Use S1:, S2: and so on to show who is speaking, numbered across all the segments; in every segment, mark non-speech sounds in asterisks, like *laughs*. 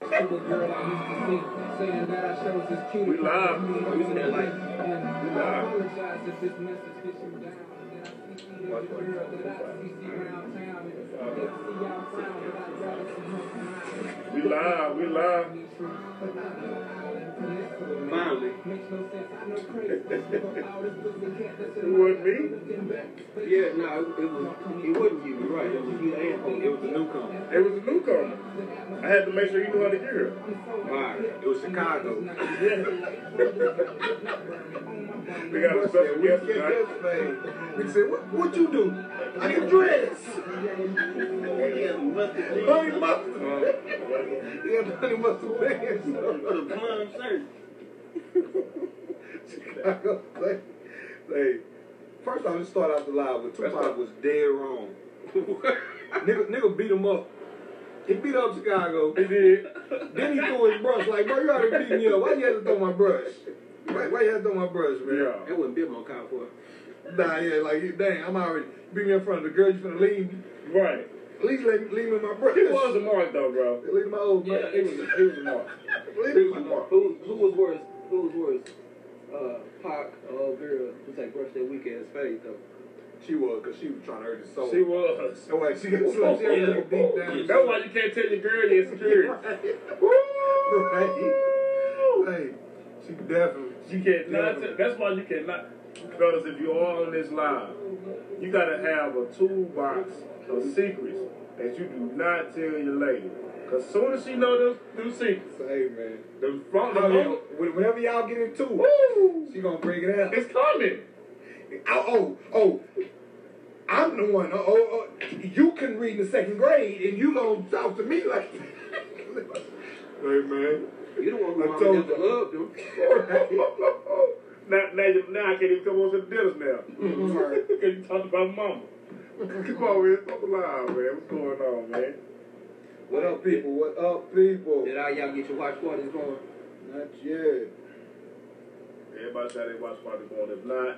S1: to the girl I used to see, saying that I chose this cute.
S2: We live. We in that life.
S1: And
S2: We
S1: I
S2: live.
S1: apologize if this message gets you down. That I CC'd every girl that I CC around town. And they see y'all frown, but I'd rather see you smile.
S2: We live, we live.
S1: Me true, but not no island peninsula, man.
S3: Finally.
S1: Makes no sense, I know crazy. But all this pussy can't listen.
S2: It wasn't me.
S1: Looking back, but
S3: Yeah, no, it, it was it wasn't you. You're right. It was you and It was the newcomer.
S2: It was a newcomer. I had to make sure you knew how to hear it.
S3: Right. It was Chicago.
S2: We got a special
S4: We
S2: guest
S4: get
S2: tonight.
S4: this thing. We said, what, what you do? I get dressed.
S5: Yeah, mustard
S4: Honey mustard.
S3: Um,
S4: *laughs* Yeah, honey mustard pants.
S5: with a plum shirt.
S4: *laughs* Chicago play. Like, first off, let's start out the live with
S3: Tupac
S4: Tupac.
S3: was dead wrong.
S4: *laughs* Nigga, nigga beat him up. He beat up Chicago.
S2: He did.
S4: Then he threw his brush. Like, bro, you already beat me up. Why you had to throw my brush? Why, why you had to throw my brush, man?
S2: Yeah.
S3: That wouldn't be my car for.
S4: Nah, yeah, like, you- dang, I'm already beat me in front of the girl. You finna leave me.
S2: Right.
S4: At least leave, leave me my brush.
S2: It was a mark though, bro.
S4: Leave my old
S2: Yeah,
S4: brush.
S2: it was it was a mark. It
S4: Leave me
S2: was
S4: my
S2: a mark.
S3: Who who was worse? Who was worse? Uh, Pac or girl who like brushed that weak ass face though.
S4: She was, because she was trying to hurt his soul.
S2: She was.
S4: Oh, wait, she got so she had to look deep down.
S2: That's why you can't tell your girl your insecurities.
S4: Right. Hey, she definitely.
S2: You cannot. tell- That's why you cannot. Fellas, if you are on this live, you gotta have a toolbox of secrets that you do not tell your lady. Cause soon as she know them, them secrets,
S4: Hey, man.
S2: the front the
S4: Oh, yeah.
S2: moment,
S4: When- Whenever y'all get into it,
S2: woo,
S4: she gonna bring it out.
S2: it's coming.
S4: Oh, oh, oh. I'm the one. Oh, oh, oh. You can read in the second grade, and you gonna talk to me like. *laughs* hey, man.
S3: You the one who
S4: I
S3: mama
S4: told
S3: used to
S4: you.
S3: love them.
S2: now, now, you- now I can't even come over to the dinners now.
S4: Right.
S2: Cause you talking about mama. Come on, man. Stop alive, man. What's going on, man?
S4: What up, people? What up, people?
S3: Did all y'all get your watch parties going?
S4: Not yet.
S2: Everybody shout they watch party going. If not,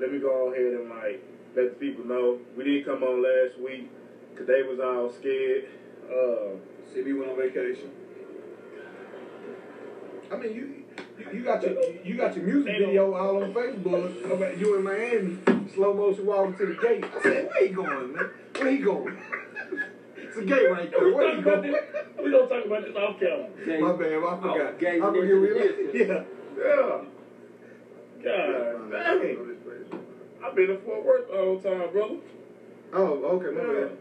S2: let me go ahead and like let the people know. We didn't come on last week 'cause they was all scared. Uh,
S4: CB went on vacation. I mean, you you- you got your you got your music video all on Facebook about you in Miami, slow motion walking to the gate. I said, where he going, man? Where he going? *laughs* It's a gate right there. Where he
S2: we
S4: going?
S2: don't talk about this off camera.
S4: My bad, I
S2: Oh,
S4: forgot.
S3: Gang-
S4: I forget we yeah.
S2: Yeah. God dang. I've been in Fort Worth the whole time, brother.
S4: Oh, okay, my bad.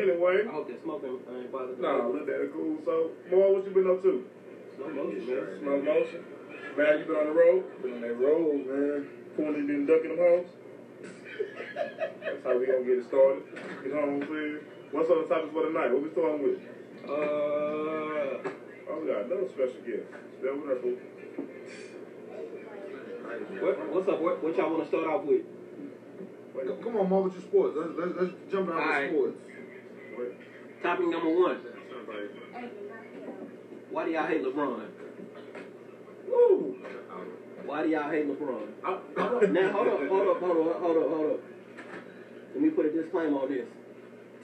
S2: Anyway.
S3: I hope that smoking ain't bothered.
S2: No, look at it cool. So, Moore, what you been up to?
S3: no motion, man.
S2: Slow motion. Man, you been on the road?
S4: Been on that road, man.
S2: Corny been ducking them
S4: *laughs*
S2: hoes? That's how we gonna get it started. You know what I'm saying? What's on the topic for tonight? What we starting with?
S3: Uh,
S2: Oh, we got another special guest. Spell with her, fool.
S3: what, what's up? What, what y'all want to start off with?
S4: Come- Come on, Mom, with your sports. Let's, let's, let's jump out
S3: All
S4: with
S3: right.
S4: sports.
S2: Wait.
S3: Topic number one.
S2: Somebody.
S3: Why do y'all hate LeBron?
S2: Woo!
S3: Why do y'all hate LeBron?
S2: I, I don't,
S3: Now hold up, hold up, hold up, hold up, hold up. Let me put a disclaimer on this.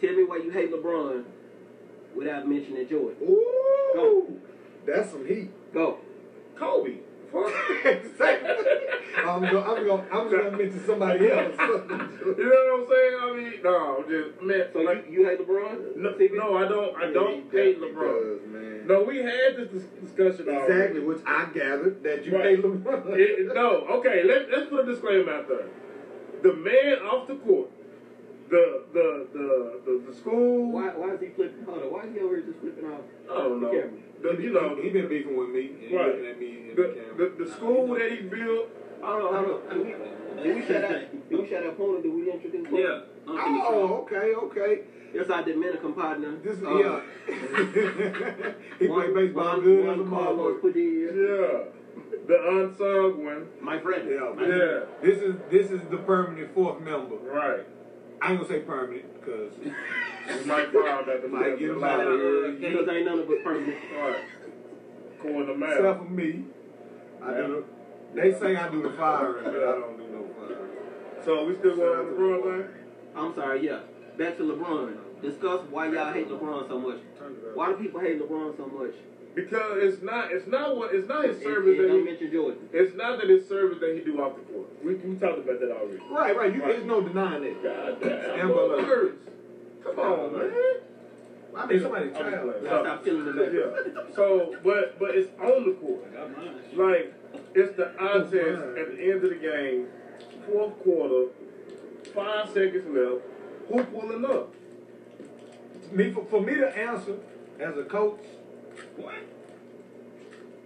S3: Tell me why you hate LeBron without mentioning Jordan.
S4: Ooh, that's some heat. *laughs*
S3: Go.
S2: Kobe. Fuck. *laughs*
S4: exactly. I'm gonna, I'm gonna, I'm just gonna mention somebody else. *laughs*
S2: You know what I'm saying? I mean, no, just man.
S3: So
S2: like,
S3: you, you hate LeBron?
S2: no,
S3: CB?
S2: no, I don't. I don't hate LeBron.
S4: Because, man.
S2: No, we had this dis- discussion already.
S4: Exactly, which I gathered that you
S2: Right.
S4: hate LeBron.
S2: It- it- no, okay, let, let's put a disclaimer out there. The man off the court, the the the the, the school.
S3: Why, why is he flipping? Hold on. Why is he over here just flipping off?
S2: I don't know.
S3: The camera.
S2: The, you know,
S4: he been beefing with me and he
S2: Right.
S4: looking at me in the, camera.
S2: the, the the school that he built.
S3: Hold on, hold on. Do we, do we shout out? Do we shout out Pona? Do we introduce? Pona?
S5: Yeah. Uncle Trump.
S4: Oh, okay, okay.
S3: That's our Dominican partner.
S4: This is
S3: Uh,
S4: yeah. *laughs* he
S3: Juan-
S4: played baseball
S3: Juan-
S4: good
S3: Juan
S4: as a
S3: Carlos
S4: motherfucker.
S3: Padilla.
S2: Yeah, the unsung one.
S3: My friend.
S4: Yeah,
S3: My friend.
S4: man. This is this is the permanent fourth member.
S2: Right.
S4: I ain't gonna say permanent because
S2: We might find out the
S4: Might get him out of here.
S3: Because ain't none of us permanent.
S2: Right. According to math.
S4: except for me, I do. The, they say I do the firing, but I don't do no firing.
S2: So we still going on the broad thing?
S3: I'm sorry, yeah. Back to LeBron. Discuss why y'all hate LeBron so much. Why do people hate LeBron so much?
S2: Because it's not it's not what it's not his service
S3: And, and don't
S2: that he,
S3: mention Jordan.
S2: it's not that his service that he do off the court. We, we talked about that already.
S4: Right, right. You, There's no denying that.
S2: God damn.
S4: And below.
S2: Words. Come on, man.
S4: I mean, somebody
S2: I'm just
S4: child.
S2: playing.
S3: I stop feeling the back.
S2: Yeah. So, but but it's on the court. Like it's the eye test at the end of the game, fourth quarter, five seconds left. Who pulling up?
S4: Me for, for me to answer as a coach,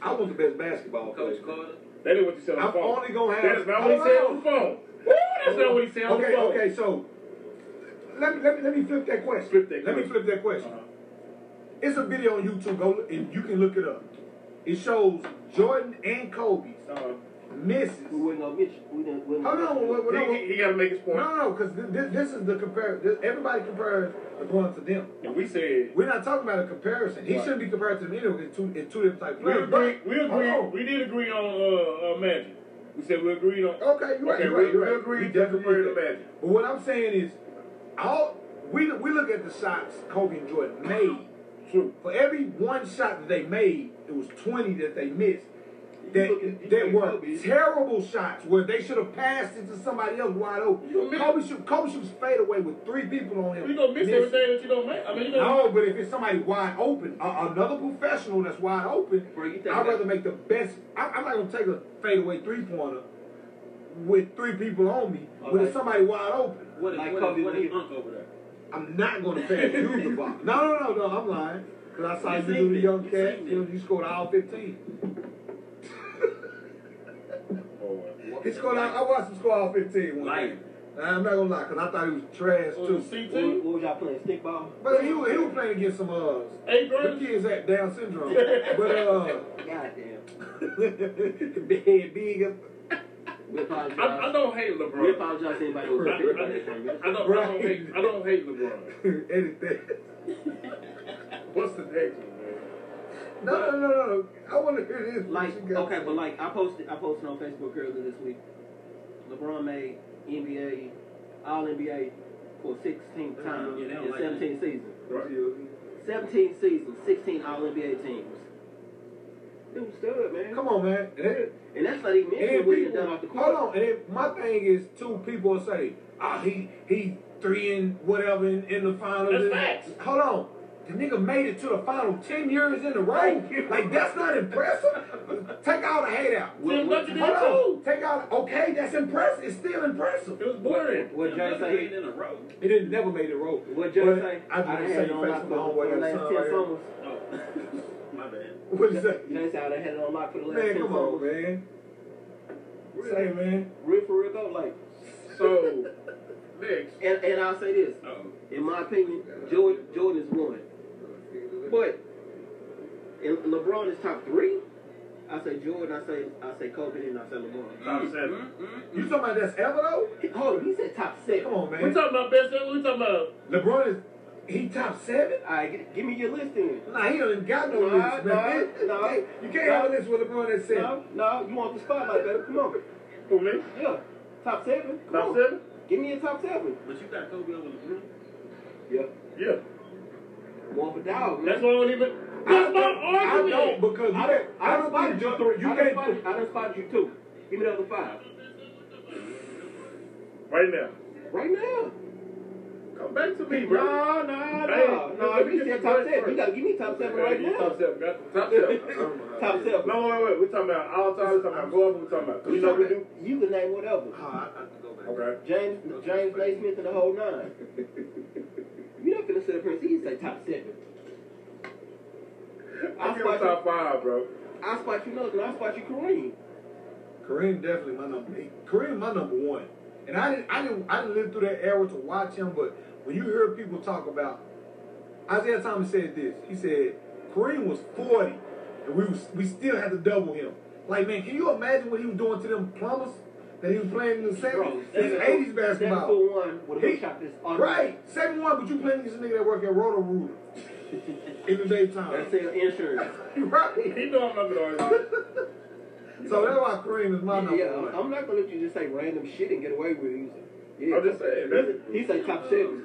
S4: I was the best basketball coach.
S5: Coach Carter.
S2: That ain't what you said on the
S4: I'm
S2: phone.
S4: only gonna have.
S2: That's not what he
S4: Hold
S2: said
S4: on.
S2: on the phone. Woo, that's not what he said on
S4: okay,
S2: the phone.
S4: Okay, so let me, let me let me flip that question.
S2: Flip that
S4: let me
S2: question. Uh-huh.
S4: flip that question. It's a video on YouTube. Go look- and you can look it up. It shows Jordan and Kobe
S2: Uh,
S4: misses.
S3: We wouldn't gonna mention. We didn't. we wouldn't
S4: Hold
S3: gonna
S4: on,
S3: mention
S4: what,
S3: Jordan.
S4: what,
S2: he, he, he got to make his point.
S4: no, no, because this, this is the compare. This, everybody compares LeBron to them.
S2: And we said
S4: We're not talking about a comparison. He
S2: Right.
S4: shouldn't be compared to them anyway. It's two, it's two different types of
S2: we
S4: players.
S2: agree.
S4: but-
S2: We
S4: hold
S2: agree.
S4: on.
S2: We did agree on uh, uh, Magic. We said we agreed on.
S4: Okay, you're right.
S2: Okay,
S4: you're
S2: we-
S4: right, you're
S2: we
S4: right.
S2: agree
S4: We
S2: to
S4: definitely
S2: compare
S4: did
S2: the
S4: that.
S2: Magic.
S4: But what I'm saying is, all we we look at the shots Kobe and Jordan made.
S2: True.
S4: For every one shot that they made, it was 20 that they missed. That,
S5: look at- you
S4: that
S5: look at
S4: were
S5: Kobe.
S4: terrible shots where they should have passed it to somebody else wide open.
S2: You miss-
S4: Kobe should Kobe should fade away with three people on him.
S2: You gonna miss
S4: Missed.
S2: everything that you don't make. I mean, you gonna
S4: No, but if it's somebody wide open, uh, another professional that's wide open,
S3: Bro, you think
S4: I'd
S3: that-
S4: rather make the best. I, I'm not gonna take a fadeaway three pointer with three people on me when it's
S3: Okay.
S4: somebody wide open.
S5: What is,
S3: Like
S5: what
S3: Kobe
S5: is, what
S3: when
S5: is
S3: he-
S5: Unc over there?
S4: I'm not gonna pass you the ball. No, no, no, no. I'm lying. Cause I saw
S5: You
S4: you do
S5: seen
S4: the
S5: it.
S4: young
S5: You
S4: cat.
S5: seen
S4: You, know,
S5: it.
S4: you scored all 15. He scored. out- I watched him score all 15 one
S5: Liar.
S4: game. Nah, I'm not gonna lie, cause I thought he was trash
S2: Oh,
S4: too.
S2: the CT?
S3: What, what was y'all playing? Stickball.
S4: But he was, he was playing against some uh,
S2: Eighth
S4: the
S2: grade?
S4: kids had Down
S3: *laughs*
S4: syndrome. but uh. *laughs*
S3: Goddamn.
S4: Big, big.
S3: We apologize.
S2: I, I don't hate
S3: we
S2: LeBron.
S3: apologize to
S2: I,
S3: anybody who
S2: I, I
S3: was
S2: don't, I don't hate, I don't hate LeBron.
S4: *laughs* Anything.
S2: What's the next one, man?
S4: No, no, no, no, no. I want to hear this.
S3: Like
S4: What you got?
S3: okay, but like I posted, I posted on Facebook earlier this week. LeBron made NBA, All NBA for 16th time
S5: Yeah, they don't
S3: in
S5: like
S3: 17 seasons.
S2: Right.
S4: Yeah.
S3: 17 seasons, 16 All NBA teams. It was good, man.
S4: Come on, man. And, it-
S3: And that's not even
S4: and
S3: mentioning
S4: then
S3: what he had done
S4: people,
S3: off the court.
S4: hold on. And then my thing is, two people say, ah, he he three and whatever in, in the finals.
S2: That's
S4: And-
S2: facts.
S4: Hold on. The nigga made it to the final ten years in a row. Like that's not impressive. Take all the hate out.
S2: Tim Duncan did
S4: Hold
S2: too.
S4: on. Take out. Okay, that's impressive. It's still impressive.
S2: It was boring.
S3: What Jay
S5: Another
S3: say?
S5: grade in a row.
S4: He didn't never made the road.
S3: What Jay
S4: But
S3: say?
S4: I
S3: done
S4: didn't
S3: had
S4: say
S3: it
S4: you
S3: on
S4: face
S3: lock
S4: my
S3: for the
S4: homeboy.
S3: last 10 summers.
S5: Oh, *laughs* my bad.
S4: *laughs* What you say?
S3: Jay said I done had it on lock for the last 10
S4: Man, come on,
S3: summers.
S4: man. Say, man.
S3: Real for real though, like,
S2: So, next.
S3: *laughs* and, and I'll say this.
S5: Oh,
S3: In my opinion, Jordan, Jordan is one. But if LeBron is top three. I say Jordan, I say I say Kobe, and I say LeBron.
S2: Top seven.
S5: mm-mm.
S4: You talking about that's ever though?
S3: He- Hold on, he said top six.
S4: Come on,
S2: We
S4: man.
S2: talking about best ever? We talking about
S4: LeBron is he top seven?
S3: All right, give, give me your list then.
S4: Nah, he don't even got no
S3: Nah,
S4: list, man.
S3: nah, nah.
S4: you can't have a list with LeBron at seven.
S3: No, no, you want the spotlight, baby? Come on.
S2: who, me?
S3: Yeah, top seven. Come
S2: Top
S3: on.
S2: seven?
S3: Give me a top seven.
S5: But you got Kobe over LeBron?
S3: Yeah,
S2: Yeah.
S3: one for dog.
S2: That's
S3: Man.
S2: why I don't even. That's my argument.
S4: I don't because you
S3: I
S4: can't.
S3: done, I
S4: I
S3: done
S4: don't think
S3: spotted
S4: you, you
S3: you three. I done
S4: can't.
S3: spotted, I done spotted you two. Give me the other five.
S2: Right now.
S3: Right now.
S2: Come back to me, bro.
S3: No, no, no,
S2: Hey,
S3: no.
S2: let me
S3: You
S2: get
S3: said
S2: the
S3: top
S2: first
S3: seven. You
S2: first.
S3: gotta give me top seven right
S2: Yeah,
S3: now.
S2: Top seven. Got top *laughs* seven.
S3: Top seven.
S2: No, wait, wait. We're talking about all time. We're talking about golf. We're talking about. You know what we do?
S3: You can name whatever.
S4: Oh, I, I have to go back.
S2: Okay.
S3: James, James Naismith and the whole nine. You're not gonna sit up here and say you say top seven.
S2: I
S3: I
S2: give him
S3: spot
S2: top
S3: you.
S2: five, bro.
S3: I spot you nothing. I spot you Kareem.
S4: Kareem definitely my number. he- Kareem my number one, and I didn't, I didn't, I didn't live through that era to watch him. But when you hear people talk about Isaiah Thomas said this, he said Kareem was forty, and we was, we still had to double him. Like man, can you imagine what he was doing to them plumbers that he was playing in the
S3: Bro,
S4: seventies,
S3: that's
S4: his eighties
S3: That's the
S4: basketball?
S3: one with a
S4: He-
S3: shot this
S4: Right, seven one, but you playing against a nigga that work at Roto Rooter in the
S3: That's
S4: daytime.
S3: their insurance.
S4: *laughs* right,
S2: He know I'm not gonna argue.
S4: so that's why Kareem is my number
S3: yeah,
S4: one.
S3: I'm not gonna let you just say random shit and get away with it. Yeah.
S2: I'm just saying, that's-
S3: He said top seven.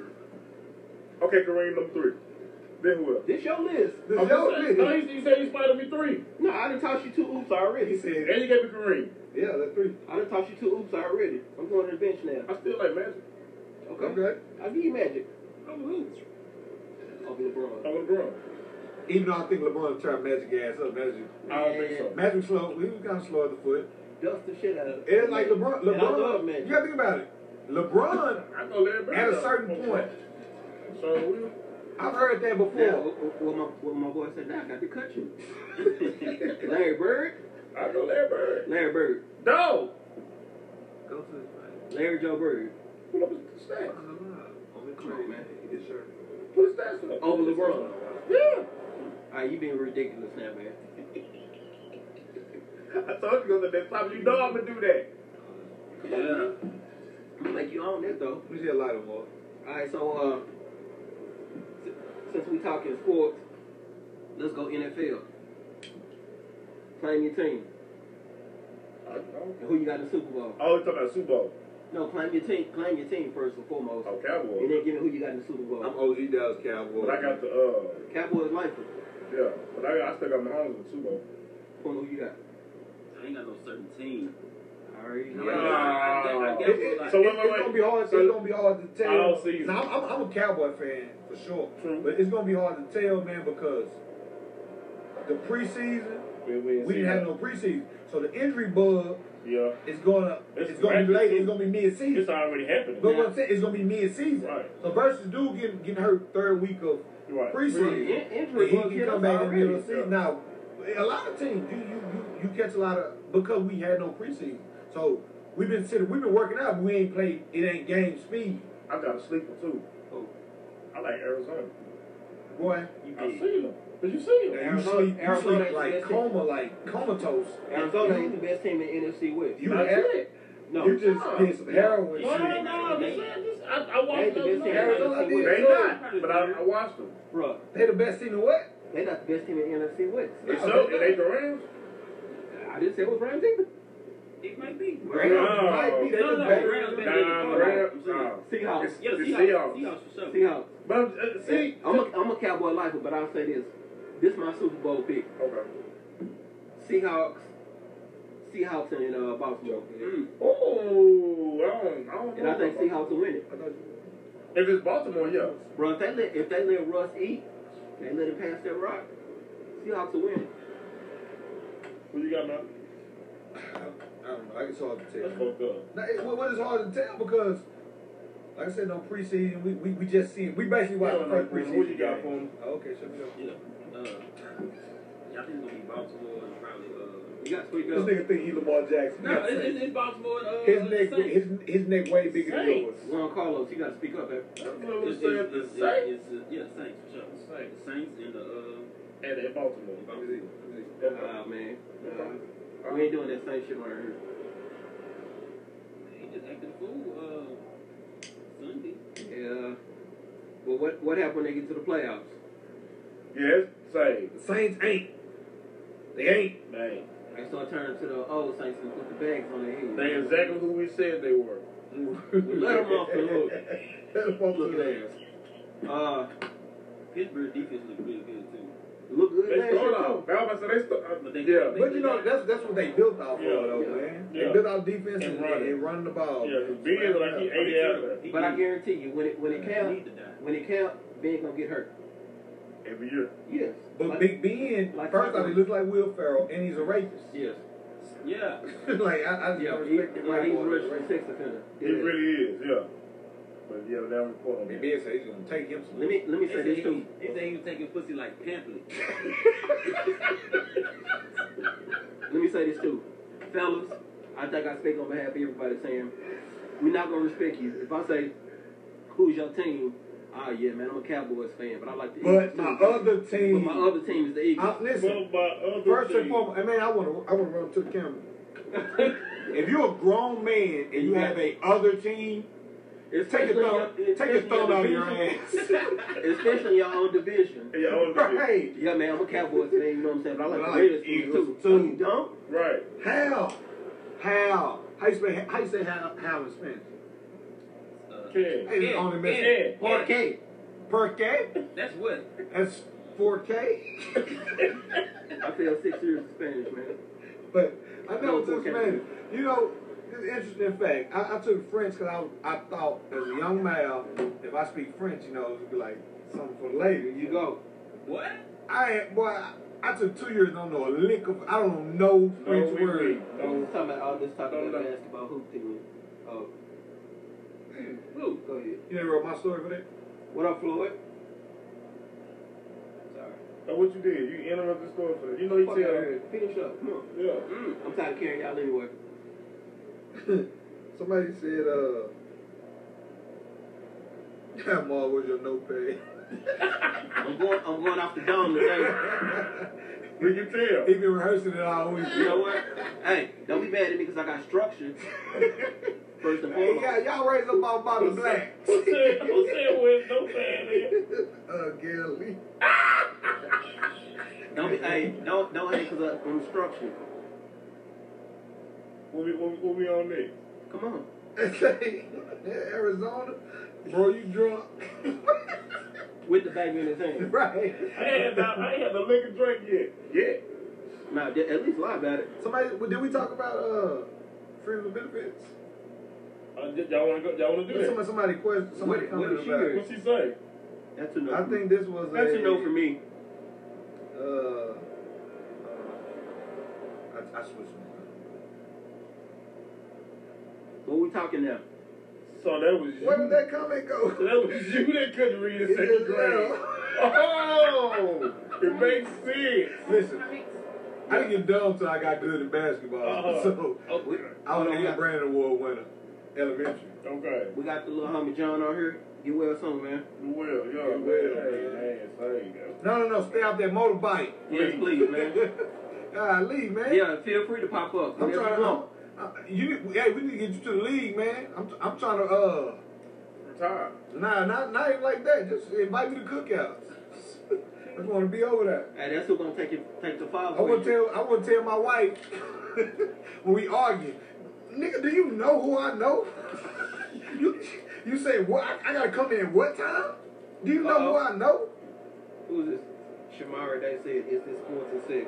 S2: Okay, Kareem number three. Then what?
S3: This your list.
S4: This
S2: I'm
S4: your
S2: just saying- No,
S4: list.
S2: you, you said you spied me three.
S3: No, I done taught you two oops
S2: He
S3: already.
S2: said, and you gave me Kareem.
S4: Yeah, that's three.
S3: I done taught you two oops already. I'm going to the bench now.
S2: I still like Magic.
S3: Okay.
S4: Okay.
S3: I'll give you magic.
S2: I'm a hoops.
S3: Over LeBron.
S2: I'm LeBron.
S4: Even though I think LeBron turned Magic ass up, Magic.
S2: I don't think so.
S4: Magic slow. We was kind of slow at the foot.
S3: Dust the shit out of
S4: It's like LeBron.
S3: And I love
S4: LeBron.
S3: Magic.
S4: You gotta think about it. LeBron
S2: I know Larry Bird.
S4: at a
S2: though.
S4: certain point.
S2: So we
S4: I've heard that
S3: Now,
S4: before.
S3: what, what my, what my boy said, now I got to cut you.
S2: *laughs*
S3: Larry Bird,
S2: I know Larry Bird.
S3: Larry Bird,
S2: No.
S4: Go to this man.
S3: Larry Joe Bird,
S2: Pull up his stats.
S4: Come
S3: on, man.
S4: Yes, sir.
S2: Pull his stats up.
S3: over LeBron.
S2: Yeah. *laughs*
S3: All right, you being ridiculous now, man.
S2: I told you the next time you know I'm gonna do that.
S5: Yeah.
S3: I'm gonna make you own that though.
S4: We see a lighter more.
S3: All right, so uh, si- since we talking sports, let's go NFL. Claim your team. And Who you got in the Super Bowl?
S2: Oh, you talking about Super Bowl?
S3: No, claim your team. Claim your team first and foremost,
S2: Oh,
S3: and
S2: Cowboys.
S3: then give me who you got in the Super Bowl.
S4: I'm OG Dallas Cowboy.
S2: But I got the uh,
S3: Cowboys lifer.
S2: yeah. But I, I still got my homes in the Super Bowl.
S3: Who who you got?
S5: I ain't got no certain team.
S3: All right.
S5: I
S4: No.
S5: mean, I- I- I
S4: It-
S5: guess- I
S4: it-
S5: guess
S4: so
S2: So wait,
S4: it-
S5: like-
S2: wait,
S4: it's gonna
S2: wait.
S4: be hard.
S2: So-
S4: it's gonna be hard to tell.
S2: All season.
S4: Now, I'm, I'm, I'm a Cowboy fan for sure,
S2: True.
S4: but it's gonna be hard to tell, man, because the preseason
S2: We, we,
S4: we didn't have no preseason, so the injury bug
S2: Yeah.
S4: is gonna
S2: It's
S4: it's, gonna be
S2: rampant,
S4: later.
S2: too.
S4: It's gonna be mid season.
S2: It's already happening.
S4: But what I'm saying, it's gonna be mid season.
S2: Right.
S4: So versus dude getting getting hurt third week of
S2: You're right.
S4: preseason,
S3: In- injury
S4: and he
S3: bug
S4: can
S3: hit
S4: come
S3: us
S4: back in the middle of the
S3: already.
S4: season. Now, a lot of teams you, you you you catch a lot of because we had no preseason, so we've been sitting, we've been working out, but we ain't played. It ain't game speed,
S2: I got a sleeper too.
S3: Who?
S2: I like Arizona.
S4: boy.
S3: Oh, You
S2: I
S3: did.
S2: see them. But you see them.
S4: You
S3: Arizona-
S4: sleep, you
S3: Arizona
S4: sleep like
S3: ain't
S4: coma, like comatose.
S3: Arizona is
S4: You-
S3: the best team in NFC West.
S4: You,
S2: That's
S4: had-
S2: it.
S3: no,
S4: you just did some heroin
S2: No, no,
S4: shit.
S2: no. I'm just saying, just- I, I watched
S3: They the
S2: them. play.
S3: best team in
S4: Arizona
S3: NFC
S4: did.
S2: They
S3: West.
S2: not. But I, I watched them.
S3: Bruh,
S4: They the best team in what?
S3: they not the best team in NFC West.
S2: They so it ain't the Rams.
S3: I didn't say it was Rams either.
S5: It might be.
S2: No.
S4: might be. They
S5: No,
S4: just
S5: no,
S4: better.
S5: Rams been
S2: Nah,
S5: really far.
S2: the Rams. Nah.
S3: Seahawks.
S2: It's-
S5: Yeah,
S2: it's
S5: the Seahawks.
S2: Seahawks.
S5: Seahawks for sure.
S3: Seahawks.
S2: But I'm- uh, see,
S3: I'm a, I'm a Cowboy lifer, but I'll say this. This is my Super Bowl pick.
S2: okay.
S3: Seahawks. Seahawks and uh, Baltimore.
S5: Mm.
S2: Oh, I don't, I don't
S3: And I
S2: know.
S3: think Seahawks will win it.
S4: I thought you-
S2: If it's Baltimore, yeah.
S3: Bro, if they let, if they let Russ eat, they let him pass that rock, Seahawks will win it.
S2: Who you got now?
S4: I don't know. I guess it's hard to
S2: Let's
S4: tell.
S2: fuck up.
S4: Now, it, what, what is hard to tell because, like I said, no preseason. We we, we just see We basically watch the
S2: Yeah,
S4: first
S2: no,
S4: preseason.
S2: who you got
S4: game.
S2: for him?
S4: Oh, okay, shut me up.
S5: Yeah. Uh, yeah, I think it's gonna be Baltimore and probably. Uh,
S3: You got sweet
S4: This
S3: up.
S4: nigga think he Lamar Jackson.
S5: no, it's, it's, it's Baltimore and uh,
S4: his
S5: the
S4: neck
S5: Saints.
S4: his his neck way bigger than yours.
S3: Juan Carlos, you got to speak up, baby.
S2: That's what I'm
S5: It's, it's,
S2: saying.
S5: it's,
S2: The Saints
S5: it's, it's, yeah, Saints for sure.
S2: Saints.
S5: The Saints and the uh,
S2: and at Baltimore.
S4: Let me see. Let me see.
S2: Okay.
S3: Nah, man. Nah. We ain't doing that same shit right here.
S5: he just acted a fool uh, Sunday.
S3: Yeah. Well, what what happened when they get to the playoffs?
S2: Yes, same.
S4: The Saints ain't. They ain't.
S2: Man,
S3: They start turning to the old Saints and put the bags on their head.
S2: they exactly who we said they were.
S3: We let them off the hook.
S4: *laughs* Let 'em off the
S3: Look at
S4: hook.
S3: that. Uh,
S5: Pittsburgh defense looked really good too.
S3: look good.
S2: They
S3: last year,
S2: stole
S3: too.
S2: out. Alabama said they stole
S5: But they-
S2: Yeah,
S4: But you know that's that's what they built off
S2: Yeah.
S4: of though,
S3: Yeah.
S4: man.
S2: Yeah.
S4: They built off defense
S2: And
S4: and, and,
S2: running.
S4: and running the ball.
S2: yeah. Big like he ate after
S5: He
S3: But I
S5: need-
S3: guarantee you, when it when it
S5: he
S3: counts,
S5: need to die.
S3: when it counts, Ben gonna get hurt.
S2: every year.
S3: Yes.
S4: But
S3: Like-
S4: Big Ben,
S3: like
S4: first off, he
S3: Michael.
S4: looks like Will Ferrell, and he's a rapist.
S3: Yes.
S5: Yeah.
S4: *laughs* like I, I just
S3: Yeah.
S4: don't
S3: He,
S4: respect him.
S3: like he's rich from sex offender.
S2: It really is. Yeah. But yeah, that report on
S4: Big
S2: that.
S4: Ben said he's gonna take him. Some
S3: Let me let me say
S5: They said
S3: this
S5: he,
S3: too.
S5: they said he was taking pussy like pamphlet.
S3: Let me say this too, fellas. I think I speak on behalf of everybody saying we're not gonna respect you. If I say who's your team, ah yeah man, I'm a Cowboys fan, but I like the
S4: But
S3: Eagles
S4: my
S3: too.
S4: other
S3: but
S4: team,
S3: my other team is the Eagles.
S4: I, listen.
S2: by other
S4: First and
S2: teams-
S4: foremost, and man, I want to I want to run to the
S3: *laughs*
S4: camera. If you're a grown man and you have a other team,
S3: It's
S4: take your thumb, take your thumb out of your ass.
S3: *laughs*
S4: *laughs*
S3: especially in your own division.
S2: in your own division.
S4: right?
S3: Yeah man, I'm a Cowboys fan. You know what I'm saying? But I like
S4: But I
S3: the
S4: like
S3: Raiders
S4: Eagles
S3: too.
S4: too.
S3: No, you don't.
S2: Right.
S4: How? How? How you say how you say how how in Spanish?
S5: Uh,
S2: Ken.
S4: Hey, on the
S5: Yeah.
S2: Ken.
S4: message.
S3: Parquet.
S4: per K?
S5: That's what.
S4: That's 4K?
S3: I failed six years of Spanish, man.
S4: But I know
S3: No,
S4: it's this
S3: 4K.
S4: man. You know, this is an interesting fact. I, I took French because I, I thought as a young male, if I speak French, you know, it'd be like something for later.
S3: You go.
S5: What?
S4: I had- boy, I, I took two years. Don't know a lick of. I don't know no
S2: No,
S4: French
S2: Oh, we
S4: word.
S2: weak.
S3: We was
S2: No.
S3: talking about all this talk
S2: Don't
S3: about
S2: know.
S3: basketball hoop team. *clears throat* Oh,
S5: Who?
S3: go ahead.
S4: You never wrote my story for that.
S3: What up, Floyd?
S5: Sorry.
S2: Now, what you did? You interrupted the story for that. You know you
S3: Fuck out
S2: tell.
S3: here. Finish up. Come on.
S2: Yeah.
S5: Mm.
S3: I'm tired of carrying y'all anywhere.
S4: *laughs* Somebody said, uh, *laughs* yeah, Ma, where's your *laughs* notepad?
S3: I'm going. I'm going off the dome today.
S2: When you tell.
S4: He been rehearsing it all week.
S3: You *laughs* know what? Hey, don't be mad at me because I got structure. First and
S4: Hey,
S3: foremost.
S4: y'all, y'all raised up all about the black. *laughs*
S2: Who said who said where's no fan in?
S4: Uh, *laughs* Gary.
S3: Don't be. Hey, don't don't hate because I'm structured.
S2: What we, what we, what we on next?
S3: Come on.
S4: Say, Arizona, bro, you drunk. *laughs*
S3: With the baby in his hand.
S4: right.
S2: I ain't had, the- I ain't had the liquor drink yet. Yeah.
S3: Now, at least lie about it.
S4: Somebody, did we talk about uh, freedom of benefits?
S2: Uh, y- y'all wanna go? Y'all wanna do that?
S4: Somebody, somebody question. Somebody
S3: What- what
S4: commented
S3: is she
S4: about. it.
S2: What she say?
S3: That's a no.
S4: I think this was
S3: that's
S4: a,
S3: a no for me.
S4: Uh, uh, I, I switched.
S3: What we talking now?
S2: So that was you.
S4: Where did that comment
S2: So
S3: *laughs*
S4: go?
S2: that was you that couldn't read in
S4: It
S2: second
S4: is
S2: grade. Oh, it makes sense.
S4: Listen, I didn't get dumb till I got good at basketball.
S2: Uh-huh.
S4: So
S3: Oh, we,
S4: I was an
S3: hold on, we,
S4: Ann
S3: got,
S4: Brand Award winner, elementary.
S2: Okay.
S3: we got the little homie John on here. Get well soon, man.
S2: Well, yeah,
S4: Yeah,
S2: well,
S4: well,
S2: hey, hey, there you go.
S4: No, no, no, stay off that motorbike.
S3: Yes, please, man.
S4: *laughs* Ah, leave, man.
S3: Yeah, feel free to pop up.
S4: I'm
S3: whenever
S4: trying
S3: you
S4: to.
S3: want.
S4: I, you, hey, we need to get you to the league, man. I'm, I'm trying to. Uh,
S2: Retire.
S4: nah, not, not even like that. Just invite me to cookouts. *laughs* I just want to be over there.
S3: Hey, that's who gonna take it, take the files.
S4: I want to tell. I want to tell my wife *laughs* when we argue. Nigga, do you know who I know? *laughs* you, you say what? I gotta come in what time? Do you know who I know?
S3: Who's this? Shamari, they said, is this four to six?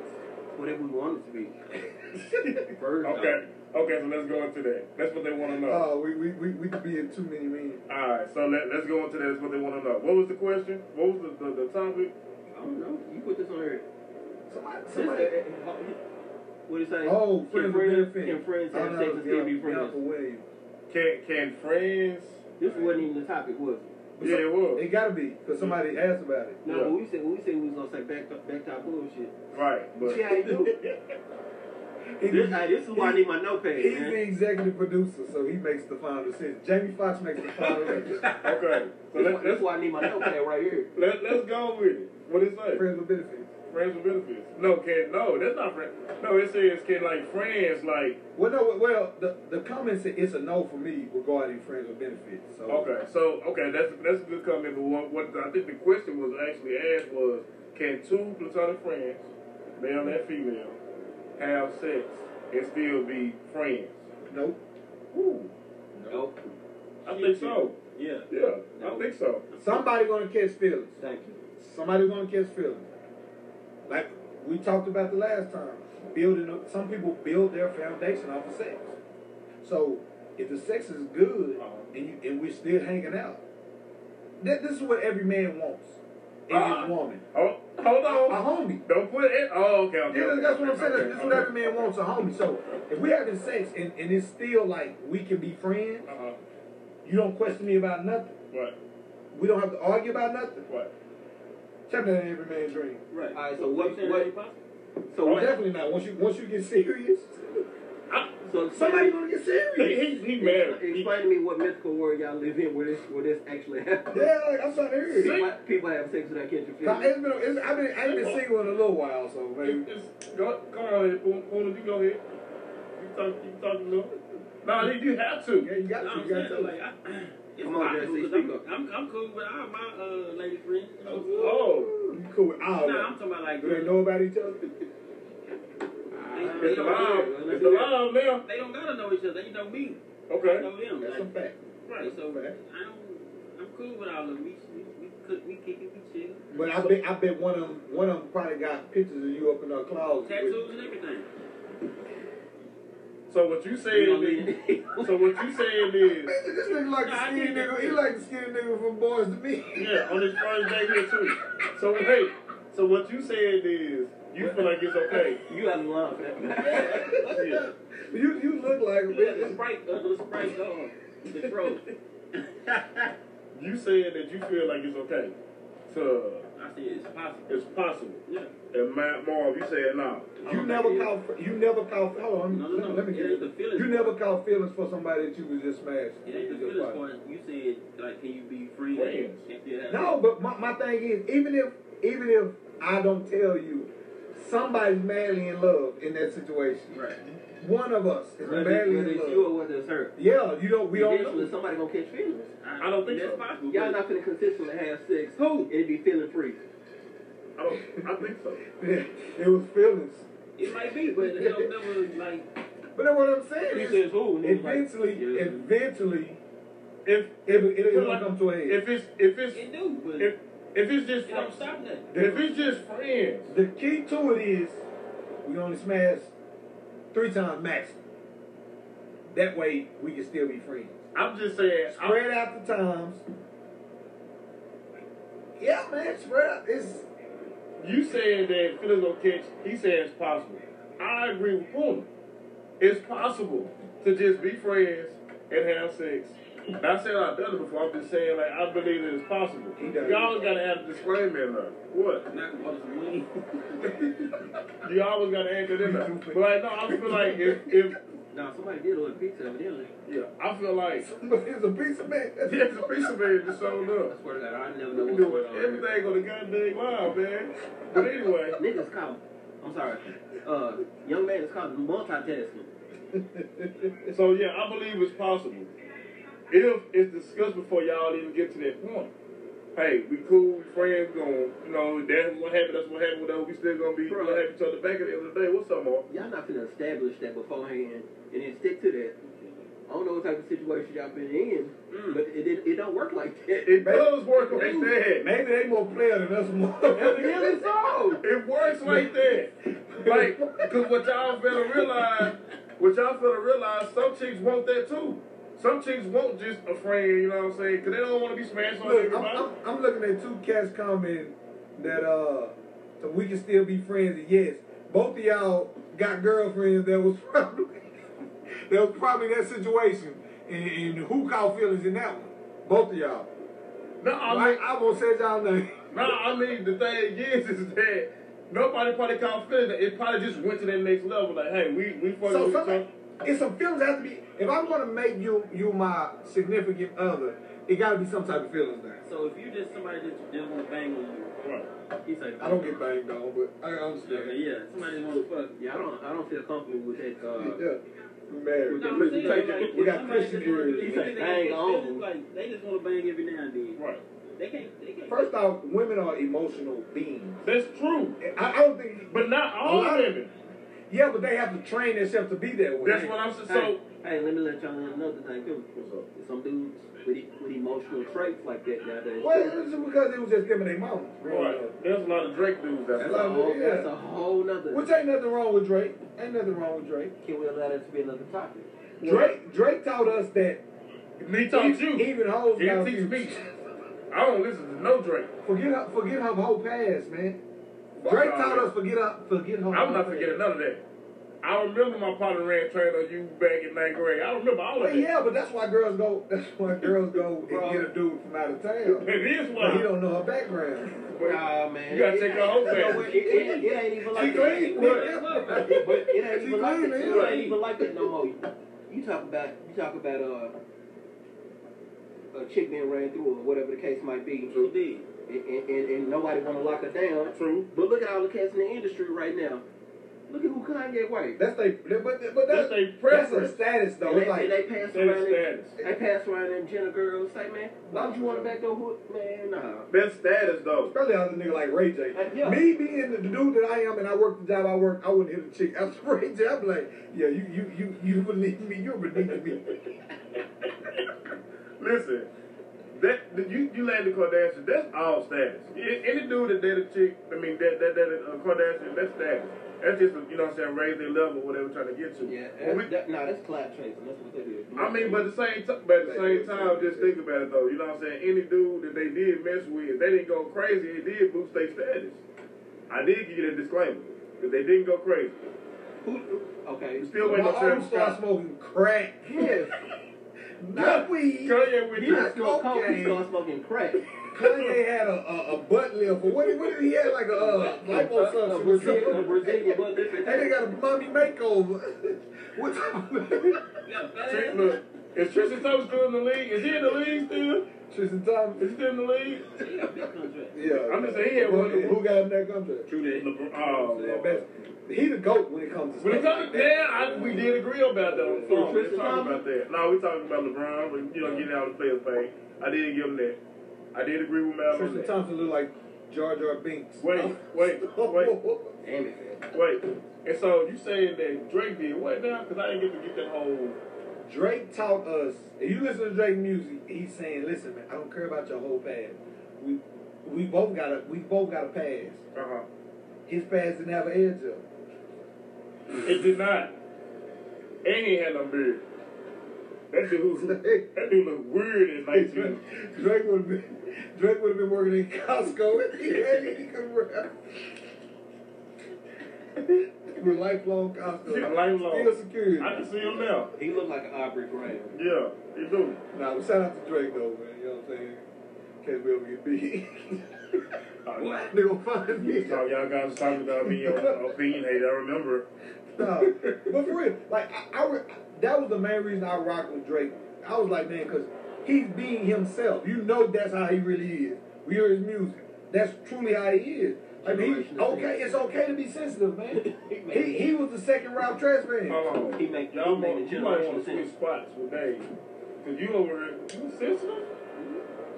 S3: Whatever we want it to be. *laughs* First,
S2: Okay. Okay, so let's go into that. That's what they want to know.
S4: Oh, we we we we could be in too many meetings.
S2: All right, so let, let's go into that. That's what they want to know. What was the question? What was the, the, the topic?
S3: I don't know. You put this on here.
S4: Somebody,
S3: Somebody,
S4: somebody.
S3: what it say?
S4: Oh,
S3: can
S4: friends
S3: friends,
S4: with
S3: can
S4: benefits.
S3: friends
S4: Oh,
S3: have
S4: no,
S3: sex and still be
S4: yeah,
S3: friends?
S4: yeah, William.
S2: Can can friends?
S3: This wasn't even the topic, was it?
S2: Yeah, it was.
S4: It gotta be, because somebody asked about it.
S3: No,
S2: Yeah.
S3: but we said we said we was gonna say back back top bullshit.
S2: Right, but
S3: See how
S4: *laughs*
S3: you do.
S4: He-
S3: this, hey, this is why I need my notepad,
S4: He's the
S3: man.
S4: executive producer, so he makes the final decision. Jamie Foxx makes the final
S3: *laughs*
S4: decision.
S2: okay. So
S3: This,
S2: let,
S3: that's
S2: let's
S3: why I need my notepad right here.
S2: let, let's go with it. What it say?
S4: Friends with benefits.
S2: Friends with benefits. No, can no, that's not friends. No, it says can like friends like
S4: Well, no, well, the, the comment said it's a no for me regarding friends with benefits. So
S2: Okay, so okay, that's that's a good comment. But what, what I think the question was actually asked was, can two platonic friends, male and female, have sex and still be friends?
S4: nope.
S2: Ooh,
S3: No,
S2: I think so.
S5: Yeah.
S2: Yeah, I think so.
S4: Somebody gonna catch feelings.
S3: thank you.
S4: Somebody gonna catch feelings. Like we talked about the last time, building. up- Some people build their foundation off of sex. So if the sex is good and, you, and we're still hanging out, that, this is what every man wants and
S2: Uh-uh.
S4: his woman.
S2: Oh, hold
S4: A
S2: on.
S4: homie.
S2: Don't put it. Oh, okay. okay
S4: Uh-huh. Yeah,
S2: okay,
S4: that's what I'm saying.
S2: okay,
S4: That's, that's
S2: okay.
S4: what every man wants a homie. So if we having sex and, and it's still like we can be friends,
S2: Uh-huh.
S4: you don't question me about nothing.
S2: Right,
S4: We don't have to argue about nothing.
S2: right.
S4: Chapter that ain't every man's dream.
S5: Right.
S3: All right, so what-
S5: Saying
S3: what-
S5: that ain't possible?
S3: So
S4: Oh,
S3: what?
S4: definitely not. Once you once you get serious,
S3: So
S4: somebody gonna get
S2: He,
S4: serious.
S2: he, he married. He,
S3: Explain to me what mythical world y'all live in where this where this actually happens.
S4: Yeah, like I'm trying to hear it.
S3: People, people have sex without catching
S4: Nah,
S3: feelings.
S4: It's been, it's, I've been, I ain't been single in a little while, so maybe.
S2: Just go, go ahead, Boone. Boone, you go ahead. You talk, you talk a little. No, you, you have to.
S4: Yeah, you got
S5: No,
S4: to,
S5: I'm
S4: you got to.
S5: saying, like, I, *clears throat* it's
S3: Come on,
S5: possible,
S3: Jesse,
S5: 'cause
S3: speak
S5: I'm,
S3: up.
S5: I'm, I'm cool with all my uh, lady friends. You know?
S2: Oh,
S4: You cool with all
S5: Nah, I'm
S4: that.
S5: talking about like
S4: Do they
S5: girls.
S4: know about each other?
S5: They, they,
S2: it's the
S5: don't,
S2: law. It's the law now.
S5: they don't gotta know each other. They know me. I
S2: Okay.
S5: know them.
S4: That's
S5: Like,
S4: a fact.
S5: right. So I
S4: Right.
S5: don't. I'm cool with all of them. We, we, we cook, we kick it, we chill.
S4: But I bet I bet one of them one of them probably got pictures of you up in her closet.
S5: Tattoos and everything.
S2: So what you
S5: You know
S2: saying
S5: what I
S2: is,
S5: mean?
S4: *laughs*
S2: so what you saying is,
S4: Nigga, This nigga like a
S5: Nah, I
S4: skinny
S5: did that
S4: nigga. He
S5: too.
S4: like a skinny nigga from Boys to Me.
S2: yeah, on his first day here too. So hey, so what you saying is, you feel like it's okay?
S3: You out of line
S4: *laughs*
S3: for that.
S2: Yeah.
S4: *laughs* You you look like a
S5: Look, the
S4: bitch.
S5: Sprite, uh, the Sprite, dog. The throat.
S2: You saying that you feel like it's okay to,
S5: I said it's possible.
S2: it's possible.
S5: Yeah.
S2: And Ma- Marv, you saying no.
S4: You never caught you never caught hold on,
S5: No, no, no.
S4: let me
S5: It
S4: get
S5: ain't the
S4: it.
S5: feelings.
S4: You never caught feelings for somebody that you was just smashing.
S5: It ain't the
S4: Just
S5: feelings
S4: like-
S5: part. You said, like, can you be friends?
S2: Friends.
S5: If you have-
S4: No, but my, my thing is, even if even if I don't tell you, somebody's madly in love in that situation.
S5: Right.
S4: One of us is
S3: Whether
S4: madly
S3: whether
S4: in
S3: it's
S4: love.
S3: you or whether it's her.
S4: Yeah, you don't. We don't.
S3: Eventually,
S4: Know.
S3: somebody gonna catch feelings.
S2: I don't think
S5: that's
S2: so.
S5: possible.
S3: Y'all
S5: but-
S3: not finna consistently have sex. Who? It'd be feeling free.
S2: I don't, I think so.
S4: *laughs* it was feelings.
S5: It might be, but it don't never, like,
S4: But that's what I'm saying. is,
S3: who?
S4: eventually,
S3: yeah.
S4: eventually,
S2: If
S4: it it
S2: Feel
S4: will
S2: like-
S4: come to a head.
S2: if it's if it's
S5: it do, but
S2: if
S5: it
S2: if it's just
S5: don't stop nothing.
S2: if it's just friends,
S4: the key to it is, we only smash three times max. That way, we can still be friends.
S2: I'm just saying. I'm,
S4: Spread out the times. Yeah, man, spread out. It's
S2: You saying that Philly's gonna catch? He saying it's possible. I agree with Puma. It's possible to just be friends and have sex. Not saying I've done it before. I'm just saying like I believe that it's possible.
S4: He done it.
S2: You always gotta add a disclaimer in there. What?
S5: Not gonna order
S2: *laughs*
S5: some wings.
S2: You always gotta add that in there. But like no, I feel like if, if
S3: Now somebody did order pizza evidently.
S2: yeah, I feel like
S4: it's a piece *laughs* of man.
S2: there's a piece of it just showed
S5: I
S2: up.
S5: swear to God, I never know
S2: We
S5: what's
S2: doing
S5: going on.
S2: everything on the goddamn line, man. But anyway,
S3: Niggas call. I'm sorry. Uh, young man is called multitasking.
S2: so yeah, I believe it's possible. If it's discussed before y'all even get to that point. Hey, we cool, we friends, we going you know, that's what happened, that's what happened, whatever, we still gonna be gonna have each other back at the end of the day. What's up, Mark?
S3: Y'all not finna establish that beforehand and then stick to that. I don't know what type of situation y'all been in,
S5: Mm.
S3: but it, it, it don't work like that.
S2: It does work like that.
S4: Maybe they more player than us *laughs* more.
S3: really *laughs* so.
S2: It works like
S4: *laughs*
S2: that. Like, cause what y'all better realize, what y'all better realize, some chicks want that too. Some chicks want just a friend, you know what I'm saying? Cause they don't wanna be smashed on
S4: Look, I'm,
S2: everybody.
S4: I'm, I'm looking at two cats commenting that uh that we can still be friends. And yes, both of y'all got girlfriends that was *laughs* probably that was probably that situation. And, and who caught feelings in that one? Both of y'all.
S2: No,
S4: I,
S2: I mean,
S4: I won't say y'all name.
S2: No, I mean the thing is, is that nobody probably caught feeling it. It probably just went to that next level. Like, hey, we we fucking
S4: So
S2: with each
S4: somebody,
S2: other.
S4: it's some feelings that have to be. If I'm gonna make you you my significant other, it gotta be some type of feelings there.
S5: So if you just somebody that just wanna bang on you,
S2: Right.
S5: he's like,
S4: I don't get banged on, but I
S5: Okay,
S4: understand.
S5: yeah, somebody wanna fuck.
S3: Yeah, I don't I don't feel comfortable with that. Uh,
S4: Yeah, married.
S5: No, I'm saying,
S4: Take it.
S5: like,
S4: we got
S5: somebody
S4: Christian
S5: just wanna do
S4: ears.
S5: these
S3: He's like,
S5: things,
S3: bang
S5: they
S3: on.
S5: just like- They just wanna bang every now and then.
S2: Right.
S5: They can't, they can't.
S4: First off, women are emotional beings.
S2: That's true.
S4: I, I don't think,
S2: But not all
S4: lot of-
S2: women.
S4: yeah, but they have to train themselves to be that way.
S2: That's what I'm saying.
S3: hey,
S2: So
S3: hey, let me let y'all know another thing too. Some dudes with, e- with emotional traits like that nowadays.
S4: Well,
S3: too.
S4: it's because it was just them and their mama.
S2: right. There's a lot of Drake dudes out
S4: That's
S2: there.
S4: like-
S3: That's a whole,
S4: yeah.
S3: that's a whole nother.
S4: Which ain't nothing wrong with Drake. Ain't nothing wrong with Drake.
S3: Can we allow that to be another topic?
S4: Drake Drake taught us that
S2: Me taught
S4: even,
S2: you.
S4: even hoes
S2: He
S4: got
S2: teach
S4: views.
S2: me. I don't listen to no Drake.
S4: Forget her, forget her whole past, man.
S2: Fuck
S4: Drake
S2: all
S4: taught
S2: that.
S4: us forget her, forget her.
S2: I'm
S4: whole
S2: not
S4: past.
S2: forgetting none of that. I remember my partner ran train on you back in ninth grade. I remember all of
S4: Well,
S2: that.
S4: yeah, but that's why girls go. *laughs* That's why girls go and
S3: Bro.
S4: get a dude from out
S2: *laughs*
S4: of town.
S2: It is
S4: But he
S2: what.
S4: don't know her background.
S3: Nah, man.
S2: You gotta take your whole
S3: You know
S2: back.
S3: what? It, it, it ain't even
S4: She
S3: like that.
S4: clean,
S3: But-
S4: nigga.
S3: But it ain't
S4: She
S3: even like
S4: clean,
S3: that.
S4: man.
S3: It ain't even like that no more. You talk about you talk about uh a chick being ran through or whatever the case might be,
S5: He did.
S3: and, and, and, and nobody want to lock her down.
S2: True.
S3: But look at all the cats in the industry right now. Look at who Kanye wiped.
S4: That's they. But but
S2: That's
S4: that's,
S2: a
S4: that's a
S2: preference.
S4: status though.
S3: And they,
S4: It's like
S3: and they pass
S2: That's
S3: around them,
S2: status.
S3: they pass around them Jenna girls. Say man, why would you want to back door hood? Man, nah.
S2: That's status though.
S4: Probably other nigga like Ray J.
S3: Uh, yeah.
S4: Me being the dude that I am and I work the job I work, I wouldn't hit a chick. That's *laughs* Ray J. I'm like, yeah, you you you you believe me, you're beneath me.
S2: Listen, That that you you land the Kardashian, that's all status. A- Any dude that dated a chick, I mean that that that uh, Kardashian, that's status. That's just you know what I'm saying, raise their level, whatever they're trying to get to.
S3: Yeah,
S2: When we-
S3: that, that, nah, that's clap tracing. That's what that is.
S2: I mean, but at the same time, but at the same time, just think about it though. You know what I'm saying? Any dude that they did mess with, if they didn't go crazy. It did boost their status. I did give you that disclaimer because they didn't go crazy.
S3: who? Okay.
S2: We still waiting
S4: My
S2: on
S4: arm
S2: Travis
S4: started
S2: Scott.
S4: smoking crack. Yes. Not weed.
S2: Kanye with
S4: He
S2: you.
S4: was
S3: Still coke.
S4: Okay.
S3: He still smoking crack.
S4: Kanye had a, a, a butt lift. Or what, what did he have? Like a uh,
S3: A Brazilian, a
S4: liposuction. *laughs*
S3: Brazilian butt lift.
S4: That nigga got a mommy makeover. *laughs* What's up?
S2: Trick, look, is Tristan Thompson still in the league? Is he in the league still?
S4: Tristan Thomas.
S2: Is he still in the league?
S5: He got a big contract.
S4: Yeah.
S2: I'm just saying he had
S4: Who-
S2: one-
S4: Who got him that contract?
S5: True that.
S2: LeBron. Oh,
S4: Yeah,
S2: Lord.
S4: best. He the goat when it comes to
S2: When it
S4: stuff
S2: comes to
S4: like that.
S2: yeah, I, we did agree about that. On the phone. We're
S3: Tristan
S2: talking
S3: Thompson?
S2: about that. No, we talking about LeBron, but you know, getting out of the players thing. I did give him that. I did agree with Mal on
S4: Tristan
S2: that.
S4: Thompson look like Jar Jar Binks.
S2: Wait, wait, wait,
S4: *laughs*
S3: Damn it. man.
S2: wait. And so you saying that Drake did what now? Because I didn't get to get that whole.
S4: Drake taught us. If you listen to Drake music, he's saying, "Listen, man, I don't care about your whole past. We, we both got a, we both got a past.
S2: Uh huh.
S4: His past didn't have an edge up.
S2: It did not. And he had no beard. That dude, was- that dude looked weird in 19.
S4: Drake would have been, Drake would have been working in Costco if he had it. *laughs* He could rap. We're lifelong Costco.
S2: Lifelong.
S4: Still security.
S2: I can see him now.
S3: He looked like an Aubrey Graham.
S2: Yeah, he do.
S4: Nah, but shout out to Drake though, man. You know what I'm saying? Can't be over your beat. *laughs*
S2: What?
S4: They gonna find me.
S2: So y'all guys was talking about me on opinionated. I remember.
S4: No, but for real, like I, I, re- that was the main reason I rocked with Drake. I was like, man, because he's being himself. You know, that's how he really is. We hear his music. That's truly how he is. I mean, he- okay, it's okay to be
S2: *laughs*
S4: sensitive, man. He he was the second round trash man.
S2: Hold on.
S3: He make- he
S2: y'all
S3: make
S2: want,
S3: the
S2: you might want to
S3: generational
S2: switch
S3: sense.
S2: spots with Dave. Cause you over there, you sensitive?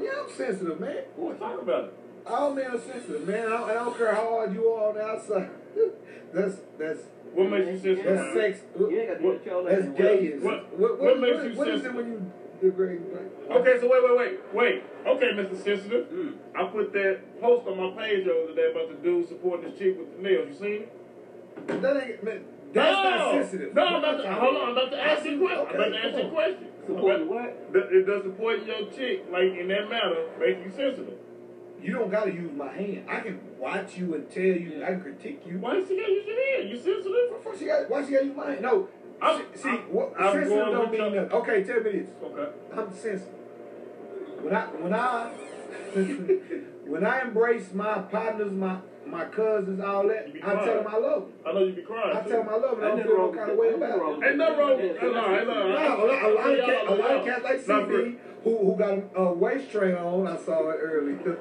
S4: Yeah, I'm sensitive, man.
S2: Boy, talk about it.
S4: All men are sensitive, man. I don't, I don't care how hard you are on the outside. *laughs* that's that's
S2: What makes you sensitive?
S4: that's sex.
S3: You ain't got to control that.
S4: That's gayism.
S2: What- what
S4: what, what,
S2: makes
S4: what,
S2: you
S4: what is it
S2: sensitive?
S4: when you degrade? Drake?
S2: Okay, so wait, wait, wait, wait. Okay, Mr. Sensitive,
S5: Mm.
S2: I put that post on my page the other day about the dude supporting this chick with the nails. You seen it?
S4: That ain't man, that's not
S2: No!
S4: sensitive.
S2: No, I'm about to hold on. I'm about to ask you a question. I'm about to ask you a question.
S3: Supporting what?
S2: Does- It does supporting your chick, like in that manner, make you sensitive?
S4: You don't gotta use my hand. I can watch you and tell you. I can critique you.
S2: Why you still gotta use your hand? You sensitive?
S4: What the fuck she got? Why she got use my hand? No.
S2: I'm-
S4: see, see,
S2: I'm-
S4: what,
S2: I'm
S4: sensitive
S2: going with
S4: don't mean
S2: your-
S4: nothing. Okay, tell me this.
S2: Okay.
S4: I'm sensitive. When I when I *laughs* when I embrace my partners, my my cousins, all that,
S2: You be
S4: I tell
S2: fine.
S4: them I love them.
S2: I know you be crying.
S4: I
S2: too.
S4: tell them I love them. I
S3: Ain't
S4: don't
S3: nothing
S4: feel no
S3: wrong
S4: kind of
S3: with
S4: way
S3: that.
S4: about it.
S2: Ain't nothing wrong with no, no, ain't nothing.
S4: No, a lot, a lot of cats, a lot of cats like
S2: Not for-
S4: CD, who who got a uh, waist train on. I saw it earlier.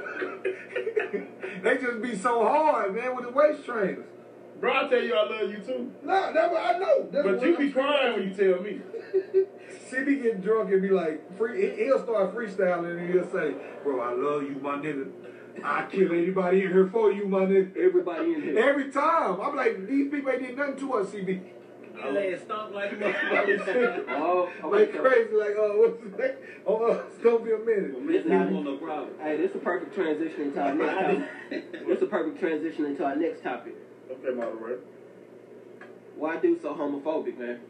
S4: *laughs* they just be so hard, man, with the waist trainers.
S2: Bro, I tell you I love you too.
S4: No, that's what I know. That's
S2: But
S4: what
S2: you
S4: I'm
S2: be crying when you tell me.
S4: CB get drunk and be like, free. he- He'll start freestyling and he'll say, "Bro, I love you, my nigga. I kill anybody in here for you, my nigga."
S3: Everybody in here.
S4: Every time, I'm like, these people ain't did nothing to us, CB.
S5: Your ass stomp like a motherfucker.
S3: Oh,
S4: *laughs* Like
S3: *laughs* okay. so-
S4: crazy, like, oh, what's his name? Oh, uh, *laughs* it's gonna be a minute.
S5: This not on
S3: *laughs*
S5: no problem.
S3: Hey, this is a perfect transition into our next topic. this is a perfect transition into our next topic.
S2: Okay, moderator.
S3: Why do so homophobic, man?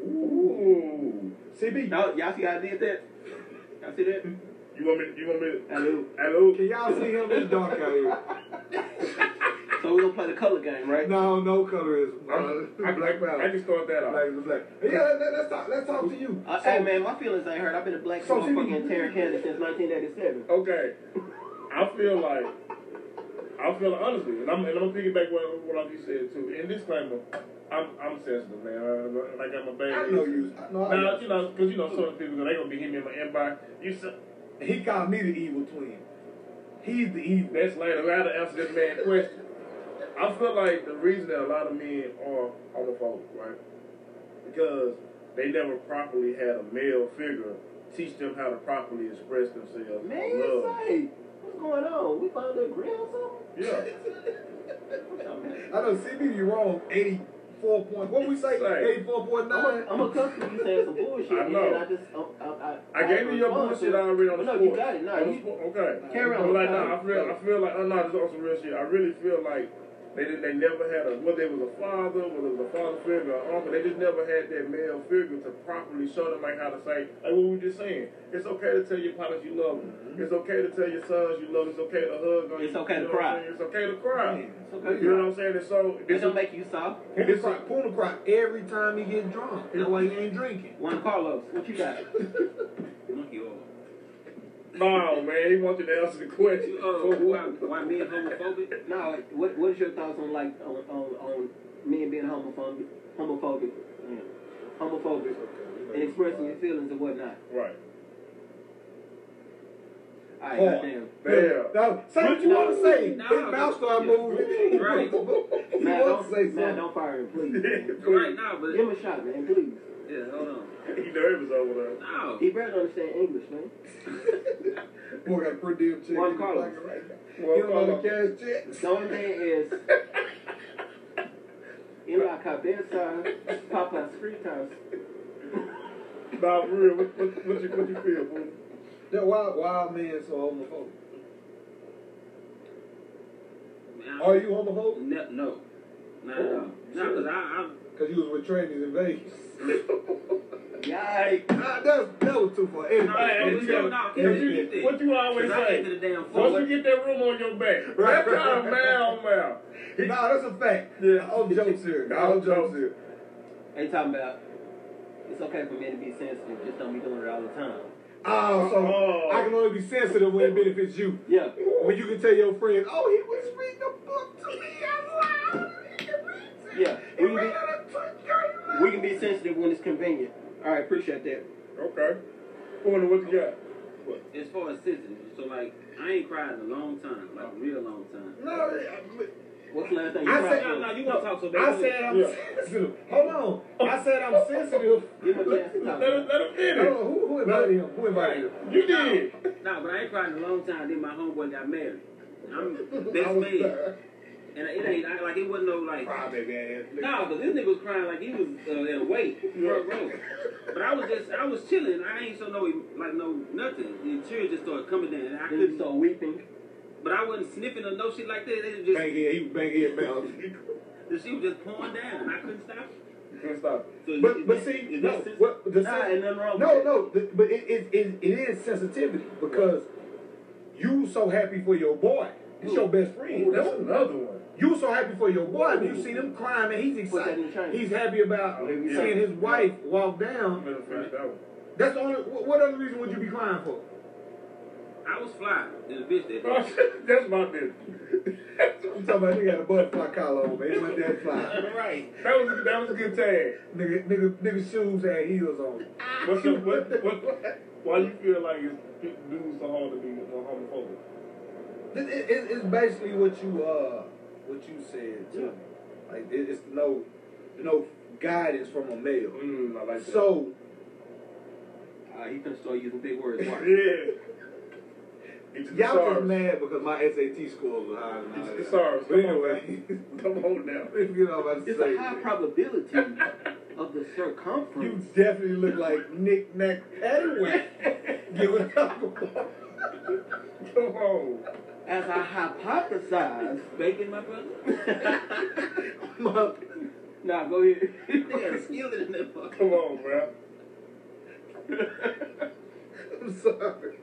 S2: Ooh.
S4: CB,
S3: Y'all, y'all see how I did that? Y'all see that?
S2: You want me? You want me?
S3: I do.
S2: Hello.
S4: Can y'all see him? It's dark out here.
S3: So we're gonna play the color game, right?
S4: No, no colorism.
S2: I,
S4: Uh, black power.
S2: I can start that off.
S4: Black is black. Yeah, let, let, let's talk. Let's talk to you.
S3: Uh,
S4: So,
S3: hey man, my feelings ain't hurt. I've been a black
S4: So, see,
S3: motherfucker in
S4: we-
S3: Tarrant County since 1987.
S2: Okay. I feel like I feel honestly, and I'm and I'm gonna piggyback what what you said too. And disclaimer, I'm I'm sensitive, man. I, and I got my bad.
S4: I know you. I know. I
S2: Now you know, cause you know, certain people they gonna be hitting me in my inbox. You, s-
S4: He called me the evil twin. He's the evil.
S2: That's later. I gotta answer this man's question. I feel like the reason that a lot of men are homophobic, right? Because they never properly had a male figure teach them how to properly express themselves.
S3: Man,
S2: on love.
S3: say, what's going on? We found a grill or
S2: Yeah.
S3: something?
S4: I know CB, you wrong. Eighty-four point. What we say?
S2: Say.
S4: Eighty-four point
S3: I'm,
S4: nine.
S3: a, I'm accustomed to you saying some bullshit,
S2: I know.
S3: and I just, I'm, I, I,
S2: I gave you your
S3: response
S2: bullshit
S3: to it.
S2: already on the
S3: But no,
S2: sport.
S3: you got it. Nah,
S2: on the
S3: you-
S2: sport. Okay.
S3: Carry on.
S2: But like, nah, I feel, I feel like, uh, nah, this is on some real shit. I really feel like they didn't, they never had a, whether it was a father, whether it was a father figure or uncle, they just never had that male figure to properly show them like how to say, like what we were just saying. It's okay to tell your partners you love them. It's okay to tell your sons you love them. It's okay to hug on
S3: Mm-hmm. It's
S2: you.
S3: okay
S2: You
S3: to
S2: know what I'm
S3: cry.
S2: saying? It's okay to cry.
S4: Man,
S3: Okay.
S2: You know what I'm saying? And so,
S3: It
S2: it's
S3: don't make you soft.
S4: Puna cry, Puna cry every time he get drunk. That's why he ain't drinking.
S3: Juan Carlos, what you got?
S5: Monkey oil.
S2: no, man, he wanted to answer the question.
S5: Uh, why, why men homophobic?
S3: Now, what what is your thoughts on like on on, on men being homophobic, homophobic, mm, homophobic, and expressing your feelings and whatnot?
S2: Right. *laughs*
S3: All right,
S4: Porn.
S3: goddamn.
S2: Yeah.
S4: No, say what you want to say.
S5: No.
S4: His mouth start moving. *laughs*
S5: Right.
S4: He
S3: Nah,
S4: wants to
S3: don't,
S4: say something.
S3: nah, don't fire him, please.
S5: Right
S2: right.
S5: now, but
S3: Give him a shot, man, please.
S5: yeah, hold on.
S2: He nervous over there.
S5: No,
S3: He better understand English, man.
S4: Boy, got pretty damn chick.
S3: Juan
S4: in the
S3: Carlos.
S4: pocket right now.
S2: Juan
S4: Give him all the
S2: Carlos.
S4: cash checks.
S3: The only thing *laughs* is, in la cabeza, papas fritas.
S2: Nah, for real. What, what, what, you, what you feel, boo?
S4: That wild, wild man so homophobic.
S5: man,
S4: Are you homophobic?
S5: No, no, not at all. No, because I, I,
S4: Because you was with trannies in Vegas.
S2: *laughs*
S3: Yikes.
S4: Nah, that's, that was too far. Anyway,
S5: Hey,
S2: Hey,
S5: we don't know. Can
S4: Everything.
S5: you do this?
S2: What you always
S5: 'Cause I
S2: say?
S5: ain't to the damn floor.
S2: Once you get that room on your back, *laughs* that
S4: Right,
S2: kind of
S4: right.
S2: man on man. He-
S4: Nah, that's a fact.
S2: Yeah.
S4: All jokes here. All jokes here.
S3: They talking about it's okay for men to be sensitive, just don't be doing it all the time.
S4: Oh, so
S2: Oh.
S4: I can only be sensitive when it benefits you.
S3: Yeah.
S4: When you can tell your friend, oh, he was reading a book to me out loud. He reads it.
S3: Yeah.
S4: He
S3: We can
S4: read it
S3: be,
S4: to you.
S3: we can be sensitive when it's convenient. All right, appreciate that.
S2: Okay. Wonder what you got?
S5: As far as sensitive, so like I ain't cried in a long time, like a real long time.
S4: No, yeah,
S3: What's the last thing you
S4: I
S3: cried
S4: said-
S5: No,
S3: for?
S5: no, you want to talk so bad.
S4: I said I'm
S2: Yeah.
S4: sensitive. Hold on. I said I'm sensitive.
S3: *laughs* Give him a chance
S4: *laughs*
S3: to talk.
S2: Let him, let him
S4: I don't
S2: finish.
S4: know who, who invited him. Who invited him?
S2: You did.
S5: No, but I ain't cried in a long time. Then my homeboy got married. I'm
S4: I
S5: best
S4: was *laughs*
S5: man,
S4: there.
S5: and it ain't I, like it wasn't no like.
S4: Cry, baby ass.
S5: No, because this nigga was crying like he was uh, in a wake, front row. But I was just, I was chilling. I ain't so no, like no nothing. The tears just started coming down, and I
S3: Then you
S5: couldn't.
S3: start weeping.
S5: But I wasn't sniffing or no shit like that. It was
S4: Bang
S5: just,
S4: here, he was bang here, man. *laughs*
S5: the shit was just pouring down, and I couldn't stop. it.
S2: You can't stop.
S5: So
S4: But
S5: is
S4: but
S5: that-
S4: see,
S5: is
S4: no,
S5: that sensitive?
S4: what, the
S3: Nah,
S4: sen-
S3: ain't nothing wrong
S4: No,
S3: with
S4: no, th- but it, it, it, it is sensitivity because you so happy for your boy. It's your best friend.
S2: Ooh, that's another one.
S4: You so happy for your boy when you see them climb and he's
S3: Put that in the
S4: excited.
S3: train.
S4: He's happy about
S2: Yeah.
S4: seeing his wife walk down.
S2: Let him finish that one. *laughs*
S4: That's the only. wh- What other reason would you be crying for?
S5: I was fly in the bitch that day.
S2: that's my business. *laughs*
S4: I'm talking about nigga had a butterfly collar on, man. It wasn't that fly.
S5: Right.
S2: That was that was a good tag.
S4: *laughs* Nigga, nigga, nigga shoes had heels on.
S2: What's your, what, *laughs* what, why you feel like it's, dudes are hard to be uh, homophobic?
S4: It, it, it- it's basically what you uh, what you said. To me. Like it, it's no, no guidance from a male.
S2: Mm, I like that.
S4: So
S3: Uh, he finna start using big words.
S2: yeah.
S3: Mark.
S2: Get to the
S4: y'all just
S2: SARS.
S4: mad because my SAT score was higher than
S2: Get to
S4: all
S2: the
S4: that.
S2: SARS.
S4: But *laughs* anyway,
S2: *laughs* Come on now.
S4: you know what I'm about to
S3: It's
S4: say.
S3: a high probability of the
S4: You
S3: circumference.
S4: definitely look like Nick Nack
S3: *laughs*
S4: Paddywhack. Give it up. *laughs*
S2: Come on.
S3: As I hypothesize.
S5: Bacon, my brother.
S3: Nah, go ahead.
S5: They had a skillet in that fucker.
S2: Come on, bro.
S4: *laughs* I'm sorry.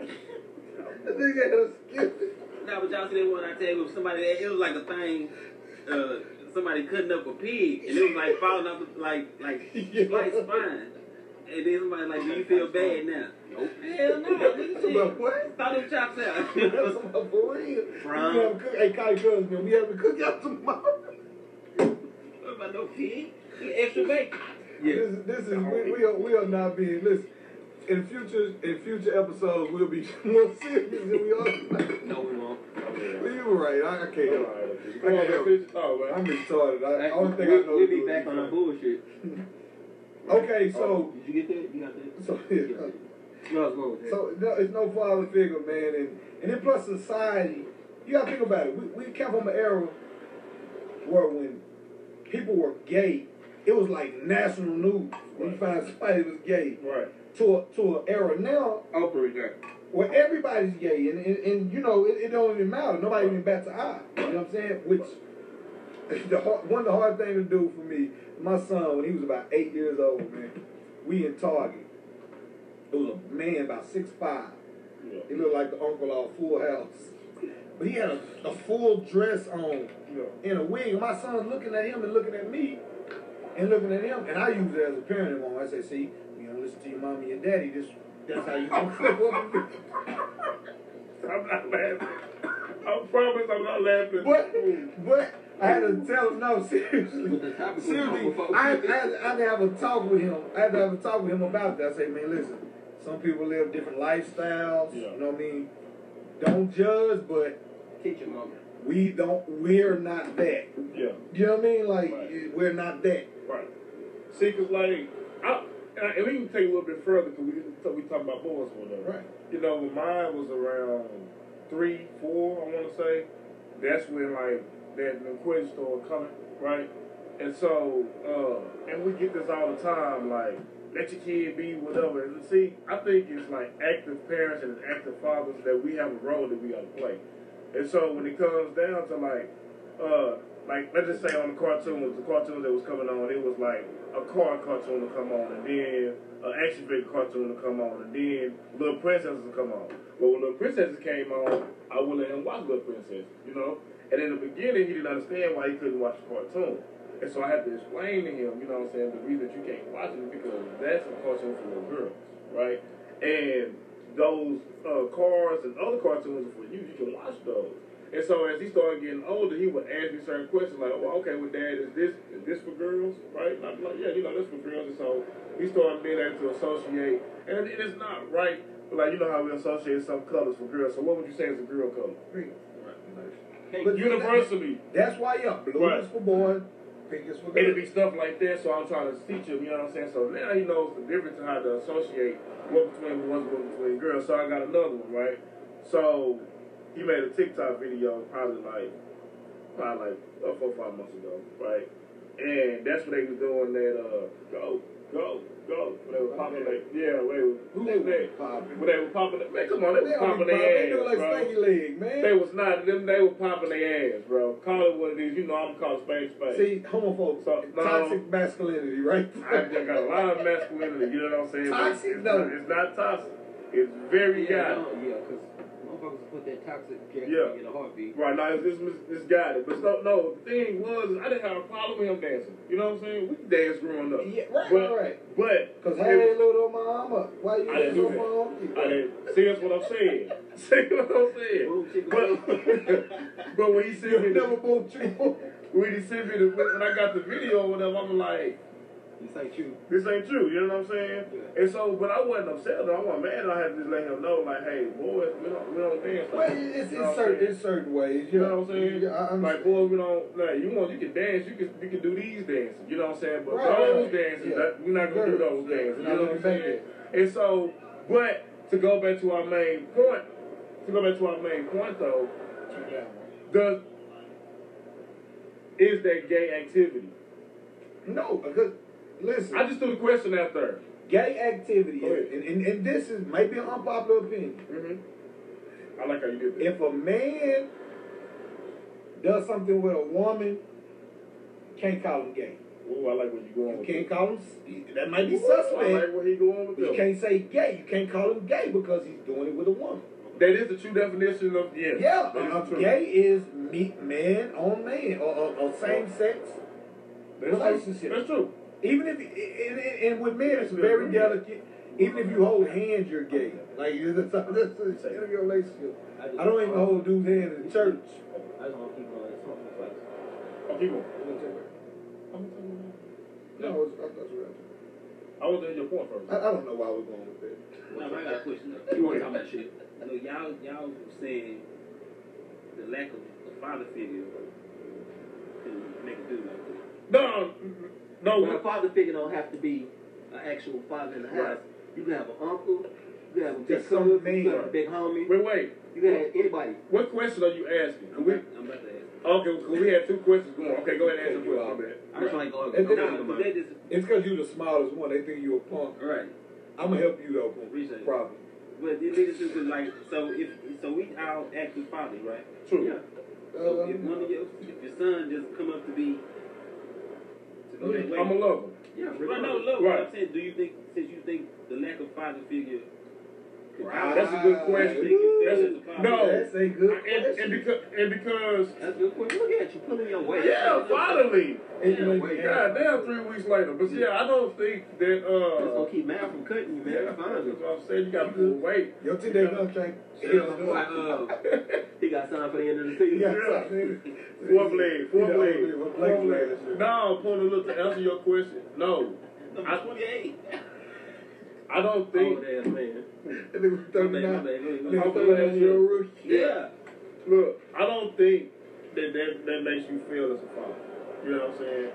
S4: *laughs* That nigga had a skip.
S5: Now, but y'all see that one I tagged with somebody. That, it was like a thing. Uh, somebody cutting up a pig, and it was like falling off, the, like like
S4: Yeah.
S5: sliced spine. And then somebody like, do you feel bad now?
S3: Nope.
S5: Hell no, nigga.
S4: Talking about
S5: shit.
S4: what?
S5: Thought them
S4: *laughs*
S5: chops
S4: That's
S5: out.
S4: my boy.
S3: From-
S4: We have a cook- Hey, Kai Cousins, man, we having a cookout tomorrow.
S5: What about no pig? He extra bacon.
S3: Yeah.
S4: This, this is we, we are we are not being listen. In future in future episodes, we'll be *laughs* more serious than we are. tonight.
S3: *laughs* No, we won't.
S4: You were right. I, I can't
S2: All
S4: help.
S2: right, okay.
S4: it. I
S2: Come on,
S4: can't help. it.
S2: bitch. Oh, man.
S4: I'm retarded. I,
S3: Hey,
S4: only thing
S3: we'll,
S4: I know
S3: we'll
S4: is
S3: be
S4: what
S3: back
S4: you
S3: on the
S4: say.
S3: bullshit. Oh,
S4: Okay, so
S3: Did you get that? You got that?
S4: so yeah.
S3: No, it's wrong with that.
S4: So no, it's no father figure, man, and and then plus society. You gotta think about it. We we come from an era where when people were gay, it was like national news when you find somebody was gay.
S2: Right.
S4: to a, to an era now
S5: Oprah girl.
S4: where everybody's gay, and, and, and you know it, it don't even matter. Nobody even bats an eye. You know what I'm saying? Which *laughs* the hard, one of the hard things to do for me, my son when he was about eight years old, man, we in Target. It was a man about six five.
S2: Yeah.
S4: He looked like the uncle off Full House, but he had a, a full dress on in a wig. And my son's looking at him and looking at me and looking at him. And I use it as a parenting moment. I say, see, you don't listen to your mommy and daddy. This, that's how you gonna grow up.
S2: I'm not laughing. I promise I'm not laughing.
S4: But, but I had to tell him no. Seriously,
S3: the topic was
S4: seriously,
S3: homophobic.
S4: I, I, had- I had to have a talk with him. I had to have a talk with him about that. I say, man, listen, some people live different lifestyles.
S2: Yeah.
S4: You know what I mean? Don't judge, but
S3: Teach your mama.
S4: we don't. We're not that.
S2: Yeah.
S4: You know what I mean? Like
S2: Right.
S4: we're not that.
S2: Right. See, because like, I, and, I, and we can take it a little bit further because we so we talking about boys or whatever.
S4: Right.
S2: You know, when mine was around three, four, I want to say, that's when like that McQuinn store coming, right? And so, uh, and we get this all the time, like let your kid be whatever. And see, I think it's like active parents and active fathers that we have a role that we gotta play. And so when it comes down to like, uh, like let's just say on the cartoons, the cartoons that was coming on, it was like a car cartoon to come on, and then an action figure cartoon to come on, and then Little Princesses to come on. Well, when Little Princesses came on, I wouldn't let him watch Little Princess, you know. And in the beginning, he didn't understand why he couldn't watch the cartoon. And so I had to explain to him, you know what I'm saying, the reason that you can't watch it is because that's a cartoon for little girls, right? And those uh, cars and other cartoons are for you, you can watch those. And so as he started getting older, he would ask me certain questions like, oh, okay, well, Dad, is this is this for girls, right? And I'm like, yeah, you know, that's for girls. And so he started being able to associate, and it is not right, but like, you know how we associate some colors for girls. So what would you say is a girl color?
S4: Green.
S3: But
S2: Universally.
S4: That's why yeah, blue
S2: Right.
S4: is for boys, pink is for
S2: It'll
S4: girls.
S2: be stuff like that, so I'm trying to teach him, you know what I'm saying? So now he knows the difference in how to associate what between boys, what between girls. So I got another one, right? So he made a TikTok video probably like probably like uh, four or five months ago, right? And that's what they was doing that uh go, go, go. When they were popping like yeah, wait, who
S4: They
S2: was
S4: were
S2: that?
S4: popping.
S2: When they were popping man, come on, they
S4: They
S2: were
S4: only
S2: popping
S4: pop- they
S2: their
S4: do
S2: ass.
S4: like
S2: bro.
S4: stanky leg, man.
S2: They was not them they were popping their ass, bro. Call it what it is, you know I'm calling space space.
S4: See, homophobes,
S2: So, no.
S4: toxic masculinity, right?
S2: I just got a lot of masculinity, you know what I'm saying? But
S4: Toxic,
S2: it's,
S4: though.
S2: not, it's not toxic. It's very
S3: Yeah,
S2: guided.
S3: no, yeah, because motherfuckers put that toxic gas
S2: Yeah.
S3: in a heartbeat.
S2: Right now, it's, it's, it's guided. But no, no, the thing was, I didn't have a problem with him dancing. You know what I'm saying? We danced growing up.
S4: Yeah, right,
S2: but,
S4: right, right.
S2: But
S4: *laughs* Cause hey, little mama, why you
S2: I didn't
S4: been
S2: do
S4: so
S2: that.
S4: far on you?
S2: I didn't. See, that's what I'm saying. *laughs* See what I'm
S3: Boom,
S2: saying.
S3: chicka,
S2: But, *laughs* but when he sent me
S4: You *laughs*
S2: the,
S4: never
S2: *laughs*
S4: both you.
S2: when he sent me the, when I got the video or whatever, I'm like,
S3: This ain't true.
S2: this ain't true. You know what I'm saying?
S3: Yeah.
S2: And so, but I wasn't upset. though. I wasn't mad. I had to just let him know, like, hey, boys, we don't, we don't dance.
S4: Well,
S2: Like,
S4: it- it's
S2: you know what
S4: in
S2: I'm
S4: certain,
S2: saying?
S4: in certain ways.
S2: You know what I'm saying?
S4: Yeah, I understand.
S2: like, boy, we don't like you want you can dance, you can you can do these dances. You know what I'm saying? But
S4: Right,
S2: those
S4: right.
S2: dances,
S4: Yeah.
S2: that, we're not gonna do
S4: Girls,
S2: those
S4: yeah,
S2: dances.
S4: we're
S2: You
S4: not
S2: know what I'm
S4: gonna make
S2: saying? And so, but to go back to our main point, to go back to our main point though, does is that gay activity?
S4: no, because listen,
S2: I just threw the question out there.
S4: gay activity,
S2: Go ahead.
S4: and, and, and this is maybe an unpopular opinion.
S2: Mm-hmm. I like how you did that.
S4: If a man does something with a woman, can't call him gay.
S2: Ooh, I like where you going
S4: You
S2: with
S4: can't
S2: that.
S4: call him. That might be
S2: I
S4: suspect.
S2: like where he going with
S4: But you
S2: that.
S4: can't say gay. You can't call him gay because he's doing it with a woman.
S2: That is the true definition of yeah.
S4: Yeah,
S2: that is
S4: uh,
S2: the truth.
S4: gay is meet man on man or, or, or same sex.
S2: That's
S4: relationship.
S2: True. That's true.
S4: Even if and, and, and with men, it's very delicate. Even if you hold hands, you're gay. Like it's a, it's a your relationship.
S3: just-
S4: I don't even hold dude's hand in church.
S3: I just want to keep on talking about it.
S2: Oh, keep going.
S4: No, it's, I, that's right.
S2: I was at your point first.
S4: I, I don't know why we're going with that.
S5: No, I got a question. though. You want to talk about shit? No, y'all, y'all was saying the lack of a father figure can make a dude like that.
S2: No, no,
S3: Well, a
S2: no.
S3: Oh, father figure don't have to be an actual father in the house.
S2: Right.
S3: You can have an uncle, you can have a big
S4: Just some
S3: cousin, you
S4: man.
S3: can have a big homie,
S2: Wait, wait.
S3: you can have anybody.
S2: What question are you asking? Can
S5: I'm
S2: we,
S5: about, I'm about to ask.
S2: okay, because we had two questions going. Okay, go ahead and answer the question.
S3: I'm trying to go.
S4: And then-
S5: No, 'cause that is
S4: It's because you're the smallest one. They think you're a punk.
S5: right.
S4: I'm gonna help you though.
S5: Appreciate it.
S4: Probably.
S5: But these niggas just like so if so we all acting father, right?
S2: True.
S5: Yeah.
S4: Uh,
S5: So if one of your if your son just come up to be to go that way,
S2: I'm a lover.
S5: yeah. Right, no, look,
S2: Right.
S5: I'm saying, do you think since you think the lack of father figure? could
S4: Right.
S2: That's a good question. That's a, no,
S4: That's a good
S2: and, and
S4: question.
S2: because and because
S5: That's a good question. Look at you pulling your weight.
S2: yeah, finally.
S4: And you make-
S2: God damn, three weeks later. But see, I don't think that.
S3: That's
S2: uh
S3: gonna keep Matt from cutting you, man.
S2: yeah,
S3: That's fine.
S2: that's what I'm saying. You gotta pull weight.
S4: Your two day contract.
S5: Yeah, boy, uh,
S3: He got signed for the end of the season.
S4: Yeah.
S2: Four blade, four
S4: Yeah,
S2: blade,
S4: four blade,
S2: four
S4: blade.
S2: blade. No, Porter, look to answer your question. No,
S5: number twenty-eight.
S2: I
S5: Oh,
S2: don't think.
S3: Old ass man.
S4: That nigga was
S5: My bad, my
S4: 39.
S5: bad, look, look.
S4: Nigga
S2: I'm
S4: 39 year old rookie.
S5: Yeah.
S2: Look, I don't think that that, that makes you feel as a father. You know what I'm saying?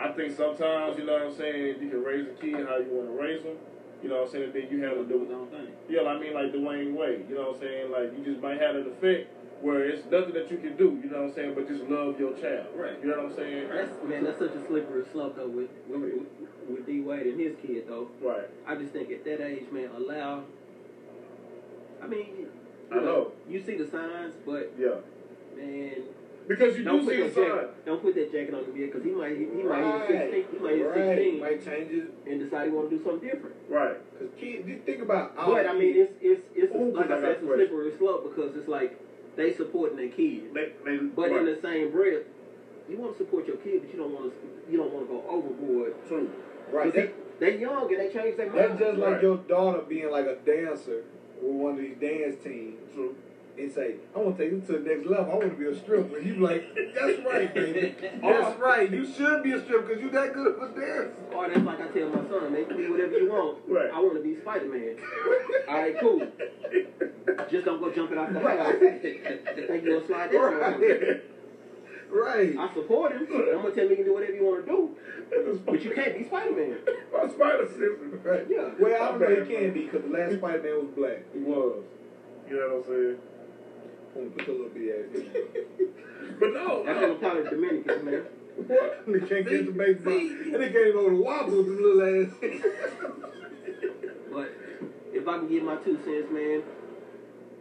S2: I think sometimes, you know what I'm saying, you can raise a kid how you want to raise them. You know what I'm saying? Then you have to
S5: Do
S2: do
S5: his own thing.
S2: Yeah, I mean, like Dwayne Wade. You know what I'm saying? Like, you just might have an effect where it's nothing that you can do. You know what I'm saying? But just love your child.
S5: Right.
S2: You know what I'm saying?
S5: Right.
S3: That's man. That's such a slippery slope though with with, with, with D Wade and his kid though.
S2: Right.
S3: I just think at that age, man, allow. I mean,
S2: I know.
S3: you see the signs, but
S2: Yeah.
S3: man,
S2: Because you
S3: don't
S2: do
S3: put
S2: see the
S3: that
S2: sign.
S3: jacket. Don't put that jacket on him yet, because he might he, he might hit sixteen. He might hit
S4: Right.
S3: sixteen
S4: Might change it.
S3: and decide he want to do something different.
S2: Right.
S4: Cause kid, just think about. all
S3: But I mean, it's it's it's
S2: Oh, Ooh,
S3: like
S2: I got
S3: I said, it's a
S2: a question.
S3: slippery slope because it's like they supporting their kid,
S2: They, they,
S3: but
S2: right.
S3: in the same breath, you want to support your kid, but you don't want to you don't want to go overboard.
S2: True.
S4: right.
S3: 'Cause
S4: That,
S3: They, they young and they change their
S4: that's
S3: mind.
S4: just like
S2: Right.
S4: your daughter being like a dancer with one of these dance teams.
S2: True.
S4: and say, I want to take this to the next level. I want to be a stripper. You be like, *laughs* that's right,
S3: *laughs*
S4: baby. That's right. You should be a stripper because you that good with dance.
S3: Or Oh, that's like I tell my son, man, you can be whatever you want.
S2: Right.
S3: I want to be Spider Man. All right, cool. Just don't go jumping out the house. Think you gonna slide down? on him.
S4: *laughs* Right. Right.
S3: I support him. I'm gonna tell him he can do whatever you want to do, but
S2: But
S3: you can't be Spider Man.
S2: *laughs* My spider sense.
S4: Right.
S3: Yeah.
S4: Well, I don't know he can be because the last Spider Man was black.
S2: He was. You know what I'm saying?
S4: I'm gonna put your little bitty ass
S2: But no,
S3: That's gonna
S2: no.
S3: probably Dominican, man.
S4: in. They can't catch the baseball. And they can't even hold a wobble with his little ass.
S3: But if I can get my two cents, man,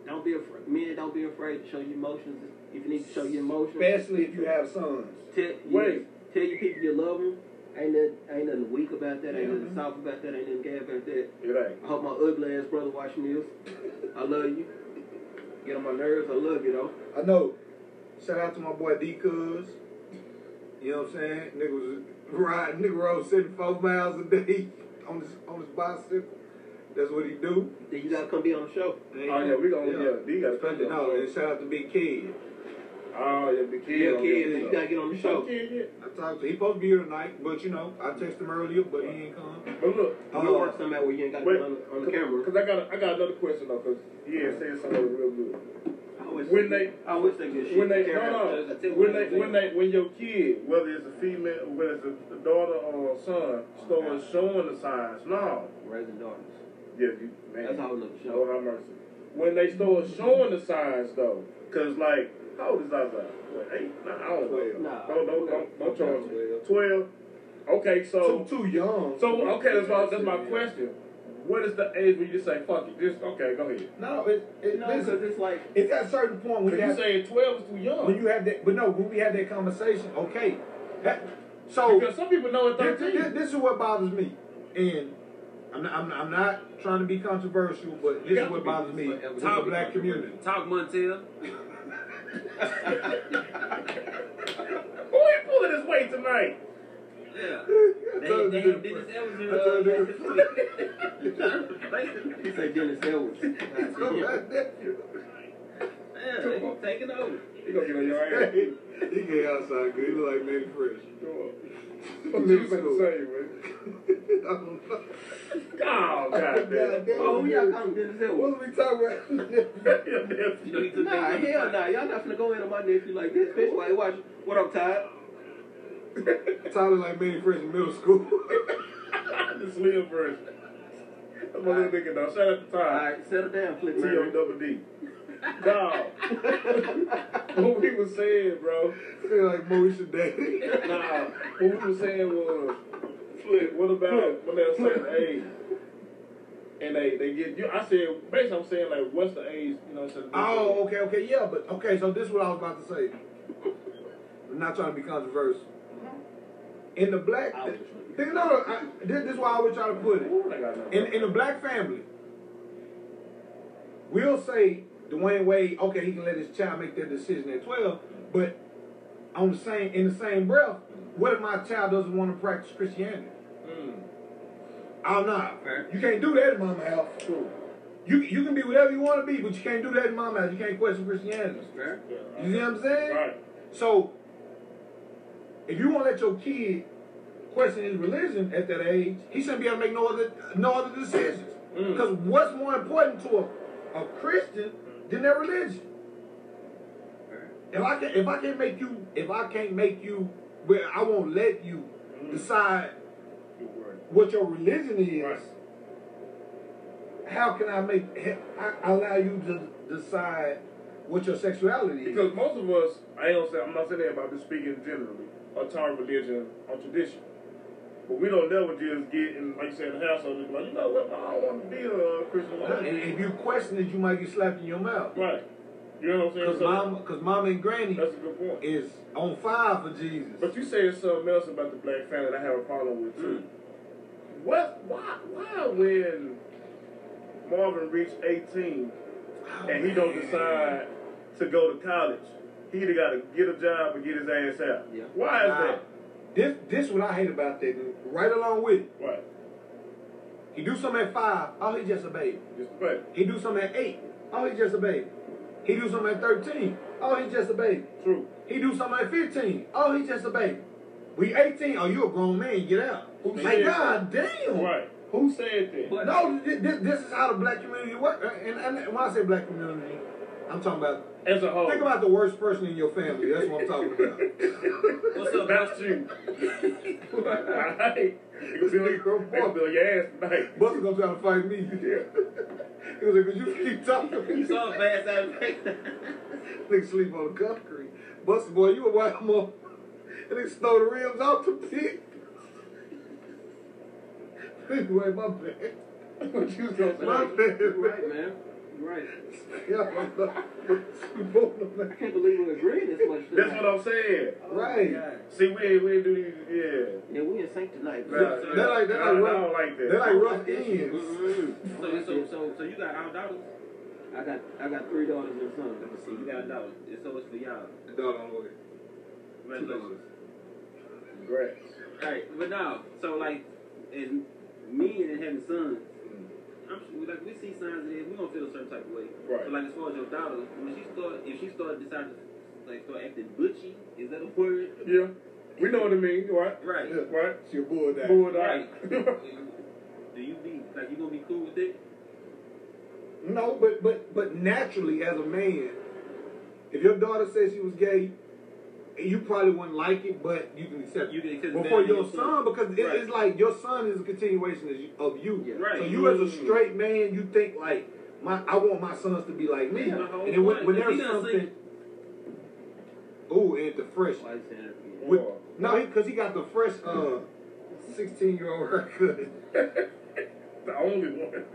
S3: don't be afraid. Men, don't be afraid to show your emotions. If you need to show your emotions,
S4: Especially if you have sons.
S3: tell,
S2: Wait.
S3: tell your people you love them. Ain't nothing, ain't nothing weak about that. Ain't nothing soft about that. Ain't nothing gay about that.
S2: It ain't.
S3: I hope my ugly ass brother watching this. I love you. Get on my nerves. I love you though.
S4: I know. Shout out to my boy D Cuz. You know what I'm saying? Nigga was riding, nigga rode 74 miles a day on his on his bicycle. That's what he do.
S3: Then you gotta come be on the show.
S2: Oh, yeah, we gonna, yeah, D got
S4: Especially, no, and shout out to Big Kid.
S2: Oh, yeah, big kid.
S3: Real
S2: on
S3: kids,
S2: your
S3: you gotta get on the show.
S2: Kid, yeah.
S4: I talked to he supposed to be here tonight, but you know, I texted him earlier, but he ain't come.
S2: But look,
S3: You work somewhere where you ain't gotta
S2: Wait.
S3: be on, on the camera.
S2: Because I got, I got another question though, because he had said something real good.
S5: I always
S2: When they-
S5: I always think good shit.
S2: When they,
S5: Carry
S2: no,
S5: on.
S2: no,
S5: Just tell
S2: when
S5: me
S2: they,
S5: what
S2: when they, when your kid, whether it's a female, whether it's a daughter or a son, starts showing the signs. No,
S3: Raising daughters.
S2: yeah, you, man.
S3: That's how we look the
S2: Lord
S3: show.
S2: have mercy. When they start showing the signs though, because like, how old is Isaiah? What, eight? Nah, I don't know.
S4: Twelve.
S3: Nah.
S2: Don't, don't, don't, don't charge me.
S4: Twelve.
S2: Twelve. Okay, so.
S4: Too, too young.
S2: So okay, that's my that's my question. What is the age when you just say fuck it? Just okay, go ahead.
S4: No, it, it,
S3: No,
S4: listen,
S3: because it's like
S4: it's at a certain point when
S2: When
S4: you
S2: you
S4: have
S2: saying twelve is too
S4: when
S2: young,
S4: you have that but no, when we have that conversation, okay. That, so
S2: because some people know at
S4: This, this,
S2: thirteen.
S4: this is what bothers me, and I'm not, I'm, I'm not trying to be controversial, but this is what bothers me. Top
S3: It's gonna be
S4: black community.
S5: Talk Montel.
S2: Who ain't pulling his weight tonight?
S5: Yeah.
S4: I told
S5: They,
S4: you
S5: they
S4: this-
S5: did this
S4: I told
S5: *laughs*
S4: you
S5: episode.
S4: this-
S5: Basically,
S3: you say Dennis *laughs* Edwards.
S5: yeah, they be taking over.
S2: He gonna get on your ass. *laughs*
S4: Hey, he get outside good. He look like Manny Fresh. *laughs*
S2: What you gonna say, man?
S4: I don't know. *laughs*
S2: Oh god damn.
S3: oh, who y'all calling Dennis Edwards?
S4: What are we talking
S2: *laughs*
S4: about?
S2: Your
S5: You know,
S2: nephew.
S5: he took
S3: Nah,
S5: that
S3: hell nah. Y'all not finna go in on my nephew like this, bitch. Why you watch? What up, Todd?
S4: Tyler like Manny Fresh in middle school. *laughs*
S2: The slim version. I'm a little nigga now. Shout out to
S3: All
S2: Ty.
S3: right, settle down, Flip.
S2: T O
S3: Man.
S2: double D. Dog.
S3: *laughs*
S2: What we was saying, bro.
S4: Feel like Moesha Daddy.
S2: Nah, what we were saying was, Flip, what about when they were saying, hey, and they, they get you. I said, basically, I'm saying like, what's the age? You know, what I'm saying?
S4: Oh, okay, okay, yeah, but okay, so this is what I was about to say. I'm not trying to be controversial. In the black,
S5: I was
S4: no, no, I, this, this is why I was trying to put it.
S2: Ooh, they got nothing.
S4: In in a black family, we'll say Dwayne Wade, okay, he can let his child make that decision at twelve, but on the same in the same breath, what if my child doesn't want to practice Christianity?
S2: Mm,
S4: I'll not.
S5: Fair.
S4: You can't do that in mama house.
S2: true.
S4: You you can be whatever you want to be, but you can't do that in mama house. You can't question Christianity.
S5: Fair.
S2: Yeah,
S4: You see what I'm saying?
S2: Right.
S4: So, if you want to let your kid question his religion at that age, he shouldn't be able to make no other no other decisions.
S2: Mm.
S4: Because what's more important to a, a Christian than their religion? If I can if I can't make you if I can't make you well, I won't let you
S2: Mm.
S4: decide
S2: Good word.
S4: what your religion is.
S2: Right.
S4: How can I make I allow you to decide what your sexuality is?
S2: Because most of us, I don't say I'm not saying that, but I'm just speaking generally, are taught religion or tradition. But we don't never just get in, like you said, in the house and just be like, you know what, I don't want to be a Christian.
S4: And if you question it, you might get slapped in your mouth.
S2: Right. You know what I'm saying?
S4: Cause
S2: So,
S4: mom, cause mom and granny
S2: That's a good point.
S4: is on fire for Jesus.
S2: But you saying something else about the black family that I have a problem with too.
S4: Mm-hmm.
S2: What? Why? Why when Marvin reached 18
S4: Oh,
S2: and he don't decide to go to college, he either got to get a job or get his ass out.
S3: Yeah.
S2: Why is
S4: Nah.
S2: that?
S4: This, this what I hate about that. and Right along with it,
S2: Right.
S4: he do something at five. Oh, he just a baby.
S2: Just right.
S4: He do something at eight. Oh, he just a baby. He do something at thirteen. Oh, he just a baby.
S2: True.
S4: He do something at fifteen. Oh, he just a baby. We eighteen. Oh, you a grown man. Get out.
S2: Who
S4: like
S2: said-
S4: God damn.
S2: Right. Who said that?
S5: But-
S4: No, this, this is how the black community works. And, and when I say black community, I'm talking about
S2: As a whole.
S4: Think about the worst person in your family. That's what I'm talking about.
S5: What's up,
S2: That's
S4: *laughs*
S2: you. Alright. You feel you
S4: Grown boy.
S2: feel your ass tonight.
S4: Buster gonna try to fight me. *laughs* he was like, "Cause you keep talking."
S5: You saw fast
S4: *laughs*
S5: out of
S4: Nigga sleep on the concrete. Buster boy, you a white more. And they stole the rims off the pit. *laughs* anyway, my bad.
S2: what you was gonna say?
S4: My bad.
S3: You're
S4: man.
S3: right, man. You're right.
S4: Yeah, I'm not- we both know
S3: I
S4: that.
S3: can't believe we agree this much tonight.
S2: That's what I'm saying.
S4: *laughs* Right.
S2: See, we ain't, we ain't do these, yeah.
S3: Yeah, we in sync tonight,
S2: Nah,
S3: bro.
S4: That like- that
S2: nah,
S4: like
S2: nah,
S4: rough-
S2: I don't like that.
S4: They're like rough ends.
S3: Mm-mm.
S5: So, so, so, so you got our daughters?
S3: Mm-hmm. I got I got three daughters and a son.
S5: So you got a daughter. And so it's for y'all.
S4: Dog on the way.
S5: Congratulations.
S2: Congrats.
S5: Right, but no, so like, as me and having sons, I'm sure, like we see signs of this, we gonna feel a certain type of way.
S2: Right.
S5: But like as far as your daughter, when she start, if she start deciding to like start acting butchy, is that a word?
S2: Yeah. We know what I mean, right?
S5: Right.
S4: Yeah.
S2: Right?
S4: It's your boy that.
S2: Bulled
S5: Right.
S2: out.
S5: Do you be like you gonna be cool with it?
S4: No, but but but naturally, as a man, if your daughter says she was gay, you probably wouldn't like it, but you can accept
S5: You
S4: it.
S5: can accept
S4: But
S5: that
S4: for
S5: and
S4: your
S5: your
S4: son,
S5: son.
S4: because it,
S5: Right.
S4: it's like your son is a continuation of you. Of you.
S3: Yeah.
S5: Right.
S4: So you, as a
S5: Mm-hmm.
S4: straight man, you think like my I want my sons to be like me,
S5: Yeah, my whole
S4: and then when,
S5: point.
S4: when
S5: If he
S4: there's
S5: done
S4: something. Ooh, and the fresh.
S3: Why you saying that again?
S4: With, no, because he, got the fresh uh, 16 year old haircut.
S2: *laughs* the only one. *laughs*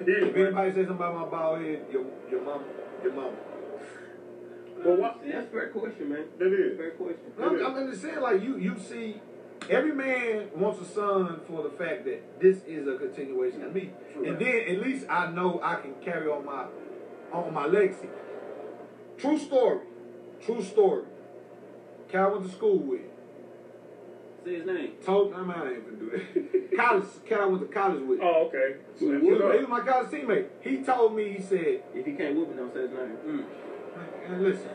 S4: If
S2: yeah, right.
S4: anybody says something about my bald head, your, your mom, your mama.
S2: Well, what?
S3: That's a fair question, man.
S2: That is.
S3: Fair question.
S4: No, I'm, I'm just saying, like you, you see, every man wants a son for the fact that this is a continuation of me, and then at least I know I can carry on my, on my legacy. True story, true story. Cal went to school with.
S5: Say his name.
S4: Told him I ain't even do it. *laughs* college, Cal went to college with.
S2: Oh, okay.
S4: he, was, he was my college teammate. He told me, he said,
S3: If you can't whoop it, don't say his name.
S4: "Man, listen,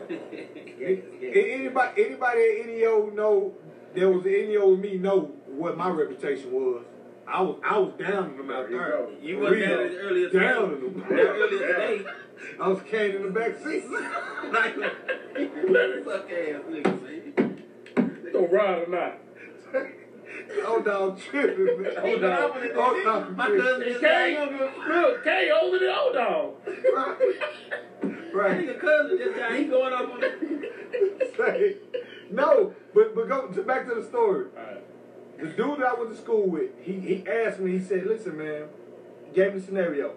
S5: yeah,
S4: A- Anybody, anybody at NEO know there was an NEO with me know what my reputation was. I was, I was down in them out
S2: There you
S4: there.
S2: go.
S5: You
S4: We
S5: wasn't down
S4: was
S5: in the earlier
S4: down
S5: today.
S4: in them.
S5: Not earlier today.
S4: I was carrying in the back seat. *laughs*
S5: Like, fuck ass nigga, man.
S2: Don't ride or not.
S4: oh dog tripping. man.
S2: Old dog.
S4: Oh dog
S5: My
S4: tripping.
S5: cousin is
S2: K,
S5: like,
S2: look, K older than old dog.
S4: *laughs* Right.
S5: nigga cousin just died. He going off on the.
S4: Right. no, but but go to, back to the story.
S2: Alright.
S4: The dude that I went to school with, he, he asked me, he said, listen, man, gave me the scenario.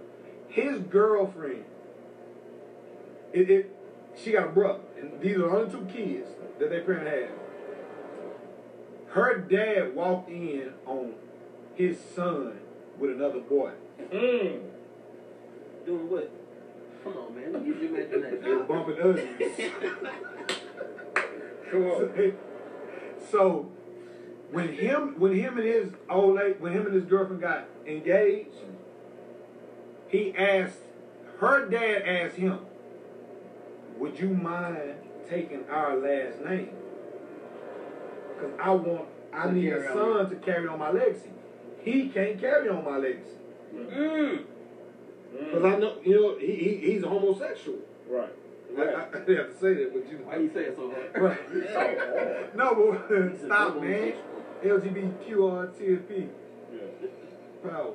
S4: His girlfriend, it, it, she got a brother, and these are the only two kids that their parent had. Her dad walked in on his son with another boy.
S2: Mm.
S3: Doing what? Come on, man. Let me use your
S4: They were
S3: imagination.
S4: bumping uglies.
S2: Come on.
S4: *laughs* so when him when him and his old lady when him and his girlfriend got engaged, he asked her dad asked him, "Would you mind taking our last name? Because I want I
S3: To
S4: need a
S3: carry on.
S4: son to carry on my legacy. He can't carry on my legacy because I know you know he, he he's a homosexual.
S2: Right.
S4: I, I, I have to say that, but you
S3: Why you say it so hard? *laughs*
S2: Oh,
S4: Right. no, but *laughs* stop, man. LGBTQRTFP
S2: Yeah.
S4: power.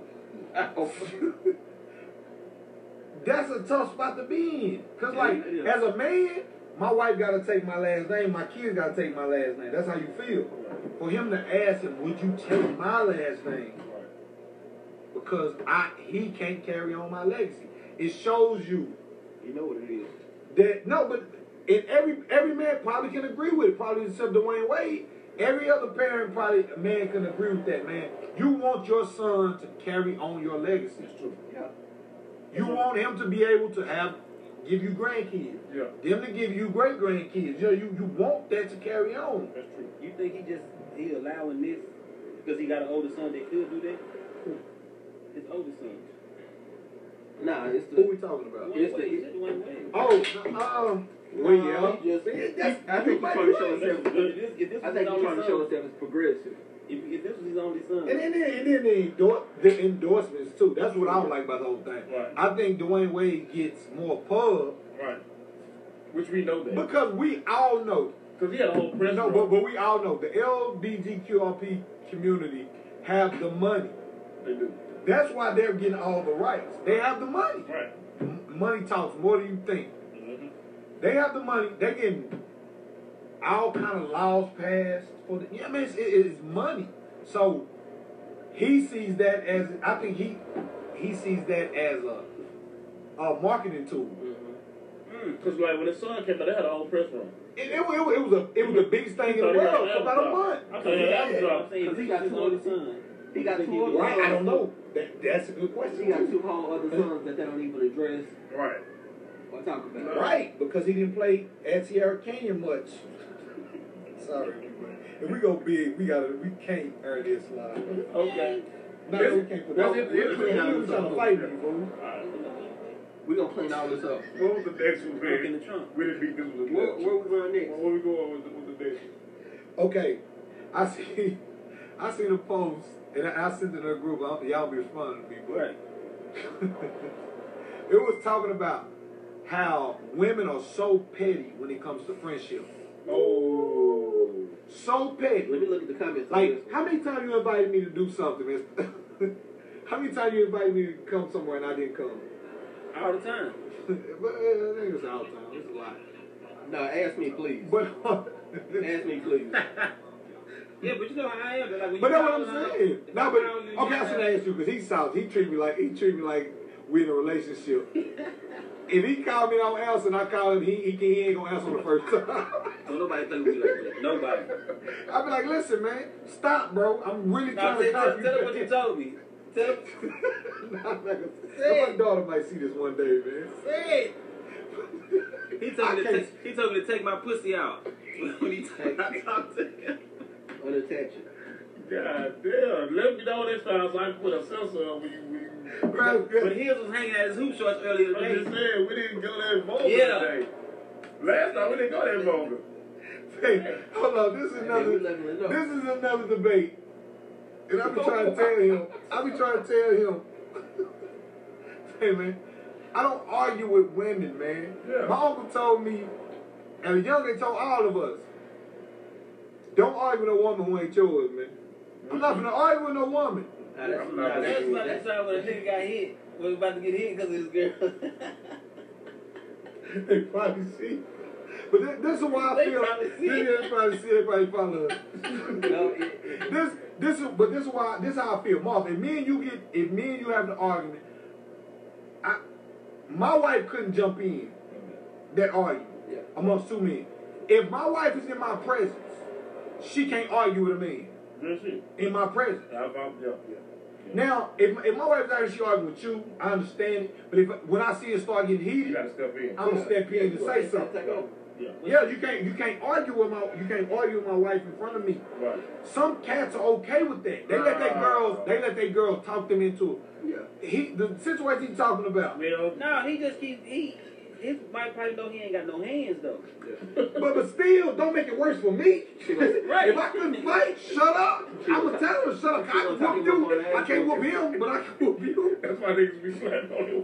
S4: That's a tough spot to be in. Cause like,
S3: Yeah, it is.
S4: as a man, my wife gotta take my last name, my kids gotta take my last name. That's how you feel. For him to ask him, would you take my last name?
S2: Right.
S4: Because I he can't carry on my legacy. It shows you
S3: You know what it is.
S4: that no, but and every every man probably can agree with it, probably except Dwayne Wade. Every other parent probably man can agree with that, man. You want your son to carry on your legacy.
S2: It's true.
S4: You want him to be able to have give you grandkids.
S2: Yeah.
S4: Them to give you great grandkids. You know, you, you want that to carry on.
S2: That's true.
S5: You think he just he allowing this because he got an older son that could do that? His older son.
S3: Nah, it's
S4: Who
S3: the.
S4: we talking about?
S3: Yes,
S5: Dwayne Wade.
S3: they-
S5: Is it Dwayne Wade?
S4: Oh, um, well, yeah.
S3: He just-
S4: See, that's-
S3: I think he's trying to show himself.
S5: If this- if this
S3: I
S5: was
S3: think
S5: his
S3: he's trying
S5: only
S3: to show
S5: son,
S3: himself as progressive.
S5: if, if this was his only son,
S4: And then, and then the, endor- the endorsements too. That's what I don't like about the whole thing.
S2: Right.
S4: I think Dwayne Wade gets more pub
S2: Right. Which we know that.
S4: because we all know
S2: Because he had a whole press
S4: No,
S2: room.
S4: but, but we all know the LBGQRP community have the money.
S2: They do.
S4: That's why they're getting all the rights. They have the money.
S2: Right.
S4: M- money talks more than you think.
S2: Mm-hmm.
S4: They have the money. They're getting all kind of laws passed for the. Yeah, I mean, it's, it- it's money. So he sees that as I think he he sees that as a a marketing tool.
S2: Mm. Because like when his son came out, they had a whole press room.
S4: It, it, wa- it was a it was the biggest thing in the world for about a month.
S2: I
S5: Oh,
S2: thought he had an album
S5: I'm
S2: drop.
S5: saying
S3: Because
S5: if
S3: he
S5: he
S3: got
S5: got his
S3: two
S5: older
S3: older-
S5: son,
S3: he got
S5: you think
S3: two
S5: he'd
S3: older
S5: be-
S4: Right? I don't know. That, that's a good question.
S3: He got two whole other sons that they don't even address
S2: Right.
S3: or talk about.
S4: Right, because he didn't play at Sierra Canyon much. Sorry, but if we go big, we gotta we can't earn this line.
S2: Okay.
S4: No, we can't put
S2: That's
S4: that.
S2: it-
S4: We
S2: it's-
S4: we was trying to fight me, fool.
S2: All right.
S3: We're going to clean all this up.
S2: What was the next one,
S5: Look in the
S2: man?
S5: trunk.
S2: We didn't beat this one. to
S3: Where,
S2: death.
S3: where we going next?
S2: Where we going with the, with the next one?
S4: Okay, I see, *laughs* I see the post, and I, I sent it in a group. I don't think y'all be responding to me, but
S5: Right.
S4: *laughs* it was talking about how women are so petty when it comes to friendship.
S2: Oh.
S4: So petty.
S3: Let me look at the comments. on this
S4: Like,
S3: one.
S4: how many times you invited me to do something, man? *laughs* how many times you invited me to come somewhere and I didn't come? *laughs*
S5: all the time.
S4: but, uh, I think it's all time. It's a lot.
S3: No, ask me, please.
S4: But, *laughs*
S3: Ask me, please.
S5: Yeah, but you know how I am. Like when
S4: but
S5: you
S4: that's what
S5: call
S4: I'm
S5: out-
S4: saying.
S5: if
S4: No,
S5: I call you,
S4: but okay, I
S5: you
S4: should ask you because he sounds. He treat me like he treat me like we in a
S5: *laughs*
S4: relationship. if he called me, I don't answer. And I call him, he he, he ain't gonna answer the first time. *laughs*
S5: Don't nobody think we like that. Nobody.
S4: I be like, listen, man, stop, bro. I'm really
S5: Now,
S4: trying
S5: tell,
S4: to talk
S5: tell, tell him what
S4: to
S5: you
S4: you.
S5: told me. Tell him.
S4: *laughs* Nah, I'm not gonna- My daughter might see this one day, man.
S5: Hey. He told me
S4: I
S5: to
S4: can't-
S5: take. He told me to take my pussy out. when he told I talked to him.
S3: Unattached.
S2: God damn. Let me know next time so I can put a sensor on when you. When you
S4: Bro,
S5: But Hills was hanging out his hoop shorts earlier
S2: I'm just
S5: today.
S2: saying, we didn't go that vulgar
S5: Yeah.
S2: today. Last time we didn't go that vulgar.
S4: Hey, hold on. This is
S3: we
S4: another.
S3: leveling up.
S4: This is another debate, and I be trying to tell him. I be trying to tell him. *laughs* hey man, I don't argue with women, man.
S2: Yeah.
S4: My uncle told me, and a young they told all of us, don't argue with a woman who ain't yours, man. I'm not gonna argue with no woman. *laughs*
S3: Nah, that's,
S2: I'm
S3: nah,
S2: not
S5: That's
S3: that's,
S5: about the
S3: that's,
S5: time when a nigga got hit. We was about to get hit because of this girl. *laughs*
S4: they probably see. But this, this is why I
S5: They
S4: feel.
S5: probably see.
S4: This, they probably see. They probably follow. us. *laughs*
S3: no, it, it,
S4: This, this is, but this is why, this is how I feel, Marvin. If me and you get, if me and you have an argument, My wife couldn't jump in that argument
S3: Yeah.
S4: amongst two men. If my wife is in my presence, she can't argue with a man
S2: Real shit.
S4: in my presence.
S2: I, I, yeah, yeah.
S4: Now, if, if my wife's out here, she arguing with you, I understand it. But if when I see it start getting
S2: You
S4: heated,
S2: gotta step in.
S4: I'm gonna step in and say
S3: Take
S4: something.
S3: over.
S2: Yeah.
S4: Yeah, you can't you can't argue with my you can't argue with my wife in front of me.
S2: Right.
S4: Some cats are okay with that. They let their girls they let their girls talk them into it. He the situation he's talking about.
S2: Well,
S5: No, he just keeps he. His Mike probably know he ain't got no hands though.
S4: But but still, don't make it worse for me. *laughs*
S5: Right.
S4: If I couldn't fight, shut up. I would tell her to shut up. I can whoop you. I can't whoop him, but I can whoop you.
S5: *laughs*
S2: that's why niggas be slapping on their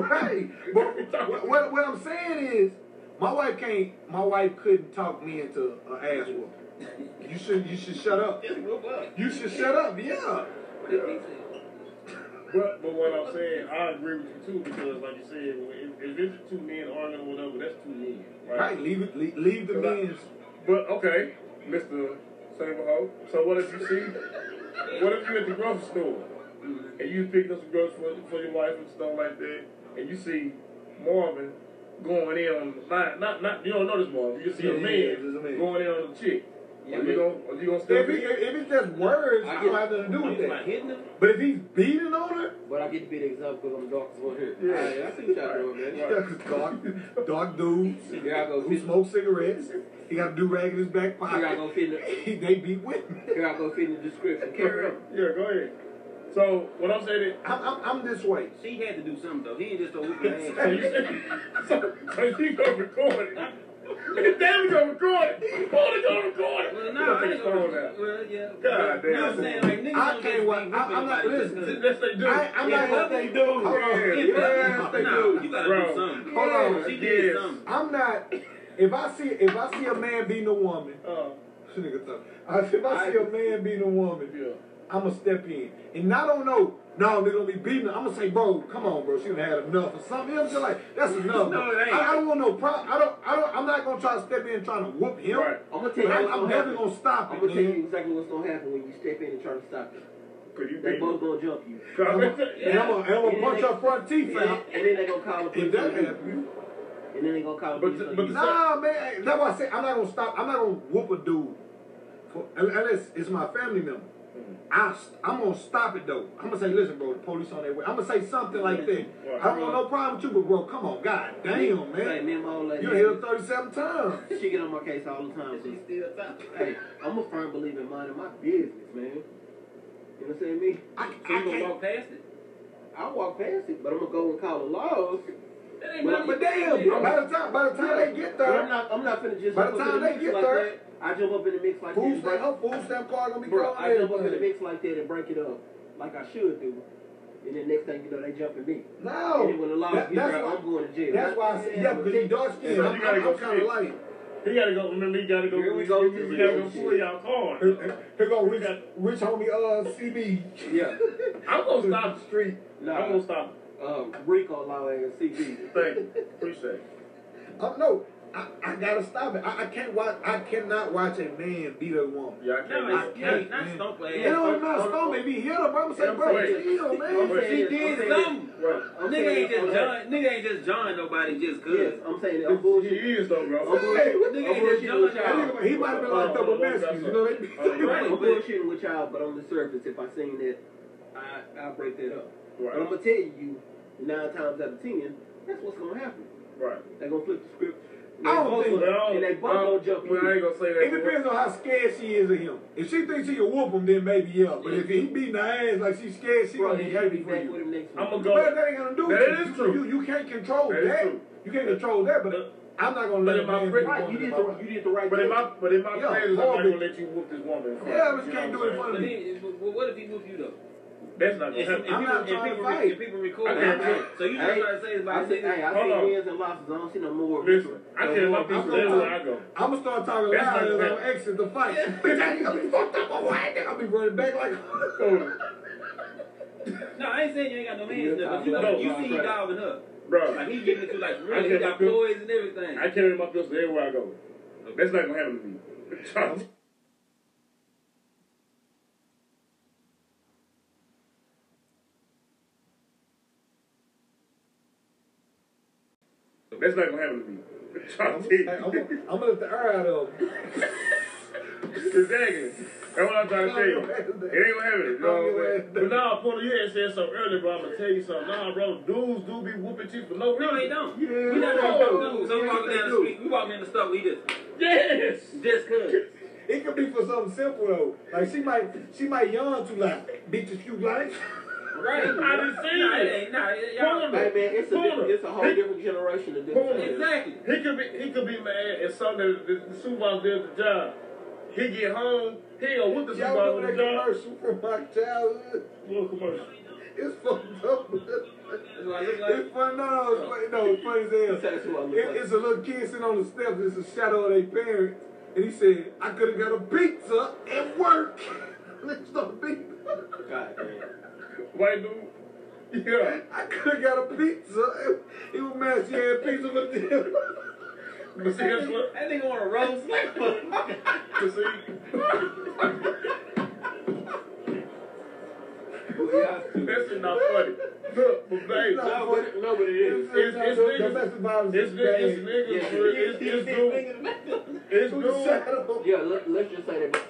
S2: wife. *laughs*
S4: Right. But what, what, what I'm saying is, my wife can't. My wife couldn't talk me into an ass whooping. You should. You should shut up.
S5: Just whoop up.
S4: You should shut up. Yeah.
S2: But, but what I'm saying, I agree with you too, because like you said, if, if it's two men arguing or whatever, that's two men.
S4: Right. Leave it. Leave, leave the men's.
S2: But okay, Mr. Saberho. So what if you see? What if you at the grocery store and you picking up some groceries for, for your wife and stuff like that, and you see Marvin going in on the line? Not not you don't notice Marvin. You see
S4: Yeah,
S2: a
S4: yeah,
S2: man
S4: yeah, there's a man.
S2: going in on the chick.
S3: Yeah,
S2: are
S3: but-
S2: you gonna are you gonna
S4: If,
S2: step
S4: it,
S2: in?
S4: if it's just words, I, don't have nothing to do with
S5: He's not
S4: that.
S5: hitting him.
S4: But if he's beating on her,
S3: But I get to be the example because I'm the darkest one here. Yeah, I see what y'all doing, man.
S4: yeah, *laughs* 'cause dark, dark dudes
S3: Here I go,
S4: who
S3: fit,
S4: smoke cigarettes, he got a do rag in his back
S3: here I
S4: *laughs* pocket.
S3: go fit in the,
S4: they beat women.
S3: here I go fit in the description. Carry on.
S2: Yeah, go ahead. So what I'm saying is,
S4: I'm, I'm, I'm this way.
S5: She had to do something though. He ain't just a
S4: *laughs*
S5: whooping
S2: so
S5: ass.
S2: you see, *laughs* so, so you gonna record it? Damn, you gonna record it? You gonna record it?
S5: Well,
S2: You
S5: no,
S2: gonna
S5: I
S2: take
S5: ain't
S2: a
S5: gonna.
S2: phone out.
S5: Well, yeah.
S2: God
S5: You know what I'm
S2: damn.
S5: saying? Like, niggas
S4: I
S5: don't
S4: can't
S5: just
S4: wa-
S5: be
S4: I- I'm
S5: whooping
S4: not-
S5: nobody just
S4: listen.
S5: 'cause-
S2: Yes, they do.
S4: I, I'm
S5: Yeah,
S4: not gonna
S5: they
S4: say
S5: do.
S4: Hold *laughs* on.
S2: Oh, Yeah,
S4: Yes, they
S5: Nah,
S4: do.
S5: You gotta
S2: Bro.
S5: do something.
S4: Hold on.
S5: She did
S2: Yes.
S5: something.
S4: I'm not. If I see if I see a man beating a woman,
S2: Uh,
S4: this nigga tough. I- If I see a man beating a woman,
S2: yeah.
S4: I'ma step in, and I don't know. No, they're gonna be beating. her. I'ma say, bro, come on, bro. She done had enough or something. I'm just like, that's enough.
S5: No, it
S4: bro.
S5: ain't.
S4: I, I don't want no problem. I don't. I don't. I'm not gonna try to step in trying to whoop him.
S2: Right.
S3: I'm gonna tell
S4: But
S3: you.
S4: I'm, I'm
S3: what's gonna
S4: never
S3: happen.
S4: gonna stop
S3: I'm
S4: it.
S3: gonna tell
S4: man.
S3: you exactly what's gonna happen when you step in and try to stop it.
S2: Could you
S3: They
S2: beat
S3: both
S2: me?
S3: gonna jump you.
S2: Could I
S4: And
S2: beat
S4: I'ma,
S2: that?
S4: and I'ma, and I'ma punch her front teeth
S3: And *laughs*
S4: out.
S3: then and then they gonna call the
S4: If
S3: police.
S4: that
S3: on you.
S4: happens.
S3: And then they gonna call
S2: But
S3: the police.
S2: the-
S3: on
S2: but
S3: you.
S2: the-
S4: Nah, man. That's why I say I'm not gonna stop. I'm not gonna whoop a dude for, unless it's my family member.
S3: Mm-hmm.
S4: I, am gonna stop it though. I'm gonna say, listen, bro, the police on their way. I'm gonna say something like that. I don't want no problem too, but bro, come on, god damn,
S3: Hey,
S4: man.
S3: me and my old lady.
S4: You hit her 37 times.
S3: She get on my case all the time.
S5: She
S3: so-
S5: still top.
S3: Hey, I'm a firm believer in minding my business, man. You know what I'm saying? Me,
S4: I, I
S5: So you gonna
S4: can't.
S5: walk past it?
S3: I walk past it, but I'm gonna go and call the laws.
S5: That ain't
S3: But-
S5: nothing.
S4: But damn, bro, by the time by the time they get
S3: But I'm
S4: there,
S3: not. I'm not finna just
S4: By
S3: jump
S4: the
S3: up in
S4: time
S3: the
S4: they
S3: mix
S4: get
S3: like
S4: there-
S3: that. I jump up in the mix like
S4: food
S3: that.
S4: stamp, her food stamp card gonna be
S3: Bro,
S4: gone.
S3: I jump up in the
S4: everywhere.
S3: mix like that and break it up, like I should do. And then next thing you know, they jumping me.
S4: No,
S3: and then when the law
S4: Oh, That-
S3: gets
S4: that's
S3: out,
S4: why.
S3: I'm going to jail.
S4: That's why I said, yeah, because you dark skinned.
S2: So
S4: I'm,
S2: you gotta
S4: I'm,
S2: go
S4: I'm kind
S2: fit.
S4: of light.
S2: *laughs* He gotta go. Remember, he gotta go.
S3: Here we go.
S2: He gotta go pull y'all car.
S4: Here here go rich, rich homie, uh, CB.
S3: Yeah.
S2: I'm gonna stop. it.
S4: street.
S2: I'm
S3: *laughs* Nah,
S2: gonna stop. it.
S3: um, Rico law and CB.
S2: Thank you. Appreciate it.
S4: Um, no, I, I gotta stop it. I, I can't watch. I cannot watch a man beat a woman.
S2: Yeah, I
S5: No,
S2: can't.
S5: it's-
S2: wait.
S5: not- not
S4: man.
S5: stomp her
S4: You
S5: ass.
S4: know, I'm not stomping. Be hit up. I'm saying, bro,
S2: Wait.
S4: chill, man.
S2: Wait.
S4: She did
S5: It's
S4: it.
S5: something.
S2: Right.
S5: Nigga ain't just join. Nigga ain't just join nobody just cause.
S3: Yes, I'm saying that. I'm bullshit.
S2: He is though, bro.
S3: I'm bullshitting- I'm
S5: Nigga
S3: bullshitting
S5: ain't
S3: with
S5: just
S3: y'all.
S5: done
S4: He might have been like double masculine. You know what I mean?
S5: Right.
S3: I'm bullshitting with y'all, but on the surface, if I seen that, I I break that up. But I'm
S2: Right.
S3: gonna tell you, nine times out of ten, that's what's gonna happen.
S2: Right.
S3: They're gonna flip the script. And
S4: I
S3: they
S4: don't
S3: both
S4: think-
S3: gonna-
S2: Well,
S3: and they both
S2: well,
S3: gonna jump
S2: well, I ain't
S3: you.
S2: gonna say that.
S4: *laughs* It depends on how scared she is of him. If she thinks she can whoop him, then maybe yeah. But if he beating her ass like she's scared, she
S3: Bro,
S4: gonna be
S3: they should be
S4: happy for
S3: back with
S4: you.
S3: him next
S2: I'm
S3: week.
S2: gonna go.
S4: But that ain't gonna do
S2: That
S4: it.
S2: is
S4: You-
S2: true.
S4: You, you can't control
S2: That
S4: that.
S2: is true.
S4: You can't control that. But I'm not gonna
S2: But
S4: let
S2: in
S4: a
S2: my
S4: man
S2: friend-
S4: beat a
S3: Right,
S4: woman
S3: you did
S4: in my
S3: the
S4: life.
S3: you did the right
S2: But in
S3: thing.
S2: my but in my
S4: Yeah,
S2: plans, I'm not
S4: Marvin.
S2: gonna let you whoop this woman. in front
S4: Yeah,
S2: of
S4: but
S2: me,
S4: you
S2: know
S4: can't
S2: what
S4: do it
S2: I'm
S4: in front
S5: But
S4: of
S5: then,
S4: me.
S5: if- well, what if he whoop you though?
S2: saying? That's not
S5: If,
S2: gonna
S5: if,
S2: happen.
S5: people,
S4: I'm not
S5: if,
S4: trying to
S5: people,
S4: fight.
S5: if people record,
S2: I can't
S5: it,
S2: do it.
S5: so
S3: I
S5: you just
S3: ain't-
S5: trying to say it's
S3: I
S5: about
S3: said, hey,
S5: niggas.
S3: I
S2: Hold
S3: see
S2: on.
S3: wins and losses. I don't see no more.
S2: Listen, I
S3: no
S2: can't
S3: more
S2: let people.
S4: I'm
S2: That's
S4: gonna-
S2: where I go.
S4: I'm gonna start talking
S2: That's
S4: loud
S2: not
S4: as I'm
S2: fair.
S4: exit the fight. *laughs* Bitch, I ain't gonna be fucked up on white. I'll be running back like. *laughs*
S5: No, I ain't saying you ain't got no hands there, but you,
S2: No.
S5: know, you see he gobbling up. Like
S2: Bro,
S5: he giving it to like
S2: I
S5: really, he
S2: can't
S5: got
S2: do it.
S5: poise and everything.
S2: I carry my pistol everywhere I go. That's not gonna happen to me. Trust me. That's not gonna happen to me.
S4: I'm,
S2: I'm trying
S4: hey, I'm,
S2: to
S4: gonna- I'm gonna let the air out of him.
S2: tell you. *laughs* Exactly. That's what I'm trying to tell you. It ain't gonna happen. You know what I'm saying? But nah, Porter, you had said something earlier, but I'm gonna tell you something. Nah, bro, dudes do be whooping teeth for no
S5: No,
S2: reason.
S5: they don't.
S4: Yeah.
S5: We not gonna
S4: No.
S5: do. So we
S4: Yes,
S5: walking
S4: they
S5: down the
S4: do.
S5: street. We walking in the store. We just
S2: Yes!
S5: just cause.
S4: It could be for something simple though. Like she might, she might yawn too loud, bitch. If you
S5: *laughs*
S4: like,
S2: I
S5: Right.
S2: done seen
S5: Nah,
S2: it.
S5: ain't- Nah, it- y'all.
S2: Porter.
S3: Hey man, it's a
S2: Porter.
S3: different, it's a whole different generation of different
S2: Boom.
S3: things.
S5: Exactly.
S2: He could be he could be mad at something that the, the supervisor did at the job. He get home, he gonna whoop the
S4: y'all
S2: supervisor
S4: remember
S2: at
S4: that
S2: the job.
S4: commercial from my childhood?
S2: Little commercial.
S4: It's fucked up. *laughs*
S5: That's what I look like.
S4: It's funny. No, no, it's funny. No, it's funny as hell.
S3: That's what I look
S4: It,
S3: like.
S4: it's a little kid sitting on the steps. It's a shadow of their parents, and he said, "I could have got a pizza at work." *laughs* Let's not pizza.
S3: God damn.
S2: White dude. Yeah.
S4: I could have got a pizza. He was mad. She had pizza for dinner.
S2: But see that's what
S5: That nigga want a roast.
S2: *laughs* but see
S3: Yeah, *laughs*
S2: that's just not funny. Look, but babe,
S4: not
S3: no, but, no, but it is.
S2: it's niggas-
S4: domestic violence
S2: it's
S4: is
S2: niggas it's
S4: bad.
S2: niggas,
S3: Yeah.
S2: bro. It's it's dude. It's
S4: Who the
S2: dude.
S4: shadow?
S3: Yeah, let, let's just say that.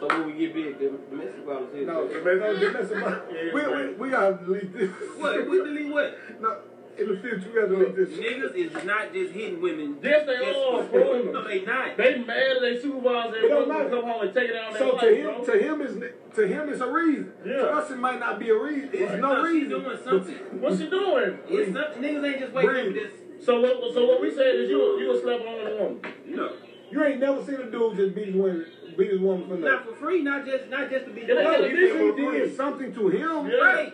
S3: So when we get big, the domestic violence is.
S4: No,
S3: big.
S4: no, domestic violence.
S2: Yeah,
S4: we, we,
S2: right.
S4: we gotta delete this.
S5: What? We delete what?
S4: *laughs* No, in the future, we gotta delete this.
S5: Niggas is not just hitting women.
S2: Yes they
S5: Just-
S2: are,
S5: No,
S2: bro.
S5: they not.
S2: They mad at their supervisor
S4: It
S2: and
S4: don't
S2: want to
S4: matter.
S2: come home and take it out on their
S4: So
S2: life,
S4: to him,
S2: bro.
S4: to him is to him it's a reason.
S2: Yeah.
S4: To us, it might not be a reason. It's
S5: Right.
S4: no
S5: No, she
S4: reason.
S5: doing something.
S2: What's she doing?
S5: It's not, niggas ain't just waiting
S4: Breathe.
S5: for this.
S2: So what so what we said is you you a slap on the woman.
S5: No,
S4: You ain't never seen a dude just beat his woman, beat his woman for
S5: not
S4: nothing.
S5: for free. Not just not just to be.
S2: Get out
S4: No,
S2: of
S4: he
S2: this
S4: did-
S2: for
S4: he
S2: free.
S4: did something to him,
S2: Yeah.
S5: Right.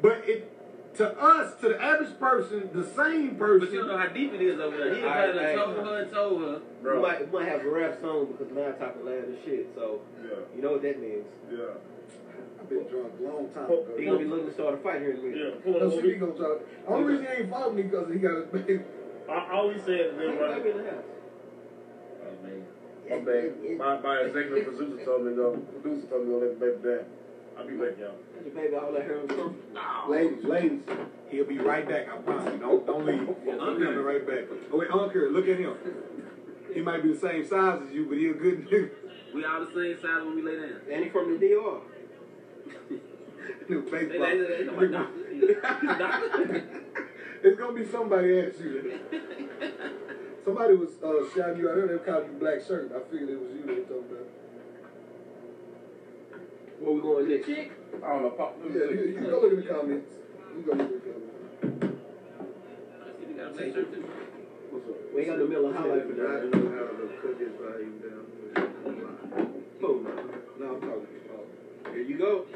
S4: but it to us, to the average person, the same person.
S5: But you know how deep it is over there. He
S3: All
S5: done
S3: right,
S5: told
S3: hey.
S5: her and told her.
S3: We might, we might have a rap song because now I'm talking loud as shit. So
S2: Yeah,
S3: you know what that means.
S2: yeah.
S4: I've been drunk a long time
S2: Oh,
S4: ago.
S3: They gonna be looking to start a fight here in a
S2: Yeah,
S3: minute.
S2: pull
S4: No,
S2: up.
S4: see, he gonna try. Only reason he ain't following me because he got his baby.
S2: I I always said that they
S3: Yeah.
S2: running.
S3: in the house.
S2: My bad. My, my executive producer told me to go. Producer told me to go let the baby down. I'll be back, y'all.
S3: That's your baby all that hair was from.
S4: Ladies, ladies, he'll be right back. I promise. you. Don't don't leave. He's coming right back. Oh wait, Uncle, look at him. He might be the same size as you, but he a good nigga.
S5: We all the same size when we lay down.
S3: And he from the DR.
S4: New
S5: They, they, they, they,
S4: baseball.
S5: they, *laughs* they,
S4: *laughs* It's gonna be somebody at you. Somebody was uh, shouting you out there. They called you black shirt. I figured it was you they talking about.
S3: Where we going next?
S2: I don't know. Pop, let me
S4: Yeah, you,
S2: see.
S4: you go look in the comments. You go look in the comments.
S3: What's up? We ain't got no Miller High Life in
S4: I
S3: there.
S4: don't know how to put this volume down.
S3: Boom.
S4: No, I'm talking. about-
S3: Here you go.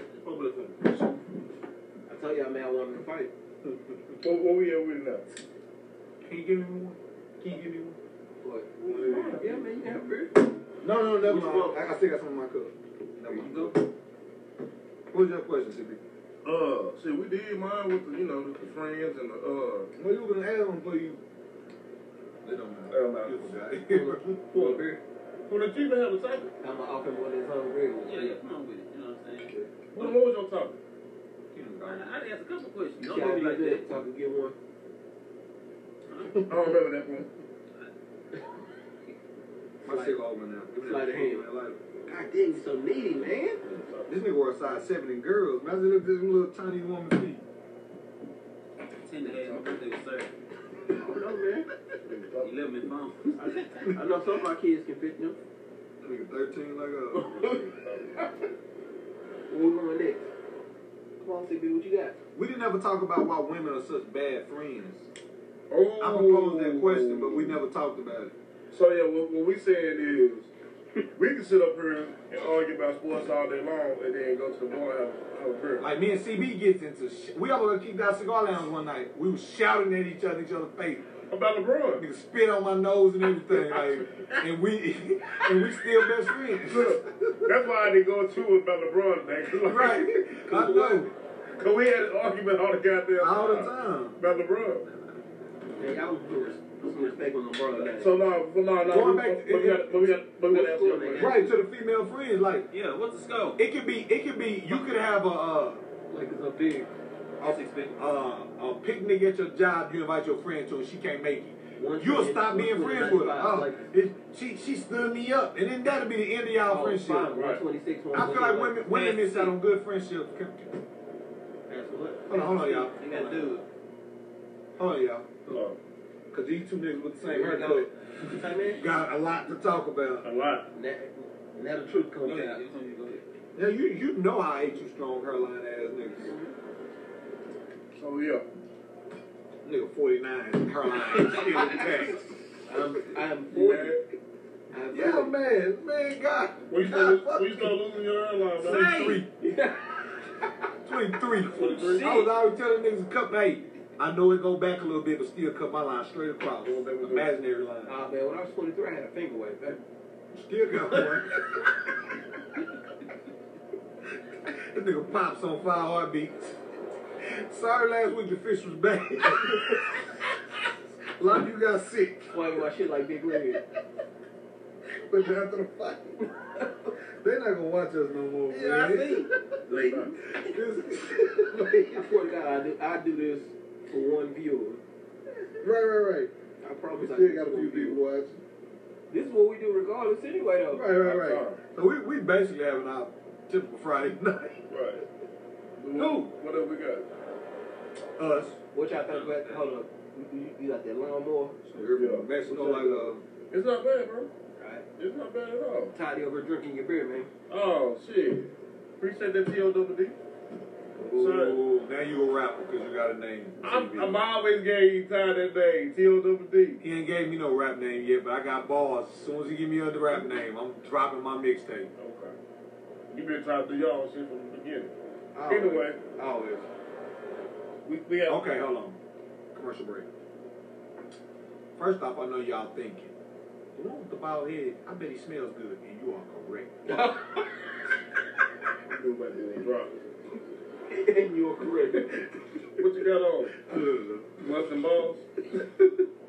S3: I told y'all, man, I wanted to fight.
S2: What, what we at with now?
S4: Can you give me one? Can you give me one?
S3: What? Yeah, man, you can have a beer.
S4: No, no, never
S3: Which
S4: mind.
S3: one?
S4: I, I still got some in my cup. Never
S3: Here
S4: mind.
S3: you go.
S4: What was your question, CB?
S2: Uh, see, we did mine with the, you know, with the friends and the, uh,
S4: Well, you were gonna ask them for you. They don't matter.
S2: They don't matter.
S4: You
S3: *laughs*
S4: forgot.
S3: You want a beer?
S2: well, did you even have a topic?
S3: I'm gonna offer him one of his own beer.
S5: Yeah, yeah, come on with it. You know what I'm saying?
S2: What, what was your topic?
S5: I, I done asked a couple questions.
S3: You
S5: Don't go
S3: gotta
S5: be like
S3: do
S5: that.
S3: that. So I can get one.
S2: I don't remember that one.
S4: My shit all went out. Give me that
S3: Sleight of hand.
S4: fucking light.
S3: God damn, you so needy, man.
S4: This nigga wore a size seven in girls. Imagine look at this little tiny woman's feet.
S5: Tender ass, my birthday was Thursday.
S3: I don't know, man.
S5: You left me phone. *laughs*
S3: I know some of our kids can fit them.
S4: Nigga thirteen like uh, us.
S3: Where we going next? Come on, CB, what you got?
S4: We didn't ever talk about why women are such bad friends.
S2: *laughs* Oh.
S4: I proposed that question, but we never talked about it.
S2: So yeah, what, what we saying is we can sit up here and argue about sports all day long, and then go to the bar and have, have a beer.
S4: Like me and CB gets into shit. We all kicked out cigar lounge one night. We was shouting at each other, each other's face.
S2: About LeBron.
S4: Nigga spit on my nose and everything. Like, and we *laughs* and we still best friends.
S2: Look, that's why I didn't go to it about LeBron today. 'cause *laughs* like-
S4: right. I know.
S2: Cause we had an argument all the goddamn
S4: All the time.
S2: about LeBron.
S3: Yeah, y'all was put res- put some respect on LeBron today.
S2: So no, no, no.
S4: Going
S2: we,
S4: back-
S2: but we got, but we got, but we got to ask you a question.
S4: Right to the female friends. Like
S5: Yeah, what's the scope?
S4: it could be it could be you could have a uh,
S3: like it's a big.
S5: That's expected.
S4: uh, a picnic at your job you invite your friend to and she can't make it.
S3: One
S4: You'll
S3: twenty-
S4: stop being
S3: one
S4: friends
S3: twenty
S4: with her.
S3: ninety-five,
S4: Oh,
S3: like-
S4: it, she she stood me up, and then that'll be the end of y'all
S3: Oh,
S4: friendship.
S3: fine,
S2: right.
S3: 126,
S4: I feel like women women
S3: That's
S4: miss out
S3: it.
S4: on good friendships.
S3: That's what.
S4: Hold on, hold on, y'all.
S5: They got dude.
S4: Hold on, y'all.
S2: Uh,
S4: Cause these two niggas with the same haircut
S3: Look, hey, man,
S4: got a lot to talk about.
S2: a lot.
S3: that- Now the truth
S5: Go
S3: comes
S5: ahead.
S3: out.
S5: Every time you go ahead.
S4: Yeah, you you know how I hate you strong hairline ass niggas.
S2: Oh yeah.
S4: Nigga forty nine hairline *laughs* still intact.
S3: I'm, I'm
S2: Man,
S3: 40. I'm
S4: Yeah,
S3: 40.
S4: man, man, God.
S2: we used to
S4: God,
S2: lose,
S4: fuck
S2: we used to
S4: you.
S2: losing your airline, man.
S4: Twenty-three. Twenty-three.
S2: 23.
S4: I was always telling niggas to cut my. Hey, I know it go back a little bit, but still cut my line straight across. Imaginary line.
S3: *laughs* Ah, man, when I was 23, I had a finger wave, baby.
S4: Still got one. *laughs* this nigga pops on five heartbeats. Sorry, last week the fish was bad. *laughs* a lot of you got sick,
S3: Why do I shit like Big Red?
S4: but after the fight, *laughs* they're not gonna watch us no more.
S3: Yeah, I
S4: man. *laughs*
S3: see. *laughs*
S4: This-
S3: I swear to God, I do, I do this for one viewer.
S4: right, right, right.
S3: I
S4: We
S3: promise I
S4: still
S3: do
S4: got a
S3: this
S4: few
S3: for one viewer.
S4: people watching.
S3: This is what we do regardless anyway, though.
S4: Right, right, right. So we we basically having our typical Friday *laughs* night.
S2: Right.
S4: Who?
S2: What have we got?
S4: Us.
S3: What y'all think about, hold up, you, you, you got that lawnmower?
S4: Everybody messing on like uh
S2: It's not bad, bro.
S3: Right.
S2: It's not bad at all.
S3: Tidy over drinking your beer, man. *laughs*
S2: Oh shit. Appreciate that T O double D.
S4: uh, Ooh, now you a rapper because you got a name.
S2: I'm, I'm always gave time that day. T O double D.
S4: he ain't gave me no rap name yet, but I got balls. As soon as he give me a rap name, I'm dropping my mixtape.
S2: Okay. You been trying to do y'all shit from the beginning.
S3: Always.
S2: Anyway,
S3: Always.
S2: we we have *laughs*
S4: Okay, hold on. Commercial break. First off, I know y'all thinking. The one with the bald head, I bet he smells good, and you are correct.
S2: *laughs* Drop.
S3: and you're correct.
S2: What you got on? Nuts and balls.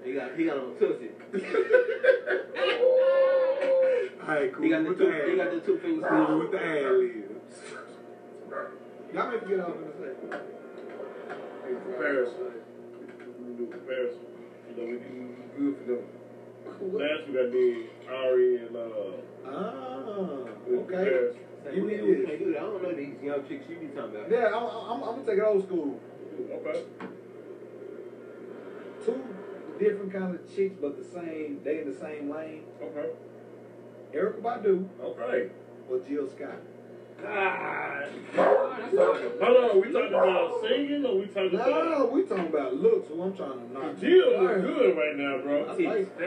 S3: he got, he got on Tootsie.
S4: All right, cool.
S3: He got the
S4: What
S3: two,
S4: the
S3: he got the two fingers.
S4: Cool with the ad libs. Y'all meant to get off in a second.
S2: In comparison, we do comparison. You know, we do good for them. Last week I did Ari and uh.
S4: Ah,
S2: good
S4: okay.
S2: comparison.
S3: Say,
S4: You
S3: we,
S4: need
S3: we
S4: this.
S3: can't do that. I don't know these young chicks you be talking about.
S4: Yeah, I'm, I'm, I'm gonna take it old school.
S2: Okay.
S4: Two different kinds of chicks, but the same. They in the same lane.
S2: Okay.
S4: Erica Badu
S2: Okay.
S4: or Jill Scott.
S2: God. Hold on. We talking about singing or we talking about?
S4: No, we talking about looks. Who I'm trying to knock.
S2: Jill look good right now,
S4: I
S2: bro.
S4: like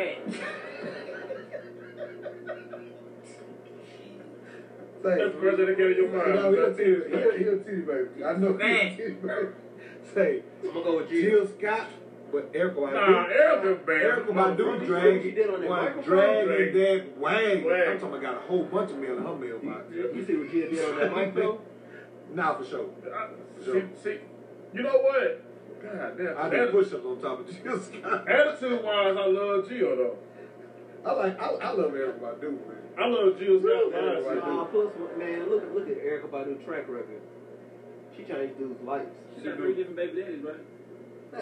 S2: That's the first thing that came to your mind.
S4: No, he'll tell you. He'll, he'll tell you, baby. I know. He'll tell you, baby. Say
S3: I'm gonna go with you.
S4: Jill Scott, but Erica Badu.
S2: Nah, Erica bad.
S4: Erica Badu
S3: She
S4: dragging,
S3: did on that
S4: was
S3: microphone?
S4: dragging that wagon.
S2: Wagon.
S4: I'm talking about got a whole bunch of mail in her mailbox.
S3: You see what Jill did on that mic though?
S4: Nah, for sure.
S2: I- See, see, you know what? God damn.
S4: I did push ups on top of Jill Scott.
S2: Attitude wise, I love Jill though.
S4: *laughs* I like, I, I love Erica Badu, man.
S2: I love Jill's
S4: Really?
S2: mindset.
S3: Nah, plus man, look look at Erica Badu track record. She changed dudes' lives.
S5: She got three different baby daddies, right?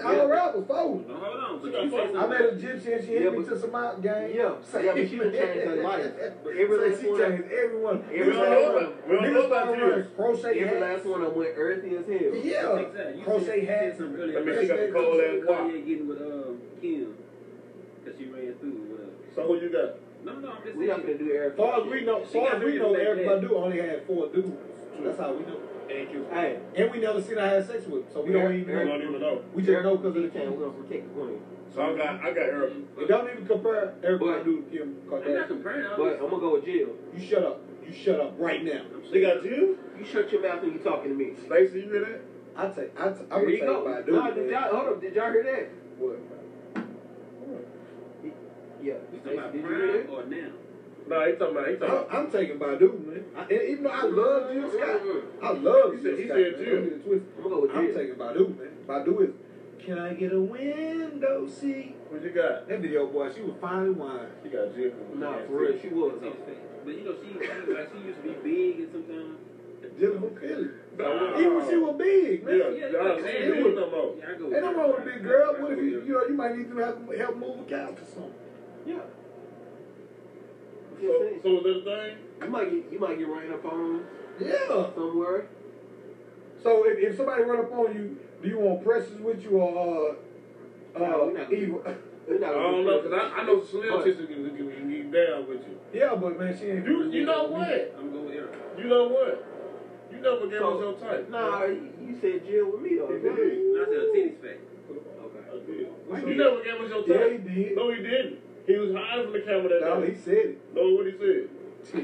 S4: I'm a rapper, fool.
S5: Don't hold on.
S2: She
S5: But
S2: got
S5: you
S2: four.
S5: said
S4: I
S5: something.
S4: met a gypsy and she hit
S3: Yeah,
S4: me
S3: but-
S4: to some out game.
S3: Yeah, yeah, but she done
S4: *laughs*
S3: changed her life. But every
S4: Say
S3: last
S4: she
S3: one of-
S4: changed everyone.
S3: every
S4: Niggas
S3: last
S4: started
S2: one-
S4: wearing-
S2: we don't
S4: niggas
S2: know about
S4: started wearing
S2: you.
S4: Crochet
S3: Every
S4: hats.
S3: last one of them went earthy as hell.
S4: Yeah.
S5: Exactly. You
S4: Crochet
S5: said- you said
S4: hats.
S5: something
S4: and-
S2: That
S5: earlier.
S2: means she got the cold ass
S5: Why
S2: walk.
S5: you getting with um Kim? Cause she ran through or whatever.
S2: So who you got?
S5: No, no, I'm just
S3: We not
S5: saying.
S3: gonna do Erica.
S4: Far as we know,
S5: She
S4: far
S5: got
S4: as we
S5: three
S4: know,
S5: back
S4: Eric
S5: then.
S4: Badu only had four dudes. That's how we know.
S2: Thank you.
S3: Hey,
S4: And we never seen her have sex with, so we don't even
S2: I
S4: know.
S2: don't even know.
S4: We just know because of the
S3: the
S4: camera.
S3: We're gonna protect the queen.
S2: So I got, I got Erica.
S4: It don't even compare Eric Badu
S3: But-
S4: to Kim
S5: I'm not
S4: Kardashian.
S5: comparing. I'm
S3: But
S5: just-
S3: I'm gonna go with Jill.
S4: You shut up. You shut up right now.
S5: I'm
S2: She
S5: saying-
S2: got Jill.
S3: You shut your mouth when you talking to me.
S2: Stacy, you hear that?
S4: I take. I take. I'm
S3: There
S4: gonna
S3: you
S4: take
S3: go.
S4: Badu.
S3: Nah, did
S4: man.
S3: y'all, hold up, did y'all hear that?
S4: What?
S3: Yeah.
S5: You talking about
S3: Did you hear
S5: prime
S3: that?
S5: or now?
S2: Nah, he talking about, he talking
S4: I'm,
S2: about.
S4: I'm taking Badu, man. I, and even though I love Jill Scott, I
S2: He
S4: love
S2: said-
S4: Jill
S2: he
S4: Scott.
S2: said
S4: man.
S2: Jill.
S4: Don't get it twisted.
S3: I'm gonna go with
S4: I'm
S3: Jill.
S4: taking Badu, man. Badu is. Can I get a window seat?
S2: Who you got?
S4: That video, boy, she was finally wine.
S2: She got Jill.
S3: Nah, for real, she was.
S5: But you know, she, she like she used to be big and sometimes
S4: Jennifer Philly.
S2: Nah.
S4: Even she was big, man.
S2: Yeah, nah, she ain't doing no more.
S5: Yeah, I go.
S4: Ain't no wrong with a big girl. What if you, you know, you might need to help, help move a couch or something.
S3: Yeah. You know what
S2: So,
S3: I'm saying?
S2: so is that a thing?
S3: You might get you might get ran up on
S4: Yeah.
S3: somewhere.
S4: So if, if somebody run up on you, do you want Precious with you or uh,
S3: No, we
S4: uh,
S3: not.
S4: Evil? *laughs*
S3: You're not
S2: I don't
S3: gonna be
S2: know, cause
S3: friends.
S2: I, I
S3: *laughs*
S2: know Slim Chicks can, can, can, can get down with you.
S4: Yeah, but man, she ain't.
S2: You, you know what?
S5: I'm going with Eric.
S2: You know what? You never gave us your type.
S3: Nah, you you said Jill with me though. right?
S5: And I said a titties fact.
S2: I
S3: Okay.
S2: did. You never gave us your
S4: Yeah, he
S2: type.
S4: did.
S2: No, he didn't. He was hiding from the camera that
S4: No,
S2: day.
S4: he said
S2: No, what he said?
S4: it. he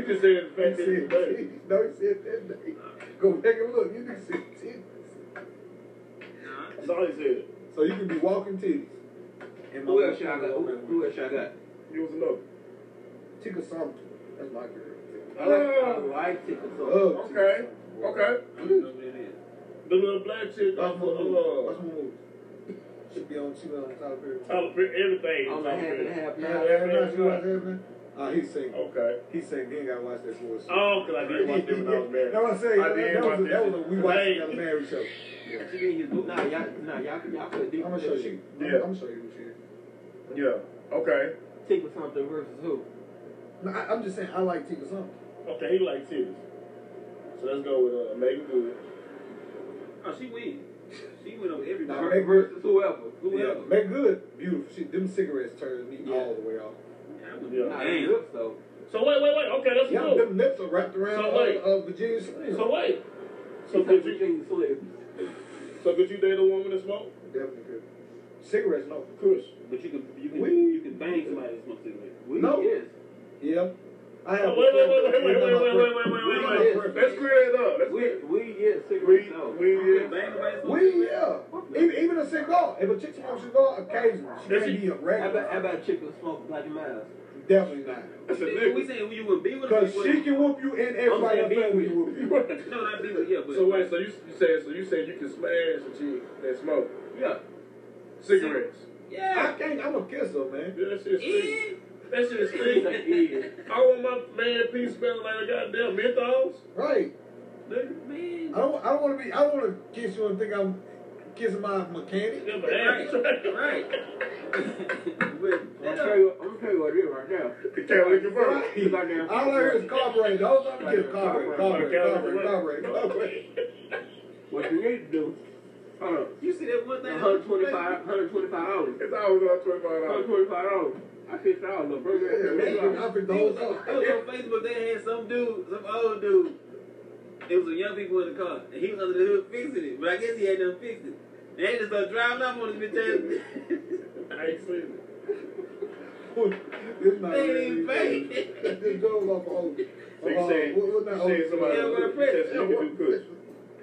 S2: He just said the fact that he was
S4: said
S2: gay.
S4: it. *laughs* No, he said that day. Go back and look. You can see titties.
S5: Nah.
S2: That's all he said.
S4: So you can be walking titties. And
S3: Who else should I got? Who, who else should I got?
S2: You was enough.
S4: Tickle something. That's my girl.
S3: I like, I like tickles. So.
S4: Love
S2: Okay. Okay.
S5: I don't know what it is.
S2: The little black chick uh,
S4: That's
S2: off
S4: my move.
S2: of
S4: That's my move. Should be on. She was on top of everything.
S2: uh, Tyler Perry, everything.
S3: I'm
S2: Tyler
S3: a half and
S2: Perry.
S3: half
S4: Yeah,
S3: now.
S4: yeah, yeah, you watch that, man? Uh, he's singing.
S2: Okay.
S4: He's singing. He ain't gotta watch that bullshit.
S2: Oh, because I did watch it when I was married.
S4: That's what I'm saying.
S2: I
S4: That-
S2: did
S4: that,
S2: watch
S4: was,
S2: that
S4: that was a we
S2: shit.
S4: watched
S2: Hey.
S4: together married show.
S3: She didn't use nah, y'all, nah, y'all, y'all could do.
S4: I'm gonna show you.
S2: Yeah.
S4: I'm gonna show you what you.
S2: Yeah. Okay.
S3: Tickle something versus who?
S4: No, I, I'm just saying I like Tika Summer.
S2: Okay, he likes titties. So let's go with uh, Megan Good.
S5: Oh, she win. She went over everybody.
S4: Nah,
S3: Her versus whoever.
S4: Yeah.
S5: Whoever.
S4: Man, good, beautiful. She, them cigarettes turned me
S3: Yeah.
S4: all the way off.
S5: Yeah, I was-
S2: Yeah.
S3: Nah,
S5: Damn.
S3: they good so.
S2: So wait, wait, wait. Okay, that's
S4: Yeah,
S2: cool.
S4: them lips are wrapped around
S2: So wait.
S4: uh, uh, Virginia Slim.
S2: So wait. So
S3: She
S2: could
S3: took
S2: you
S3: Virginia Slim.
S2: so could you date a woman that smoke?
S4: Definitely good. Cigarettes, no.
S2: Of course.
S5: But you can you can
S4: We-
S5: you can bang somebody that smokes cigarettes.
S3: We
S4: No.
S3: yes.
S4: Yeah. I
S2: Wait,
S4: have.
S2: wait, wait, wait, wait, wait, wait, wait, wait, wait, wait, wait. Let's clear it up. Let's
S3: We
S2: clear it
S3: we yes,
S2: We,
S3: cigarettes no.
S2: we,
S5: You can bang somebody that smokes
S4: We
S5: cigarettes.
S4: yeah. Even, even a cigar. If a chick smokes a cigar, occasionally she
S2: Does
S4: can't
S2: she-
S4: be a
S3: How
S4: regular.
S3: about how about chicken smoke black and miles?
S4: Definitely not.
S2: that's a
S5: We- We
S2: nigga.
S5: saying you would be with her.
S4: Because she can whoop you and everybody
S3: saying
S4: else
S3: be
S4: family
S3: with
S4: can whoop you.
S5: No, not be with yeah, but
S2: So wait, so you, you said so you said you can smash a chick that smoke
S3: Yeah.
S2: cigarettes.
S4: *laughs* I
S5: yeah.
S4: can't, I'm a kisser, man.
S2: Yeah, that shit's
S5: Eh.
S2: sick. That shit's
S3: He's
S2: sick.
S3: like, *laughs* yeah.
S2: I want my man piece smelling like a goddamn menthols.
S4: Right.
S2: Nigga.
S5: Man.
S4: I don't, I don't want to be, I don't want to kiss you and think I'm kissing my mechanic.
S2: Yeah, but that's right.
S5: Right.
S3: I'm gonna tell you I'm gonna tell you what it is right now.
S2: The Cadillac Convertible.
S3: He's out there.
S4: All I hear is carburetor. The whole time I get carburetor, carburetor, carburetor, carburetor.
S3: What you need to do, hold on,
S5: You see that one thing?
S3: 125, 125 hours.
S2: It's always about twenty five dollars.
S3: 125 hours. I fixed all the burger.
S4: Yeah, man, I picked the
S5: It
S4: whole
S5: was, on, it was
S4: time.
S5: on Facebook. They had some dude, some old dude. It was a young people in the car, and he was under the hood fixing it. But I guess he had them fixed it. And they just started driving off on this bitch
S4: *laughs*
S5: ass.
S2: I ain't seen it.
S4: It's not
S5: They ain't
S4: really-
S5: paid.
S4: This goes off of,
S2: So you said,
S4: uh, what-
S2: you
S4: what that
S2: said
S4: old-
S2: somebody was
S5: Yeah,
S2: a
S5: what a press.
S2: priest, you can do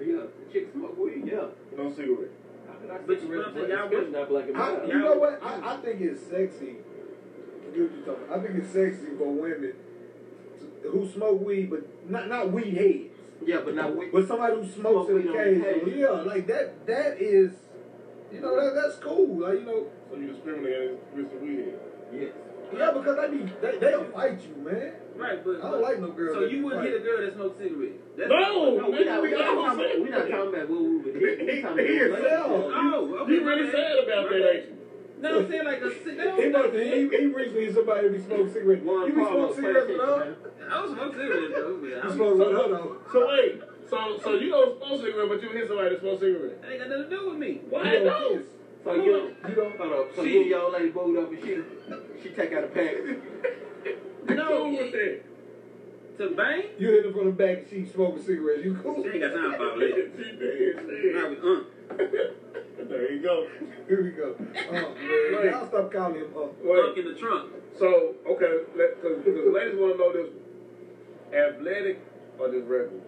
S3: Yeah, chick smoke weed. Yeah.
S2: kush. No cigarette.
S3: How could I
S5: But you know what I'm saying? Y'all
S3: Especially not black and
S4: I,
S3: mild.
S4: you know what? I, I think it's sexy. You know what you're talking about. I think it's sexy for women to- who smoke weed, but not not weed heads.
S3: Yeah, but not weed.
S4: But somebody who smokes
S3: Smoke weed
S4: in
S3: on
S4: occasion,
S3: occasion.
S4: yeah, like that. That is, you know, that, that's cool. Like you know,
S2: So you discriminate against Mr. Weed.
S3: Yes.
S4: yeah, because they be they they'll fight you, man.
S5: right, but
S4: I don't like no girl.
S5: so
S4: that
S5: you wouldn't
S4: fight.
S5: hit a girl that smoked cigarettes. That's-
S2: No,
S3: No, we're not,
S2: nigga,
S3: we
S2: we
S3: not
S2: got
S3: talking about, we not
S2: it.
S3: talking about what we would do.
S2: He-
S3: We talking
S2: he
S3: about
S4: himself.
S5: Oh, okay,
S2: You
S5: my
S2: really
S5: bad.
S2: sad about
S5: My
S2: that,
S5: bad.
S2: ain't you?
S5: No, I'm saying like a cigarette.
S4: He must. He, he recently hit somebody who be smoking cigarettes.
S3: Juan
S4: you be
S3: Pablo,
S4: smoking cigarettes with
S3: PlayStation,
S4: her.
S3: man.
S5: I was smoking cigarettes though.
S4: You
S5: man. I'm-
S4: smoking with her though.
S2: So wait, so so you don't smoke cigarette, but you hit somebody that smokes cigarette.
S5: That ain't got nothing to do with me.
S2: Why
S4: You don't
S2: no?
S4: kiss.
S3: So you,
S4: You don't.
S3: hold up. So
S5: She-
S3: you and your old lady bowed up and she, she take out a pack.
S5: No,
S2: Cool with
S5: it-
S2: that.
S5: to bang.
S4: You hit her from the back. She smoking cigarettes. You cool?
S5: She ain't got time for all
S2: She
S5: that. uh,
S2: did, she
S5: Not
S2: did.
S5: with Unc.
S2: There you go.
S4: Here we go. Oh, man. Y'all stop calling him up.
S2: Wait.
S5: Unc in the trunk.
S2: So okay, because ladies want to know this: athletic or just regular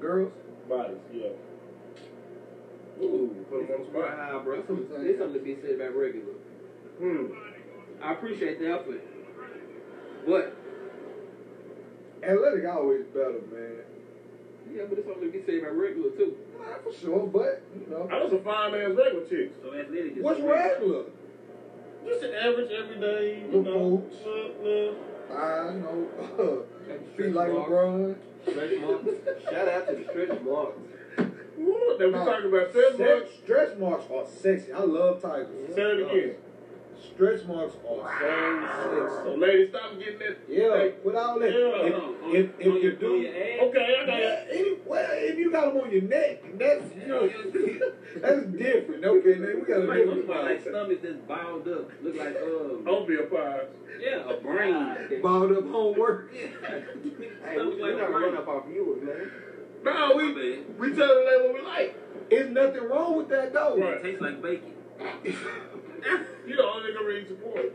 S4: Girls,
S2: bodies? Yeah. Ooh, put them on the spot.
S3: Nah, bro. There's something there's something to be said about regular.
S2: Hmm.
S3: I appreciate the effort. But
S4: athletic always better, man.
S3: yeah, but it's only to be said about regular too.
S4: Nah, for sure, but, you know.
S2: I was a Oh, fine ass regular chick.
S5: So athletic is
S4: What's regular?
S2: Just an average everyday, you
S4: Little
S2: know.
S4: boots.
S2: Little, little,
S4: *laughs* I, you know, feet like LeBron.
S3: Stretch marks. Shout out to the stretch marks.
S2: Woo, that we
S4: Nah.
S2: talking about stretch marks.
S4: Sex, stretch marks are sexy. I love tigers.
S2: Say it again.
S4: Stretch marks are so
S2: So,
S4: sexy.
S2: Oh, ladies, stop getting that.
S4: Yeah, with all that.
S2: Yeah.
S4: If, if, if, you do,
S2: Okay, I got
S4: yeah,
S2: it.
S4: any, well, if you got them on your neck, that's you know, *laughs* that's different. Okay, man, we got a
S5: Like, look
S4: different
S5: like, like
S4: mindset.
S5: stomach that's balled up. Look like, um,
S2: Don't be a five.
S5: yeah, a
S3: *laughs*
S5: brain.
S4: *laughs* Balled up homework.
S3: Hey, we,
S5: Stomach
S3: we
S5: like
S3: gotta
S5: a
S3: run
S5: brain.
S3: up our viewers, man.
S2: No, we
S5: Man,
S2: we tell the lady what we like.
S4: There's nothing wrong with that though.
S5: It tastes like bacon.
S2: You the only nigga reading support.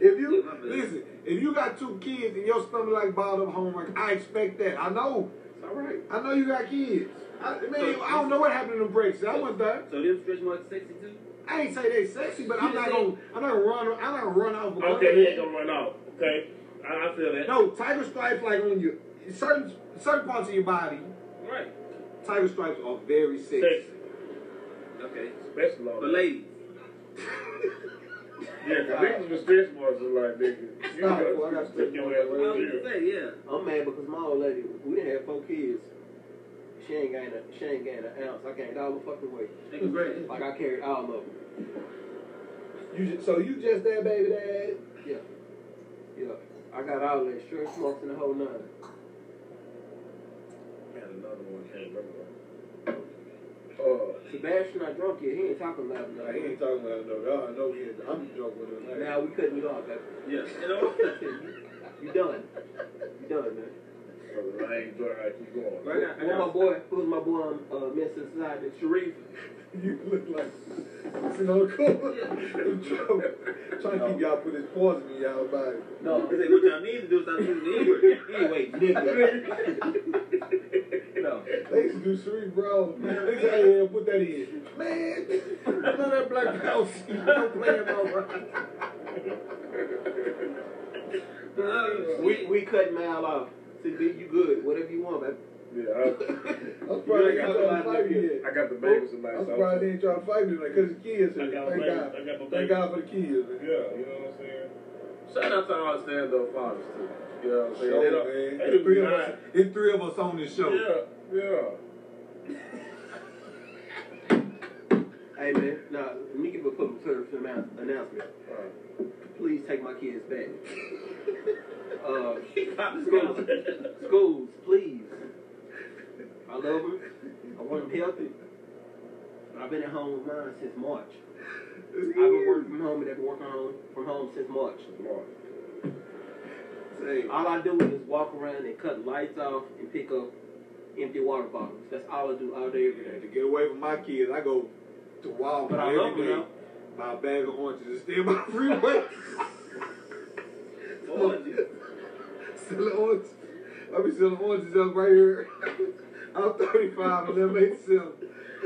S4: If you
S5: Yeah, my bad.
S4: listen, if you got two kids and your stomach like balled up homework, I expect that. I know,
S5: It's all right.
S4: I know you got kids. I, man, I don't know what happened in the breaks. I wasn't there.
S5: So them stretch marks sexy too?
S4: I ain't say they sexy, but I'm
S5: You
S4: not
S5: say-
S4: gonna, I'm not gonna run, I'm not gonna run off. because
S2: Okay,
S4: of
S2: he
S4: that.
S2: ain't gonna run off. Okay, I, I feel that.
S4: No, tiger stripes like on your certain certain parts of your body.
S5: Right.
S4: Tiger stripes are very sexy.
S2: Sex,
S5: Okay.
S2: especially on
S5: But ladies,
S2: Yeah, 'cause niggas with stretch marks are like niggas. You
S4: Nah,
S2: gotta
S4: boy, I got
S2: stick your ass
S5: I
S2: over
S5: was gonna
S2: there.
S5: say, yeah.
S3: I'm mad because my old lady, we didn't have four kids. She ain't gained a, she ain't gained an ounce. I gained all the fucking weight.
S5: Nigga great.
S3: Like I carried all of them.
S4: You just, so you just that baby dad.
S3: Yeah. Yeah. I got all that shirt, smokes, and the whole nine.
S2: Man, another one can't remember. Uh,
S3: Sebastian, I drunk yet. He ain't talking loud
S4: Nah, he
S3: enough.
S4: ain't talking about no dog. I know he is. I'm just joking with him.
S3: Now we cutting you off, baby.
S5: Yeah. You know?
S3: *laughs* You done. You done, man.
S2: so I ain't dry. I keep going.
S5: Right now, I
S3: Who's
S5: got-
S3: my boy? Who's my boy? Um, uh, Mr. Society, Sharif.
S4: you look like it's in on the corner. I'm trying, trying to keep y'all put this poison in y'all body.
S5: No, I said, what y'all need to do is stop using the N-word.
S3: Anyway,
S5: *laughs*
S3: nigga.
S5: No.
S4: They used to do Sheree Brown. They said, hey, yeah, put that in. Man, I know that black house. *laughs* Don't play it, bro.
S5: No,
S3: we
S5: we,
S3: we cut Mal off. CB, you good? Whatever you want, baby.
S2: Yeah, I,
S4: I'm probably
S5: You
S4: ain't trying
S5: got
S4: to
S5: somebody
S4: fight me yet.
S2: I got the babies in my
S4: I'm
S2: house.
S4: surprised they ain't trying to fight me tonight because the kids
S2: I
S4: here.
S2: got my
S4: Thank
S2: babies.
S4: God.
S2: I got my
S4: Thank
S2: babies.
S4: God for the kids.
S2: Yeah,
S4: Man.
S2: you know what I'm saying? Shout out to all the stand-up fathers, too. You know what I'm saying?
S4: Show,
S2: They don't-
S4: man.
S2: they
S4: It's
S2: do
S4: three, of
S2: not-
S4: us, it's three of us on this show.
S2: Yeah, yeah.
S3: *laughs* Hey man, now let me give a public service announce- announcement.
S2: Alright.
S3: Please take my kids back. *laughs* uh,
S5: popped
S3: schools, schools, please. I love them. I want them healthy. I've been at home with mine since March. I've been working from home and I've been working home from home since March.
S2: Mark.
S4: Say,
S3: All I do is walk around and cut lights off and pick up empty water bottles. That's all I do all day, every day.
S4: to get away from my kids, I go to Walmart
S3: But I
S4: every
S3: love them,
S4: day,
S3: though.
S4: Buy a bag of oranges and stay in my *laughs* freeway. selling oranges. I be selling oranges up right here. *laughs* I'm 35 and I'm 87.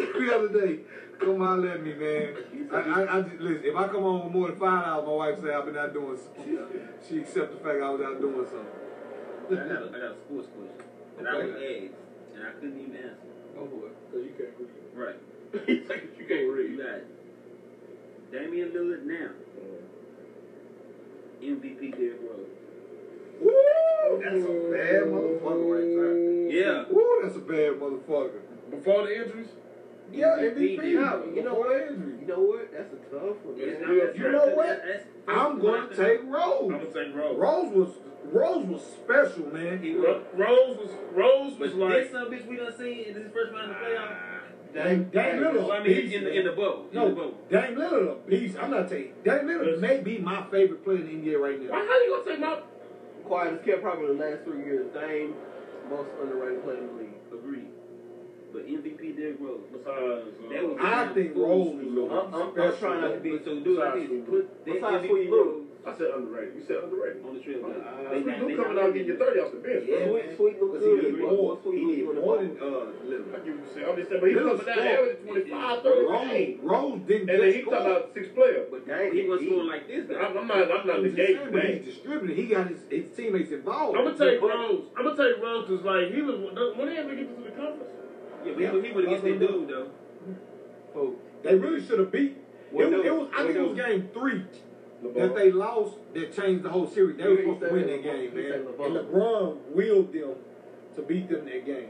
S4: Every other day, come holler at me, man. I, I, I just, listen, if I come home with more than five hours, my wife say I've been out doing something. She accept the fact I was out doing something.
S5: I got a, I got a sports question. And I was asked, and I couldn't even answer.
S3: Oh boy.
S4: So you can't read.
S5: Right.
S3: you can't
S5: You
S3: read.
S5: got Damian Lillard now. MVP Derrick Rose.
S4: Woo! That's a bad motherfucker right there.
S5: Yeah.
S4: Woo, that's a bad motherfucker.
S2: Before the injuries?
S4: Yeah,
S5: MVP.
S4: MVP. You know what?
S3: You know what? That's a tough one.
S2: It's
S3: man.
S2: not-
S4: You know what?
S5: That's-
S4: I'm going to take
S2: I'm
S4: Rose.
S2: going to take Rose.
S4: Rose was Rose was special, man.
S5: He
S2: Ro-
S5: will.
S2: Rose was, Rose was
S5: But
S2: like,
S5: this some bitch we done seen in this first round of the playoffs.
S4: Dang, Dang
S5: Well, I
S4: Lillard, a
S5: mean, he's
S4: beast.
S5: in the, in the bubble. In the
S4: No,
S5: bubble.
S4: Dame Lillard, a beast. I'm not taking. Dame Lillard may be my favorite player in the NBA right
S2: why,
S4: now.
S2: how you going to take my...
S3: Quiet as kept probably the last three years. Dame, most underrated player in the league.
S5: Agreed. But MVP Derrick Rose.
S2: Besides, uh,
S5: That was-
S4: I think Rose was
S3: I'm, I'm, I'm
S4: Special,
S3: trying not to be
S5: But so, dude, I
S2: Besides
S5: think
S2: who-
S5: put that
S3: besides
S5: MVP
S3: who you
S5: Rose
S2: I said underrated. You said underrated.
S5: on the trail.
S3: Uh,
S5: They
S2: Sweet
S5: not- they
S2: Lou
S5: not
S2: coming out and getting your 30 off the bench, bro.
S3: Yeah,
S4: man.
S3: sweet, sweet look
S4: Because he
S3: good.
S4: need more.
S3: but
S4: He need
S3: Sweet Lou doing
S4: more
S3: the ball.
S4: than uh, Lillard.
S2: I give you what I'm just saying, but he's
S4: Lillard
S2: coming down average
S4: scored.
S2: 25, 30 a
S4: Rose,
S2: game.
S4: Rose didn't
S2: And then
S4: just
S2: he
S4: score.
S2: talking about six players.
S3: But Dame,
S5: He wasn't going
S3: he-
S5: like this, though.
S2: I'm, I'm not, I'm not
S4: He was just
S2: negating
S4: saying, but he's
S2: that.
S4: distributing. He got his, his teammates involved.
S2: I'm gonna take Rose. I'm gonna take Rose because like he was when they ever get to the conference.
S5: Yeah, but he was- he would have gets that dude, though.
S3: Oh,
S4: They really should have beat.
S3: Well,
S4: it, was,
S3: no,
S4: it was. I
S3: well,
S4: think it
S3: no.
S4: was game three that
S2: LeBron.
S4: they lost that changed the whole series. They were
S3: Yeah, he
S4: supposed to
S3: said
S4: win that
S3: LeBron.
S4: game,
S3: He
S4: man.
S3: said LeBron.
S4: And LeBron willed them to beat them that game.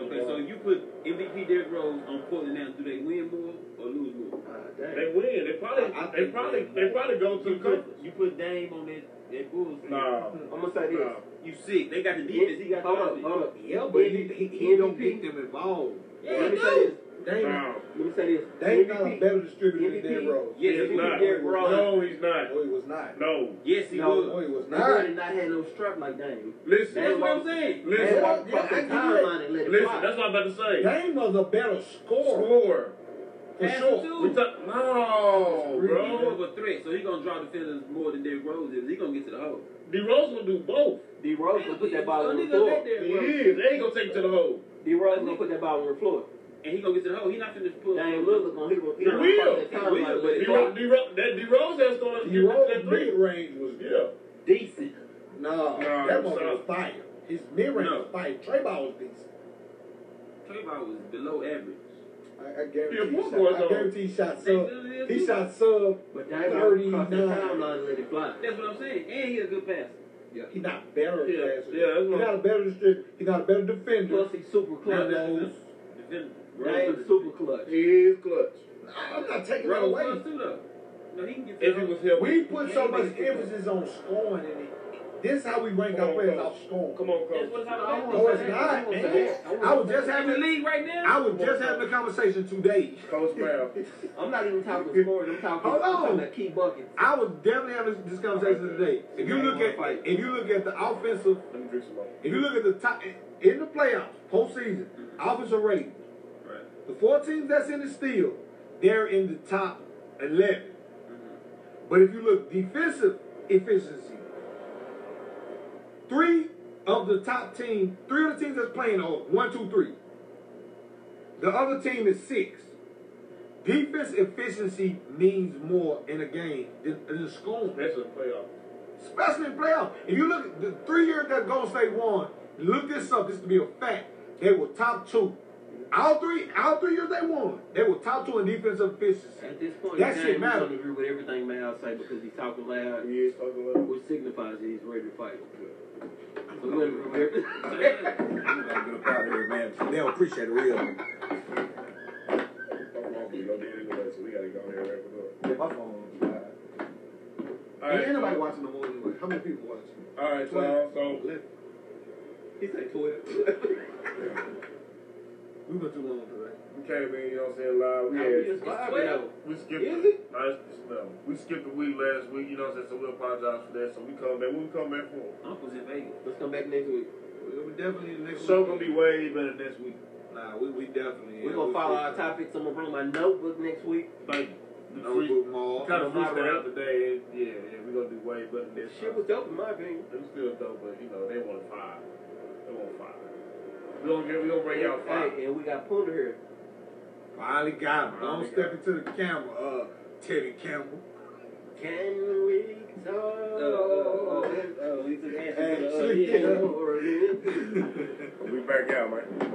S5: Okay, so you put MVP Derrick Rose on Portland now. Do they win more or lose more?
S2: They win. They probably,
S5: I- I
S2: they
S5: think
S2: probably,
S5: they-
S2: they probably go to
S5: You
S2: the conference.
S5: put you put Dame on that that Bulls. team.
S2: Nah,
S3: I'm gonna say this.
S2: nah.
S5: You sick? They got the
S3: Yeah,
S5: defense. He got the
S3: hold up,
S5: offense.
S3: hold up.
S4: Yeah, but he, he, he don't
S3: MVP.
S4: get them involved.
S5: Yeah,
S3: Let
S5: he
S3: me say
S5: do.
S3: this.
S4: They
S2: Nah.
S3: Let me say this.
S4: they not a
S3: MVP.
S4: better distributor than
S3: MVP.
S4: Dan Rose.
S5: Yes,
S2: He's
S5: he
S2: not.
S5: was Derrick Rose.
S2: No, he's not.
S4: No, he was not.
S2: No.
S5: Yes, he
S4: no,
S5: was.
S4: no, he was
S3: They really
S4: not.
S3: not had no strap like Dame.
S5: That's
S2: Listen,
S5: what I'm saying.
S3: That's
S2: listen,
S3: why
S4: Yeah,
S3: fucking
S4: yeah, I give you that.
S3: timeline and let it
S2: listen.
S3: fly.
S2: That's what I'm about to say.
S4: Dame was a better scorer,
S2: Score.
S4: for
S5: Pass it
S4: sure.
S5: to-
S2: We talk- no,
S5: Bro, he's more
S2: bro.
S5: of a threat, so he gonna draw defenders more than Derrick Rose is. He gonna get to the hole.
S2: D Rose gonna do both.
S3: D
S5: Oh,
S3: Rose gonna put that ball on the
S5: Nigga,
S2: He
S3: floor.
S5: let Derrick Rose-
S2: is. They ain't gonna take it to the hole.
S3: D Rose gonna put that ball on the floor.
S5: And he gonna get to the hole. He not finna pull.
S3: Dame Lillard gonna hit him.
S2: He will.
S3: That
S5: He
S3: timeline
S5: will,
S3: and let
S5: but
S2: D
S3: it
S5: he
S3: fly.
S2: Rose, D Rose, that D Rose that's gonna
S4: D
S2: shoot
S4: Rose
S2: that
S4: mid
S2: three.
S4: range was
S2: Yeah.
S3: Decent.
S4: Nah,
S2: Nah,
S4: that
S2: I'm
S4: one
S2: sorry.
S4: was fire. His mid range
S2: No.
S4: was fire. Trey Ball was decent.
S5: Trayvon was below average.
S4: I, I guarantee.
S2: Yeah,
S4: he
S2: four
S4: shot,
S2: boys
S4: I
S2: on.
S4: guarantee he shot
S5: They
S4: sub.
S5: really is
S4: He
S5: too.
S4: shot sub.
S3: But Dame Rose crossed that
S4: 39.
S3: timeline and let it fly.
S5: That's what I'm saying. And he a good passer.
S4: Yeah, he's not better.
S2: Yeah,
S4: Yeah,
S2: yeah, that's
S4: he's
S2: what-
S4: not a better distributor. He's not a better defender.
S3: Plus he's super
S5: Now,
S3: clutch.
S5: that's-
S4: Rose.
S5: Defender.
S3: Dame super clutch.
S2: He is clutch.
S4: I'm not taking that
S5: Rose
S4: away.
S5: was too though. No, he can get to
S2: If
S5: the
S2: he
S5: hole.
S2: was here,
S4: We put so much emphasis on scoring, and it, this is how we rank our players off scoring.
S2: Come on,
S5: That's
S2: coach.
S5: what's happening.
S3: I
S4: No, Oh, it's not, man. I was just
S5: In the
S4: having,
S5: league right now.
S4: I was just having a conversation today.
S2: Coach Brown.
S3: I'm not even talking scoring. I'm talking,
S4: Hold
S3: I'm
S4: on.
S3: talking about key buckets.
S4: I was definitely having this conversation today. If you look at, if you look at the offensive,
S2: Let me drink some more.
S4: if you look at the top in the playoffs, postseason, offensive rating,
S5: Right.
S4: the four teams that's in the steal, they're in the top 11 But if you look defensive efficiency, three of the top team, three of the teams that's playing are one, two, three. The other team is six. Defense efficiency means more in a game than, than scoring
S2: That's a playoff.
S4: especially in playoffs. If you look at the three years that Golden State won, look this up. This to be a fact. They were top two. All three, all three years they won, they were top two in defensive efficiency.
S3: At this point,
S4: That
S3: Dame
S4: shit
S3: is gonna
S4: matter.
S3: agree with everything Mal say because he's talking loud,
S2: He is talking about
S3: which signifies that he's ready to fight. So we're gonna agree with everything.
S6: I'm gonna get up out of here, man. They don't appreciate the real. one.
S2: I'm wrong, we don't need to do that, so we gotta go there and wrap it up.
S6: Yeah, my phone. died.
S2: All right,
S4: Ain't anybody
S2: so-
S4: watching the movie? anyway? How many people watching?
S2: all right, so, so
S3: *laughs* He said 12.
S4: We went too long today.
S2: we came in, you know what I'm saying, live. We
S3: Nah,
S2: had
S3: we just vibing
S5: twelve.
S2: We skipped.
S3: Is it?
S2: Nah, it's, it's, no. We skipped a week last week. You know what I'm saying? So we apologize for that. So we come back. What we come back for?
S5: Uncle's in Vegas.
S3: Let's come back next week.
S4: We we definitely the next
S2: Show
S4: week.
S2: gonna be way better next week.
S4: Nah, we, we definitely.
S3: We're gonna follow our topics. I'm gonna bring my notebook next week.
S2: Thank you. We
S4: No book mall.
S2: kind of
S3: Am I
S2: freestyle
S3: right?
S2: today. and Yeah, yeah. We gonna do way better
S3: This
S2: next
S3: shit
S2: time.
S3: was dope in my opinion.
S2: It was still dope, but you know they want five. They want five. We gonna get. We gonna bring y'all five.
S3: Hey, and we got Punda here.
S4: Finally got him. Don't step into the camera, uh, Teddy Campbell.
S3: Can we
S5: Uh, uh,
S3: talk?
S5: uh, uh, he took
S4: Hey,
S5: answers to the, uh,
S4: shit.
S2: *laughs*
S5: yeah.
S2: We back out, man.